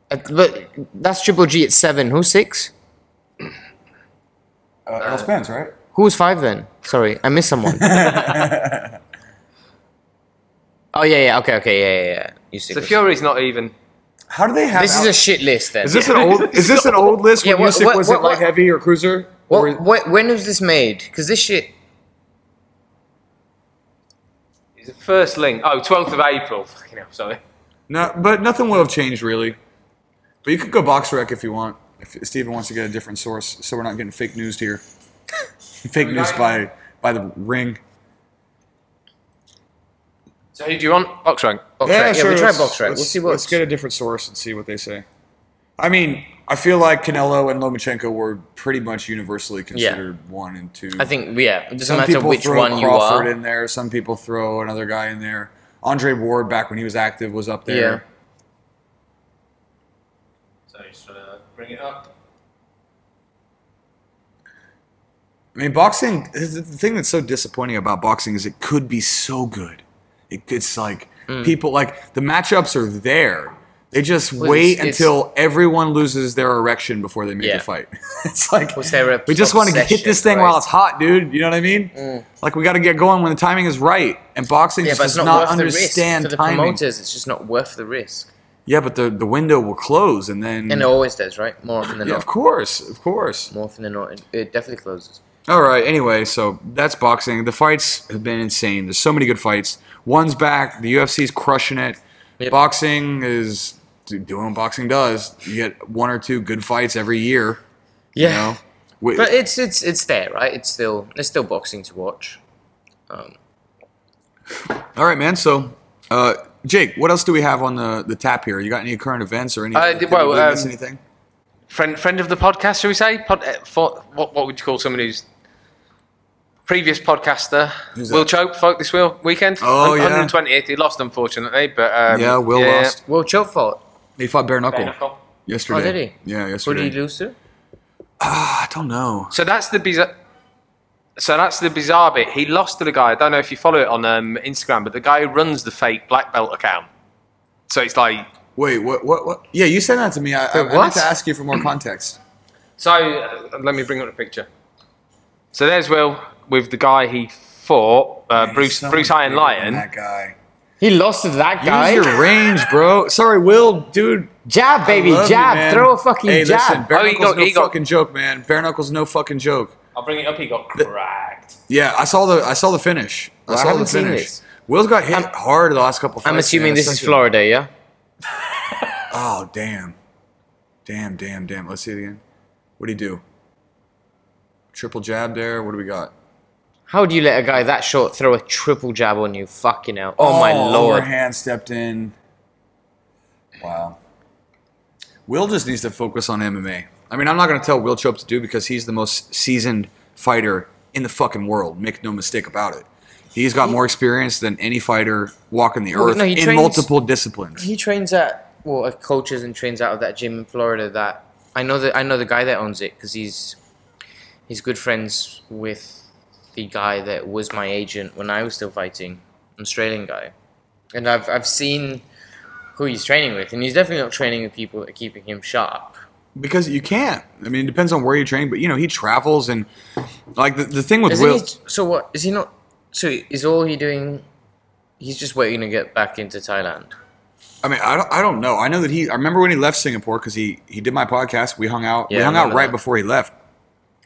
Speaker 2: Uh, But that's Triple G at seven. Who's six?
Speaker 1: Uh, Errol Spence, right?
Speaker 2: Who was five then? Sorry, I missed someone. oh yeah, yeah. Okay, okay, yeah, yeah. yeah. You see.
Speaker 5: So Fury's not even.
Speaker 1: How do they have?
Speaker 2: This is a shit list then.
Speaker 1: is this an old? Is this an old list?
Speaker 2: Yeah,
Speaker 1: When
Speaker 2: what-
Speaker 1: Usyk
Speaker 2: what-
Speaker 1: was
Speaker 2: what-
Speaker 1: it light
Speaker 2: what-
Speaker 1: heavy or cruiser?
Speaker 2: What,
Speaker 1: Or-
Speaker 2: what, when was this made? Because this shit.
Speaker 5: It's the first link. Oh, 12th of April. Fucking hell, sorry.
Speaker 1: no, but nothing will have changed really. But you could go box rec if you want. If Steven wants to get a different source, so we're not getting fake news here. fake news by by the ring.
Speaker 5: So who do you want? Box rank.
Speaker 2: Box
Speaker 1: Yeah,
Speaker 2: rec.
Speaker 1: sure.
Speaker 2: yeah, we try
Speaker 1: let's-
Speaker 2: box rec. We'll
Speaker 1: let's-
Speaker 2: see what.
Speaker 1: Let's get a different source and see what they say. I mean, I feel like Canelo and Lomachenko were pretty much universally considered one and two.
Speaker 2: I think yeah. It doesn't
Speaker 1: some
Speaker 2: matter
Speaker 1: people
Speaker 2: which
Speaker 1: throw
Speaker 2: one you
Speaker 1: Crawford
Speaker 2: are.
Speaker 1: in there. Some people throw another guy in there. Andre Ward, back when he was active, was up
Speaker 2: Yeah.
Speaker 1: there.
Speaker 5: So just trying to bring it up.
Speaker 1: I mean, boxing. The thing that's so disappointing about boxing is it could be so good. It, it's like
Speaker 2: Mm.
Speaker 1: people like the matchups are there. They just
Speaker 2: Well,
Speaker 1: wait
Speaker 2: it's- it's-
Speaker 1: until everyone loses their erection before they make
Speaker 2: Yeah.
Speaker 1: a fight. it's like
Speaker 2: Was there a
Speaker 1: we just want to hit
Speaker 2: obsession,
Speaker 1: this thing while
Speaker 2: right? Mm.
Speaker 1: it's hot, dude. You know what I mean? Like we got to get going when the timing is right. And boxing
Speaker 2: Yeah,
Speaker 1: just
Speaker 2: but it's
Speaker 1: does
Speaker 2: not,
Speaker 1: not
Speaker 2: worth the risk
Speaker 1: understand
Speaker 2: for the
Speaker 1: timing.
Speaker 2: promoters. It's just not worth the risk,
Speaker 1: Yeah, but the the window will close, and then
Speaker 2: and it always does, right? More often than
Speaker 1: Mm. yeah,
Speaker 2: not.
Speaker 1: of course, of course.
Speaker 2: More often than not, it, it definitely closes.
Speaker 1: All right. Anyway, so that's boxing. The fights have been insane. There's so many good fights. One's back. The UFC's crushing it.
Speaker 2: Yep.
Speaker 1: Boxing is do- doing what boxing does. You get one or two good fights every year.
Speaker 2: Yeah.
Speaker 1: You know? We-
Speaker 2: But it's it's it's there, right? It's still it's still boxing to watch. Um,
Speaker 1: All right, man. So, uh, Jake, what else do we have on the, the tap here? You got any current events or any-
Speaker 5: Uh,
Speaker 1: did we
Speaker 5: well,
Speaker 1: really miss
Speaker 5: um,
Speaker 1: anything?
Speaker 5: Friend, friend of the podcast, shall we say? Pod, eh, for, what, what would you call someone who's previous podcaster?
Speaker 1: Who's
Speaker 5: Will
Speaker 1: that?
Speaker 5: Chope, folk this wheel, weekend.
Speaker 1: Oh,
Speaker 5: Hun-
Speaker 1: yeah.
Speaker 5: 120th. He lost, unfortunately. But, um,
Speaker 1: Yeah, Will lost.
Speaker 2: well, Choke fought.
Speaker 1: He fought bare knuckle,
Speaker 5: Bare knuckle.
Speaker 1: yesterday.
Speaker 2: Oh, did he?
Speaker 1: Yeah,
Speaker 2: Who
Speaker 1: yesterday. Ah,
Speaker 2: did he lose to?
Speaker 1: I don't know.
Speaker 5: So that's the bizarre. So that's the bizarre bit. He lost to the guy. I don't know if you follow it on um, Instagram, but the guy who runs the fake black belt account. So it's like
Speaker 1: Wait, what? What? what? Yeah, you sent that to me. I, I, I meant
Speaker 2: what?
Speaker 1: to ask you for more context.
Speaker 5: So uh, let me bring up the picture. So there's Will with the guy he fought, uh, Bruce
Speaker 1: Someone
Speaker 5: Bruce Iron
Speaker 1: bigger than
Speaker 5: Lion.
Speaker 1: That guy.
Speaker 2: He lost to that guy.
Speaker 1: Use your range, bro. Sorry, Will, dude.
Speaker 2: Jab, baby,
Speaker 1: I love you,
Speaker 2: jab.
Speaker 1: man.
Speaker 2: throw a fucking
Speaker 1: hey,
Speaker 2: jab.
Speaker 1: Listen, bare
Speaker 5: Oh, he
Speaker 1: knuckles
Speaker 5: got-
Speaker 1: no
Speaker 5: he got-
Speaker 1: fucking joke, man. Bare knuckles no fucking joke.
Speaker 5: I'll bring it up. He got cracked.
Speaker 1: Yeah, I saw the I saw the finish. I
Speaker 2: Well, I
Speaker 1: saw the
Speaker 2: haven't seen
Speaker 1: finish.
Speaker 2: this.
Speaker 1: Will's got hit hard the last couple. Fights,
Speaker 2: I'm assuming
Speaker 1: man.
Speaker 2: this
Speaker 1: It's
Speaker 2: is
Speaker 1: such a-
Speaker 2: Florida, yeah.
Speaker 1: Oh damn, damn, damn, damn. Let's see it again. What do you do? Triple jab there. What do we got?
Speaker 2: How do you let a guy that short throw a triple jab on you? Fucking hell! Oh, my lord!
Speaker 1: Overhand stepped in. Wow. Will just needs to focus on MMA. I mean, I'm not going to tell Will Chope to do because he's the most seasoned fighter in the fucking world. Make no mistake about it. He's got more experience than any fighter walking the
Speaker 2: Well,
Speaker 1: earth
Speaker 2: no, he
Speaker 1: in
Speaker 2: trains-
Speaker 1: multiple disciplines.
Speaker 2: He trains at well, uh, coaches and trains out of that gym in Florida. That I know that I know the guy that owns it because he's he's good friends with the guy that was my agent when I was still fighting, an Australian guy, and I've I've seen who he's training with, and he's definitely not training with people that are keeping him sharp.
Speaker 1: Because you can't. I mean, it depends on where you train, but you know, he travels and like the, the thing with
Speaker 2: Isn't
Speaker 1: Will.
Speaker 2: he, so what is he not? So is all he doing? He's just waiting to get back into Thailand.
Speaker 1: I mean, I don't, I don't know. I know that he. I remember when he left Singapore because he he did my podcast. We hung out. we
Speaker 2: Yeah, I
Speaker 1: hung out
Speaker 2: remember
Speaker 1: right
Speaker 2: that.
Speaker 1: before he left,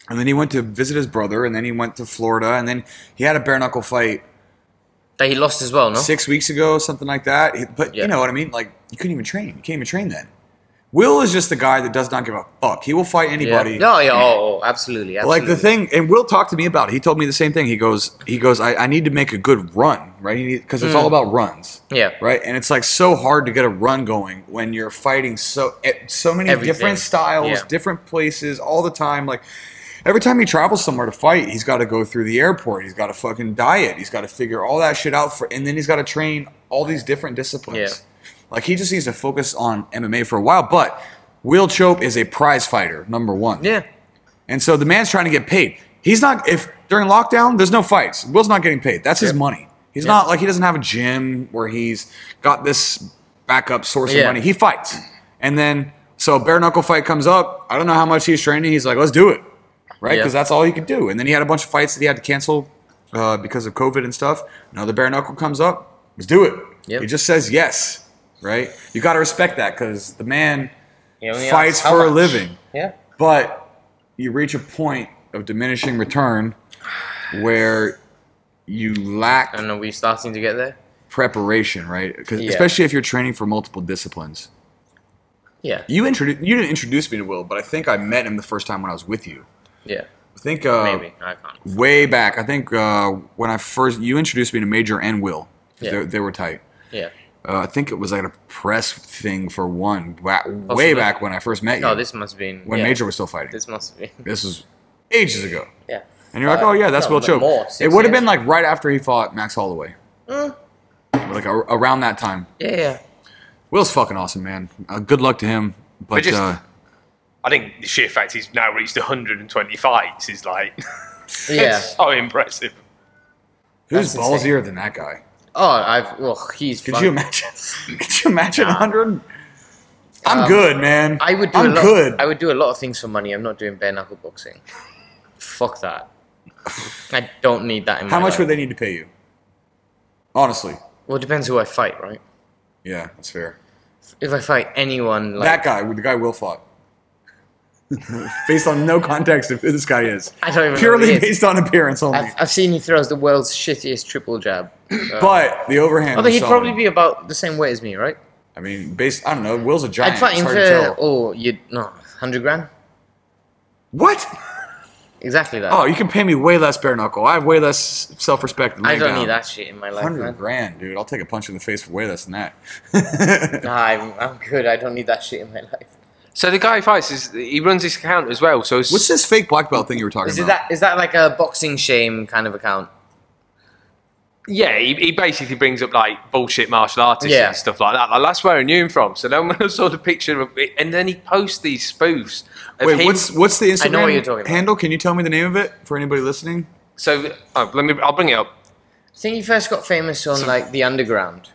Speaker 1: and then he went to visit his brother, and then he went to Florida, and then he had a bare knuckle fight
Speaker 2: That he lost as well, no?
Speaker 1: six weeks ago, something like that. He- But
Speaker 2: Oh. Yeah.
Speaker 1: you know what I mean? Like you couldn't even train. You can't even train then. Will is just the guy that does not give a fuck. He will fight
Speaker 2: Yeah.
Speaker 1: anybody.
Speaker 2: No, yeah, oh, oh, absolutely, absolutely.
Speaker 1: Like the thing, and Will talked to me about it. He told me the same thing. He goes, he goes, I, I need to make a good run, right? Because it's all about runs.
Speaker 2: Mm. Yeah.
Speaker 1: Right. And it's like so hard to get a run going when you're fighting so at so many
Speaker 2: Everything.
Speaker 1: different styles,
Speaker 2: Yeah.
Speaker 1: different places all the time. Like every time he travels somewhere to fight, he's got to go through the airport. He's got to fucking diet. He's got to figure all that shit out for, and then he's got to train all these different disciplines.
Speaker 2: Yeah.
Speaker 1: Like he just needs to focus on MMA for a while. But Will Chope is a prize fighter, number one.
Speaker 2: Yeah.
Speaker 1: And so the man's trying to get paid. He's not if during lockdown there's no fights. Will's not getting paid. That's his money. He's not like he doesn't have a gym where he's got this backup source
Speaker 2: Yeah.
Speaker 1: of money. He fights. And And then, so bare knuckle fight comes up. I don't know how much he's training. He's like, let's do it, right?
Speaker 2: Yeah.
Speaker 1: Because that's all he could do. And then he had a bunch of fights that he had to cancel uh, because of COVID and stuff. Another bare knuckle comes up. Let's do it.
Speaker 2: Yep.
Speaker 1: He just says yes, right? You got to respect that because the man
Speaker 2: He only
Speaker 1: fights
Speaker 2: asks how
Speaker 1: for a
Speaker 2: much.
Speaker 1: living
Speaker 2: Yeah.
Speaker 1: but you reach a point of diminishing return where you lack
Speaker 2: And are we starting to get there?
Speaker 1: preparation, right? 'Cause
Speaker 2: Yeah.
Speaker 1: Especially if you're training for multiple disciplines.
Speaker 2: Yeah.
Speaker 1: You introduced you didn't introduce me to Will, but I think I met him the first time when I was with you.
Speaker 2: Yeah.
Speaker 1: I think uh,
Speaker 2: Maybe. I can't.
Speaker 1: way back. I think uh, when I first you introduced me to Major and Will. 'cause
Speaker 2: Yeah.
Speaker 1: They, they were tight.
Speaker 2: Yeah.
Speaker 1: Uh, I think it was like a press thing for one wa- way
Speaker 2: Possibly.
Speaker 1: back when I first met you.
Speaker 2: Oh, this must have been.
Speaker 1: when
Speaker 2: yeah.
Speaker 1: Major was still fighting. This,
Speaker 2: This must have been.
Speaker 1: was ages ago.
Speaker 2: Yeah.
Speaker 1: And you're like,
Speaker 2: Uh,
Speaker 1: oh yeah, that's
Speaker 2: no,
Speaker 1: Will
Speaker 2: but
Speaker 1: Choke.
Speaker 2: more,
Speaker 1: it
Speaker 2: six
Speaker 1: would have
Speaker 2: years.
Speaker 1: been
Speaker 2: Mm.
Speaker 1: like right after he fought Max Holloway, like a, around that time.
Speaker 2: Yeah, yeah.
Speaker 1: Will's fucking awesome, man. Uh, good luck to him. But
Speaker 5: just-
Speaker 1: uh,
Speaker 5: I think the sheer fact he's now reached 120 fights is like
Speaker 2: Yeah.
Speaker 5: it's so impressive.
Speaker 1: who's
Speaker 2: that's insane.
Speaker 1: ballsier than that guy?
Speaker 2: Oh, I've. Well, he's.
Speaker 1: Could
Speaker 2: fun-
Speaker 1: you imagine? Could you imagine a
Speaker 2: Nah.
Speaker 1: hundred? I'm
Speaker 2: Um,
Speaker 1: good, man.
Speaker 2: I would do
Speaker 1: I'm
Speaker 2: a lot.
Speaker 1: good.
Speaker 2: I would do a lot of things for money. I'm not doing bare knuckle boxing. Fuck that. I don't need that in
Speaker 1: How
Speaker 2: my
Speaker 1: much
Speaker 2: life.
Speaker 1: would they need to pay you? Honestly,
Speaker 2: Well, it depends who I fight, right?
Speaker 1: yeah, that's fair.
Speaker 2: If I fight anyone,
Speaker 1: that
Speaker 2: like
Speaker 1: guy, the guy Will fought, based on no context of who this guy is,
Speaker 2: I don't even know who he
Speaker 1: purely
Speaker 2: is.
Speaker 1: based on appearance only.
Speaker 2: I've, I've seen he throws the world's shittiest triple jab.
Speaker 1: but the overhand.
Speaker 2: Although
Speaker 1: was
Speaker 2: he'd
Speaker 1: solid.
Speaker 2: probably be about the same weight as me, right?
Speaker 1: I mean, based I don't know. Will's a giant.
Speaker 2: I'd fight
Speaker 1: it's
Speaker 2: him
Speaker 1: hard to
Speaker 2: for
Speaker 1: tell.
Speaker 2: oh, you no, hundred grand,
Speaker 1: What?
Speaker 2: exactly that.
Speaker 1: Oh, you can pay me way less bare knuckle. I have way less self respect.
Speaker 2: I don't need that shit in my life,
Speaker 1: Hundred
Speaker 2: man.
Speaker 1: grand, dude. I'll take a punch in the face for way less than that.
Speaker 2: Nah, I'm, I'm good. I don't need that shit in my life.
Speaker 5: So the guy he fights is he runs his account as well. So
Speaker 1: What's this fake black belt thing you were talking
Speaker 2: Is it
Speaker 1: about?
Speaker 2: that is that like a boxing shame kind of account?
Speaker 5: yeah, he, he basically brings up like bullshit martial artists
Speaker 2: Yeah.
Speaker 5: and stuff like that. Like, that's where I knew him from. So then when I saw the picture of it, and then he posts these spoofs. Of
Speaker 1: Wait,
Speaker 5: him.
Speaker 1: what's what's the Instagram
Speaker 2: I know what you're talking about.
Speaker 1: handle? Can you tell me the name of it for anybody listening?
Speaker 5: so? Oh, let me. I'll bring it up.
Speaker 2: I think he first got famous on like the underground.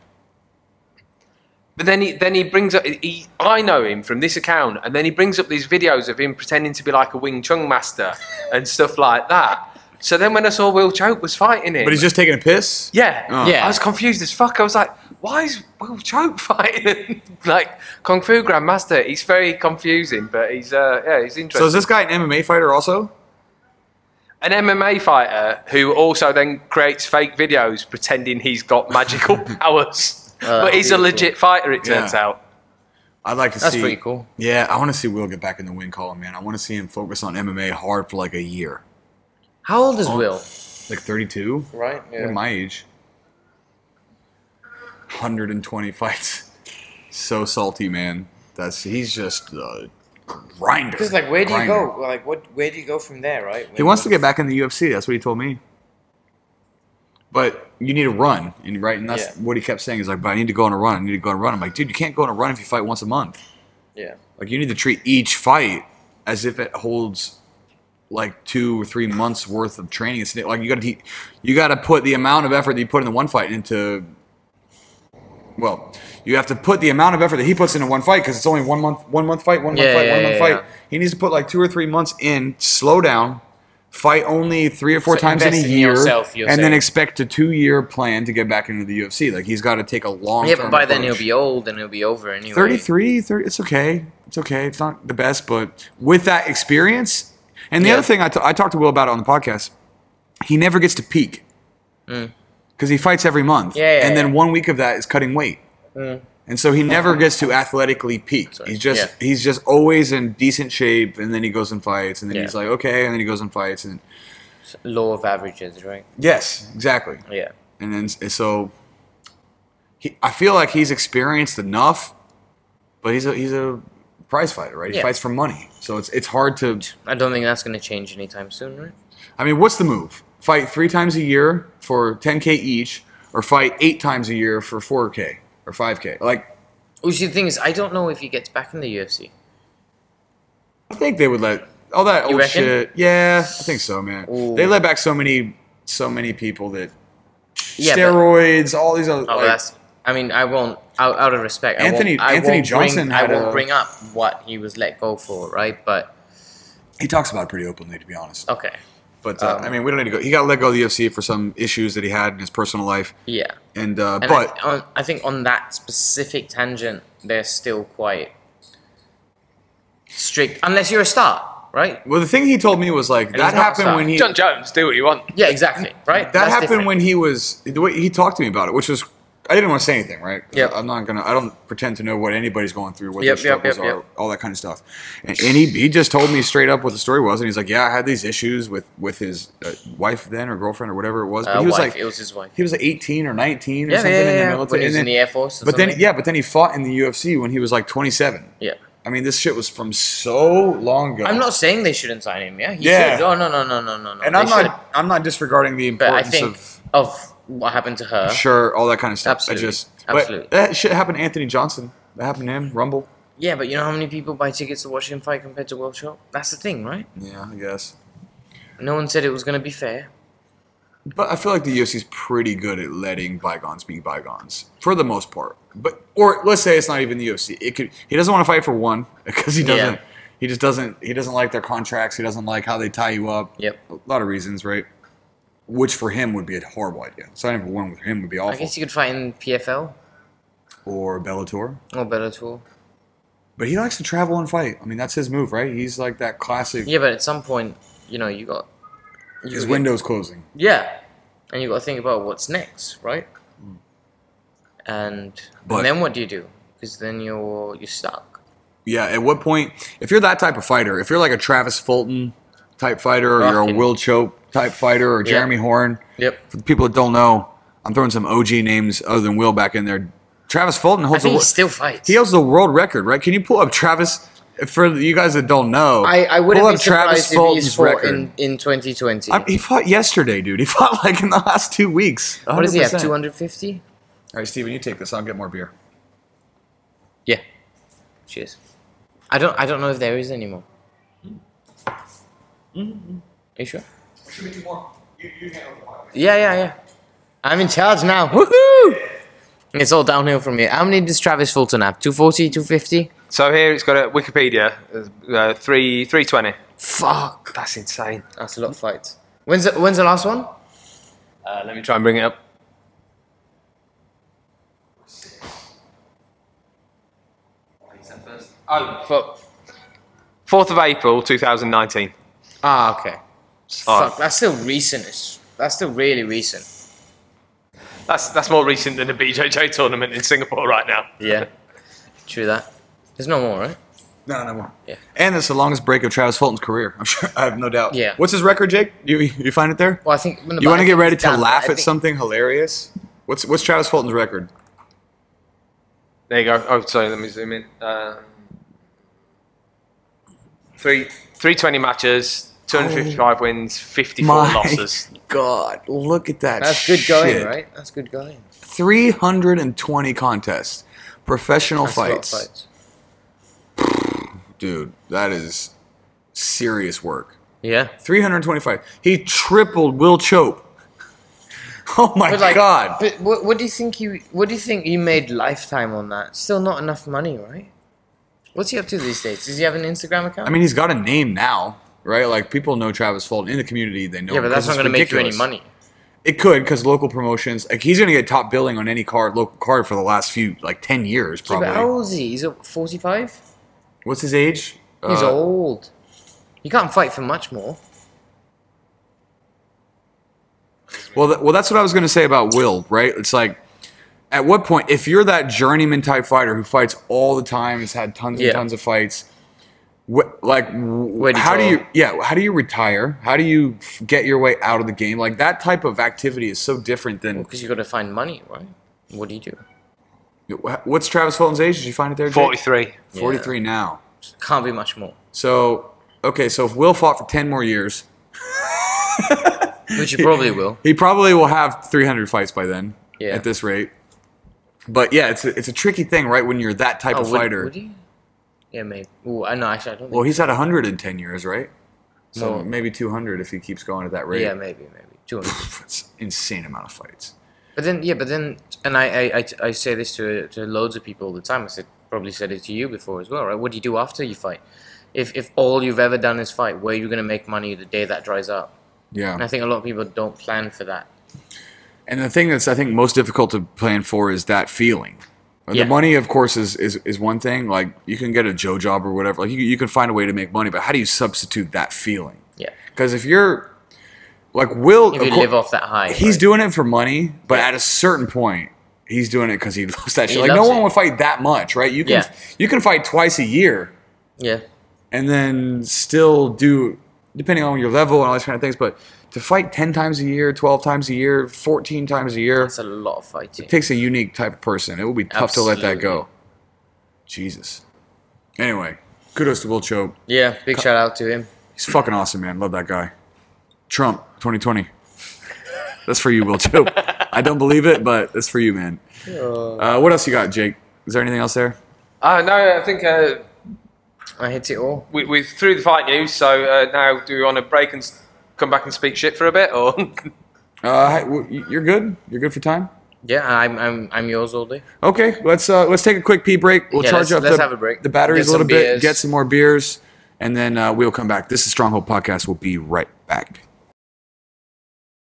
Speaker 5: But then he then he brings up he I know him from this account, and then he brings up these videos of him pretending to be like a Wing Chun master and stuff like that. So then when I saw Will Choke was fighting him,
Speaker 1: But he's just taking a piss.
Speaker 5: yeah,
Speaker 1: Oh.
Speaker 2: Yeah.
Speaker 5: I was confused as fuck. I was like, why is Will Choke fighting like Kung Fu Grandmaster? He's very confusing, but he's uh yeah he's
Speaker 1: So
Speaker 5: interesting.
Speaker 1: is this guy an MMA fighter also?
Speaker 5: An MMA fighter who also then creates fake videos pretending he's got magical powers,
Speaker 2: Oh,
Speaker 5: but he's a
Speaker 2: beautiful.
Speaker 5: legit fighter. It turns
Speaker 1: Yeah.
Speaker 5: out.
Speaker 1: I'd like to
Speaker 2: That's
Speaker 1: see. oh.
Speaker 2: pretty cool.
Speaker 1: Yeah, I want to see Will get back in the win column, man. I want to see him focus on MMA hard for like a year,
Speaker 2: How old is Will?
Speaker 1: like 32.
Speaker 2: Right.
Speaker 1: They're my age. 120 fights. So salty, man. That's he's just a grinder.
Speaker 2: Because like, where do you
Speaker 1: Grinder.
Speaker 2: go? Like, what? Where do you go from there? Right.
Speaker 1: He wants to get back in the UFC. That's what he told me. But you need a run, and right, and that's
Speaker 2: Yeah.
Speaker 1: what he kept saying. He's like, "But I need to go on a run. I need to go on a run." I'm like, "Dude, you can't go on a run if you fight once a month.
Speaker 2: Yeah.
Speaker 1: Like, you need to treat each fight as if it holds like two or three months worth of training. It's like you got to you got to put the amount of effort that you put into one fight into. Well, you have to put the amount of effort that he puts into one fight because it's only one month, one month fight, one month
Speaker 2: Yeah,
Speaker 1: fight,
Speaker 2: yeah,
Speaker 1: one
Speaker 2: yeah,
Speaker 1: month
Speaker 2: yeah.
Speaker 1: fight. He needs to put like two or three months in, slow down, fight only three or four
Speaker 2: So
Speaker 1: times in a
Speaker 2: invest in
Speaker 1: year,
Speaker 2: yourself, you're
Speaker 1: and then
Speaker 2: saying.
Speaker 1: expect a two-year plan to get back into the UFC. Like he's got to take a long.
Speaker 2: Yeah, but by then he'll be old and he'll be over anyway.
Speaker 1: 33 30 it's okay it's okay it's not the best but with that experience and the
Speaker 2: Yeah.
Speaker 1: other thing I ta- I talked to will about it on the podcast he never gets to peak because he fights every month
Speaker 2: Mm. Yeah, yeah,
Speaker 1: and then
Speaker 2: yeah. Mm.
Speaker 1: one week of that is cutting weight and so he never gets to athletically peak he's just
Speaker 2: Yeah.
Speaker 1: he's just always in decent shape and then he goes and fights and then
Speaker 2: Yeah.
Speaker 1: he's like okay and then he goes and fights and
Speaker 2: Law of averages, right?
Speaker 1: yes exactly
Speaker 2: Yeah.
Speaker 1: and then s- so he, I feel like he's experienced enough, but he's a he's a prize fighter, right? He
Speaker 2: Yeah.
Speaker 1: fights for money, so it's it's hard to.
Speaker 2: I don't think that's going to change anytime soon, right?
Speaker 1: I mean, what's the move? Fight three times a year for 10k each, or fight eight times a year for 4k or 5k. Like
Speaker 2: Which the thing is, I don't know if he gets back in the UFC.
Speaker 1: I think they would let all that old
Speaker 2: reckon?
Speaker 1: shit. Yeah, I think so, man.
Speaker 2: Ooh.
Speaker 1: They let back so many so many people that
Speaker 2: Yeah, but-
Speaker 1: steroids, all these other.
Speaker 2: Oh,
Speaker 1: like,
Speaker 2: that's. I mean, I won't out, out of respect.
Speaker 1: Anthony-
Speaker 2: I won't, I
Speaker 1: Anthony
Speaker 2: won't
Speaker 1: Johnson
Speaker 2: Bring, I
Speaker 1: had
Speaker 2: won't
Speaker 1: a-
Speaker 2: bring up what he was let go for, right? But
Speaker 1: He talks about it pretty openly, to be honest.
Speaker 2: okay,
Speaker 1: But uh,
Speaker 2: Um,
Speaker 1: I mean, we don't need to go. He got let go of the UFC for some issues that he had in his personal life,
Speaker 2: yeah.
Speaker 1: and, uh,
Speaker 2: And
Speaker 1: but
Speaker 2: I, on, I think on that specific tangent, they're still quite strict, unless you're a star, right?
Speaker 1: well, the thing he told me was like that
Speaker 2: he's not
Speaker 1: happened when
Speaker 2: signed.
Speaker 1: he
Speaker 3: John Jones, do what you want.
Speaker 2: Yeah, exactly. Right.
Speaker 1: that happened when he was the way he talked to me about it, which was I didn't want to say anything, right? 'Cause
Speaker 2: Yep.
Speaker 1: I'm not gonna. I don't pretend to know what anybody's going through, what
Speaker 2: Yep,
Speaker 1: their
Speaker 2: yep,
Speaker 1: struggles
Speaker 2: yep,
Speaker 1: are,
Speaker 2: yep.
Speaker 1: all that kind of stuff. And, and he he just told me straight up what the story was, and he's like, "Yeah, I had these issues with with his uh, wife then or girlfriend or whatever it was." But
Speaker 2: uh,
Speaker 1: he was
Speaker 2: wife,
Speaker 1: like,
Speaker 2: it was his wife.
Speaker 1: he was like 18 or 19 or
Speaker 2: Yeah, yeah,
Speaker 1: something
Speaker 2: yeah.
Speaker 1: in the
Speaker 2: yeah.
Speaker 1: military.
Speaker 2: When he was
Speaker 1: and
Speaker 2: in the
Speaker 1: then-
Speaker 2: air force. Or
Speaker 1: but then
Speaker 2: something.
Speaker 1: yeah, but then he fought in the UFC when he was like 27.
Speaker 2: yeah.
Speaker 1: I mean, this shit was from so long ago.
Speaker 2: I'm not saying they shouldn't sign him. Yeah, he
Speaker 1: Yeah.
Speaker 2: should. Oh no, no, no, no, no, no.
Speaker 1: and
Speaker 2: They
Speaker 1: I'm not.
Speaker 2: should.
Speaker 1: I'm not disregarding the
Speaker 2: But I
Speaker 1: importance
Speaker 2: think
Speaker 1: of
Speaker 2: of, what happened to her.
Speaker 1: sure, all that kind of stuff.
Speaker 2: Absolutely.
Speaker 1: I just
Speaker 2: Absolutely.
Speaker 1: But that shit happened to Anthony Johnson. That happened to him. Rumble.
Speaker 2: Yeah, but you know how many people buy tickets to watch him fight compared to World Show? That's the thing, right?
Speaker 1: Yeah, I guess.
Speaker 2: No one said it was going to be fair.
Speaker 1: But I feel like the UFC's pretty good at letting bygones be bygones for the most part. But or let's say it's not even the UFC. It could. He doesn't want to fight for one because he doesn't.
Speaker 2: Yeah.
Speaker 1: He just doesn't. He doesn't like their contracts. He doesn't like how they tie you up.
Speaker 2: Yep.
Speaker 1: A lot of reasons, right? Which for him would be a horrible idea. Signing for one with him would be
Speaker 2: I
Speaker 1: awful.
Speaker 2: guess you could fight in PFL
Speaker 1: Or Bellator.
Speaker 2: or Bellator.
Speaker 1: But he likes to travel and fight. I mean, that's his move, right? He's like that classic.
Speaker 2: Yeah, but at some point, you know, you got you
Speaker 1: his
Speaker 2: got-
Speaker 1: window's closing.
Speaker 2: Yeah, and you got to think about what's next, right? And,
Speaker 1: But-
Speaker 2: and then what do you do? Because then you're you're stuck.
Speaker 1: Yeah, at what point, if you're that type of fighter, if you're like a Travis Fulton type fighter, or you're a
Speaker 2: Fucking-
Speaker 1: Will Chope type fighter, or
Speaker 2: Yeah.
Speaker 1: Jeremy Horn,
Speaker 2: Yep.
Speaker 1: for the people that don't know, I'm throwing some OG names other than Will back in there. Travis Fulton
Speaker 2: I
Speaker 1: holds the
Speaker 2: think he
Speaker 1: wor-
Speaker 2: still fights.
Speaker 1: he holds the world record, right? Can you pull up Travis? For you guys that don't know,
Speaker 2: I, I wouldn't
Speaker 1: pull
Speaker 2: be
Speaker 1: up Travis
Speaker 2: surprised if
Speaker 1: Fulton's
Speaker 2: he's fought
Speaker 1: record.
Speaker 2: in, in 2020.
Speaker 1: I- he fought yesterday, dude. He fought like in the last two weeks.
Speaker 2: what does he have?
Speaker 1: 100%.
Speaker 2: 250?
Speaker 1: All right, Steven, you take this. I'll get more beer.
Speaker 2: Yeah. Cheers. I don't I don't know if there is anymore. Mm. Mm-hmm. Are you sure? Yeah, yeah, yeah. I'm in charge now. Woohoo! It's all downhill from here. How many does Travis Fulton have? 240, 250?
Speaker 5: So here it's got a Wikipedia, uh, three three twenty.
Speaker 2: Fuck.
Speaker 5: That's insane.
Speaker 2: That's a lot of fights. When's the, when's the last one?
Speaker 5: Uh, let me try and bring it up. Oh,
Speaker 2: Fuck.
Speaker 5: fourth of April, two thousand nineteen.
Speaker 2: Ah, okay.
Speaker 5: Oh,
Speaker 2: Fuck, that's still recent. It's- That's still really recent.
Speaker 5: that's that's more recent than the BJJ tournament in Singapore right now.
Speaker 2: Yeah. True that. There's no more, right?
Speaker 1: No, no more.
Speaker 2: Yeah.
Speaker 1: And it's the longest break of Travis Fulton's career. I'm sure. I have no doubt.
Speaker 2: Yeah.
Speaker 1: What's his record, Jake? You you find it there?
Speaker 2: Well, I think. no, but
Speaker 1: you want
Speaker 2: I
Speaker 1: to get
Speaker 2: think
Speaker 1: ready
Speaker 2: it's
Speaker 1: to
Speaker 2: done,
Speaker 1: laugh
Speaker 2: I
Speaker 1: at
Speaker 2: think-
Speaker 1: something hilarious? What's what's Travis Fulton's record?
Speaker 5: There you go. Oh, sorry. Let me zoom in. Um, three three twenty matches, two hundred fifty five wins, fifty four
Speaker 1: My
Speaker 5: losses.
Speaker 1: God, look at that.
Speaker 2: That's good going,
Speaker 1: shit.
Speaker 2: right? That's good going.
Speaker 1: 320 contests, professional
Speaker 2: That's a lot of
Speaker 1: fights.
Speaker 2: fights.
Speaker 1: Dude, that is serious work.
Speaker 2: Yeah.
Speaker 1: 325. He tripled Will Chope. Oh my God.
Speaker 2: But what, what do you think you? What do you think you made lifetime on that? Still not enough money, right? What's he up to these days? Does he have an Instagram account?
Speaker 1: I mean, he's got a name now, right? Like people know Travis Fulton in the community. They know.
Speaker 2: yeah, but
Speaker 1: him
Speaker 2: that's
Speaker 1: 'cause
Speaker 2: not
Speaker 1: it's
Speaker 2: going to make you any
Speaker 1: ridiculous.
Speaker 2: money.
Speaker 1: It could because local promotions. Like he's going to get top billing on any card, local card for the last few like ten years
Speaker 2: Yeah,
Speaker 1: probably.
Speaker 2: but how old is he? He's forty-five.
Speaker 1: What's his age?
Speaker 2: He's
Speaker 1: Uh,
Speaker 2: old. You can't fight for much more.
Speaker 1: Well, th- well, that's what I was going to say about Will. Right? It's like. At what point, if you're that journeyman type fighter who fights all the time, has had tons and
Speaker 2: Yeah.
Speaker 1: tons of fights, what, like,
Speaker 2: Where
Speaker 1: wh-
Speaker 2: do you
Speaker 1: how do
Speaker 2: draw?
Speaker 1: you, yeah, how do you retire? How do you f- get your way out of the game? Like that type of activity is so different than
Speaker 2: Because you got to find money, right? What do you do?
Speaker 1: wh- what's Travis Fulton's age? Did you find it there? Jake?
Speaker 5: Forty three.
Speaker 2: Yeah.
Speaker 1: 43 now.
Speaker 2: Can't be much more.
Speaker 1: So, okay, so if Will fought for 10 more years,
Speaker 2: Which you probably will.
Speaker 1: he probably will have 300 fights by then
Speaker 2: Yeah.
Speaker 1: at this rate. But yeah, it's a, it's a tricky thing, right? When you're that type
Speaker 2: Oh,
Speaker 1: of
Speaker 2: would-
Speaker 1: fighter.
Speaker 2: Would he? Yeah, maybe. Ooh, I know. Actually, I don't. Think
Speaker 1: Well, he's had 100 in 10 years, right? So
Speaker 2: More.
Speaker 1: maybe 200 if he keeps going at that rate.
Speaker 2: Yeah, maybe, maybe. 200.
Speaker 1: That's an insane amount of fights.
Speaker 2: But then, yeah, but then, and I, I, I, I say this to, to loads of people all the time. I said, probably said it to you before as well, right? What do you do after you fight? If, if all you've ever done is fight, where are you going to make money the day that dries up? And I
Speaker 1: Yeah.
Speaker 2: think a lot of people don't plan for that.
Speaker 1: And the thing that's I think most difficult to plan for is that feeling.
Speaker 2: Yeah.
Speaker 1: The money, of course, is, is is one thing. Like you can get a Joe job or whatever. Like you, you can find a way to make money, but how do you substitute that feeling?
Speaker 2: Yeah.
Speaker 1: Because if you're like Will,
Speaker 2: If
Speaker 1: of
Speaker 2: you
Speaker 1: cour-
Speaker 2: live off that high.
Speaker 1: he's
Speaker 2: right?
Speaker 1: doing it for money, but at a certain point, he's doing it because he loves that shit. like
Speaker 2: He
Speaker 1: no
Speaker 2: loves
Speaker 1: one
Speaker 2: it.
Speaker 1: would fight that much, right? You can
Speaker 2: Yeah.
Speaker 1: you can fight twice a year
Speaker 2: Yeah.
Speaker 1: and then still do depending on your level and all these kind of things. But to fight ten times a year, twelve times a year, fourteen times a year
Speaker 2: That's a lot of fighting.
Speaker 1: takes a unique type of person. It would be tough to let that go.
Speaker 2: Absolutely.
Speaker 1: Jesus. Anyway, kudos to Will Chope.
Speaker 2: Yeah, big shout out to him.
Speaker 1: He's fucking awesome, man. Love that guy. Trump 2020. That's for you, Will Chope. I don't believe it, but that's for you, man. Uh, what else you got, Jake? Is there anything else there?
Speaker 5: Uh, no, I think uh,
Speaker 2: I hit it all.
Speaker 5: we, we're through the fight news, so uh, now do we want to break and s- come back and speak shit for a bit? Or
Speaker 1: Uh, hi- w- you're good. You're good for time.
Speaker 2: Yeah, I'm, I'm, I'm yours all day.
Speaker 1: Okay, let's uh, let's take a quick pee break. We'll
Speaker 2: Yeah,
Speaker 1: charge
Speaker 2: let's-
Speaker 1: up
Speaker 2: let's
Speaker 1: the,
Speaker 2: have a break.
Speaker 1: the batteries
Speaker 2: Get
Speaker 1: a little
Speaker 2: some
Speaker 1: bit,
Speaker 2: beers.
Speaker 1: get some more beers, and then uh, we'll come back. This is Stronghold Podcast. We'll be right back.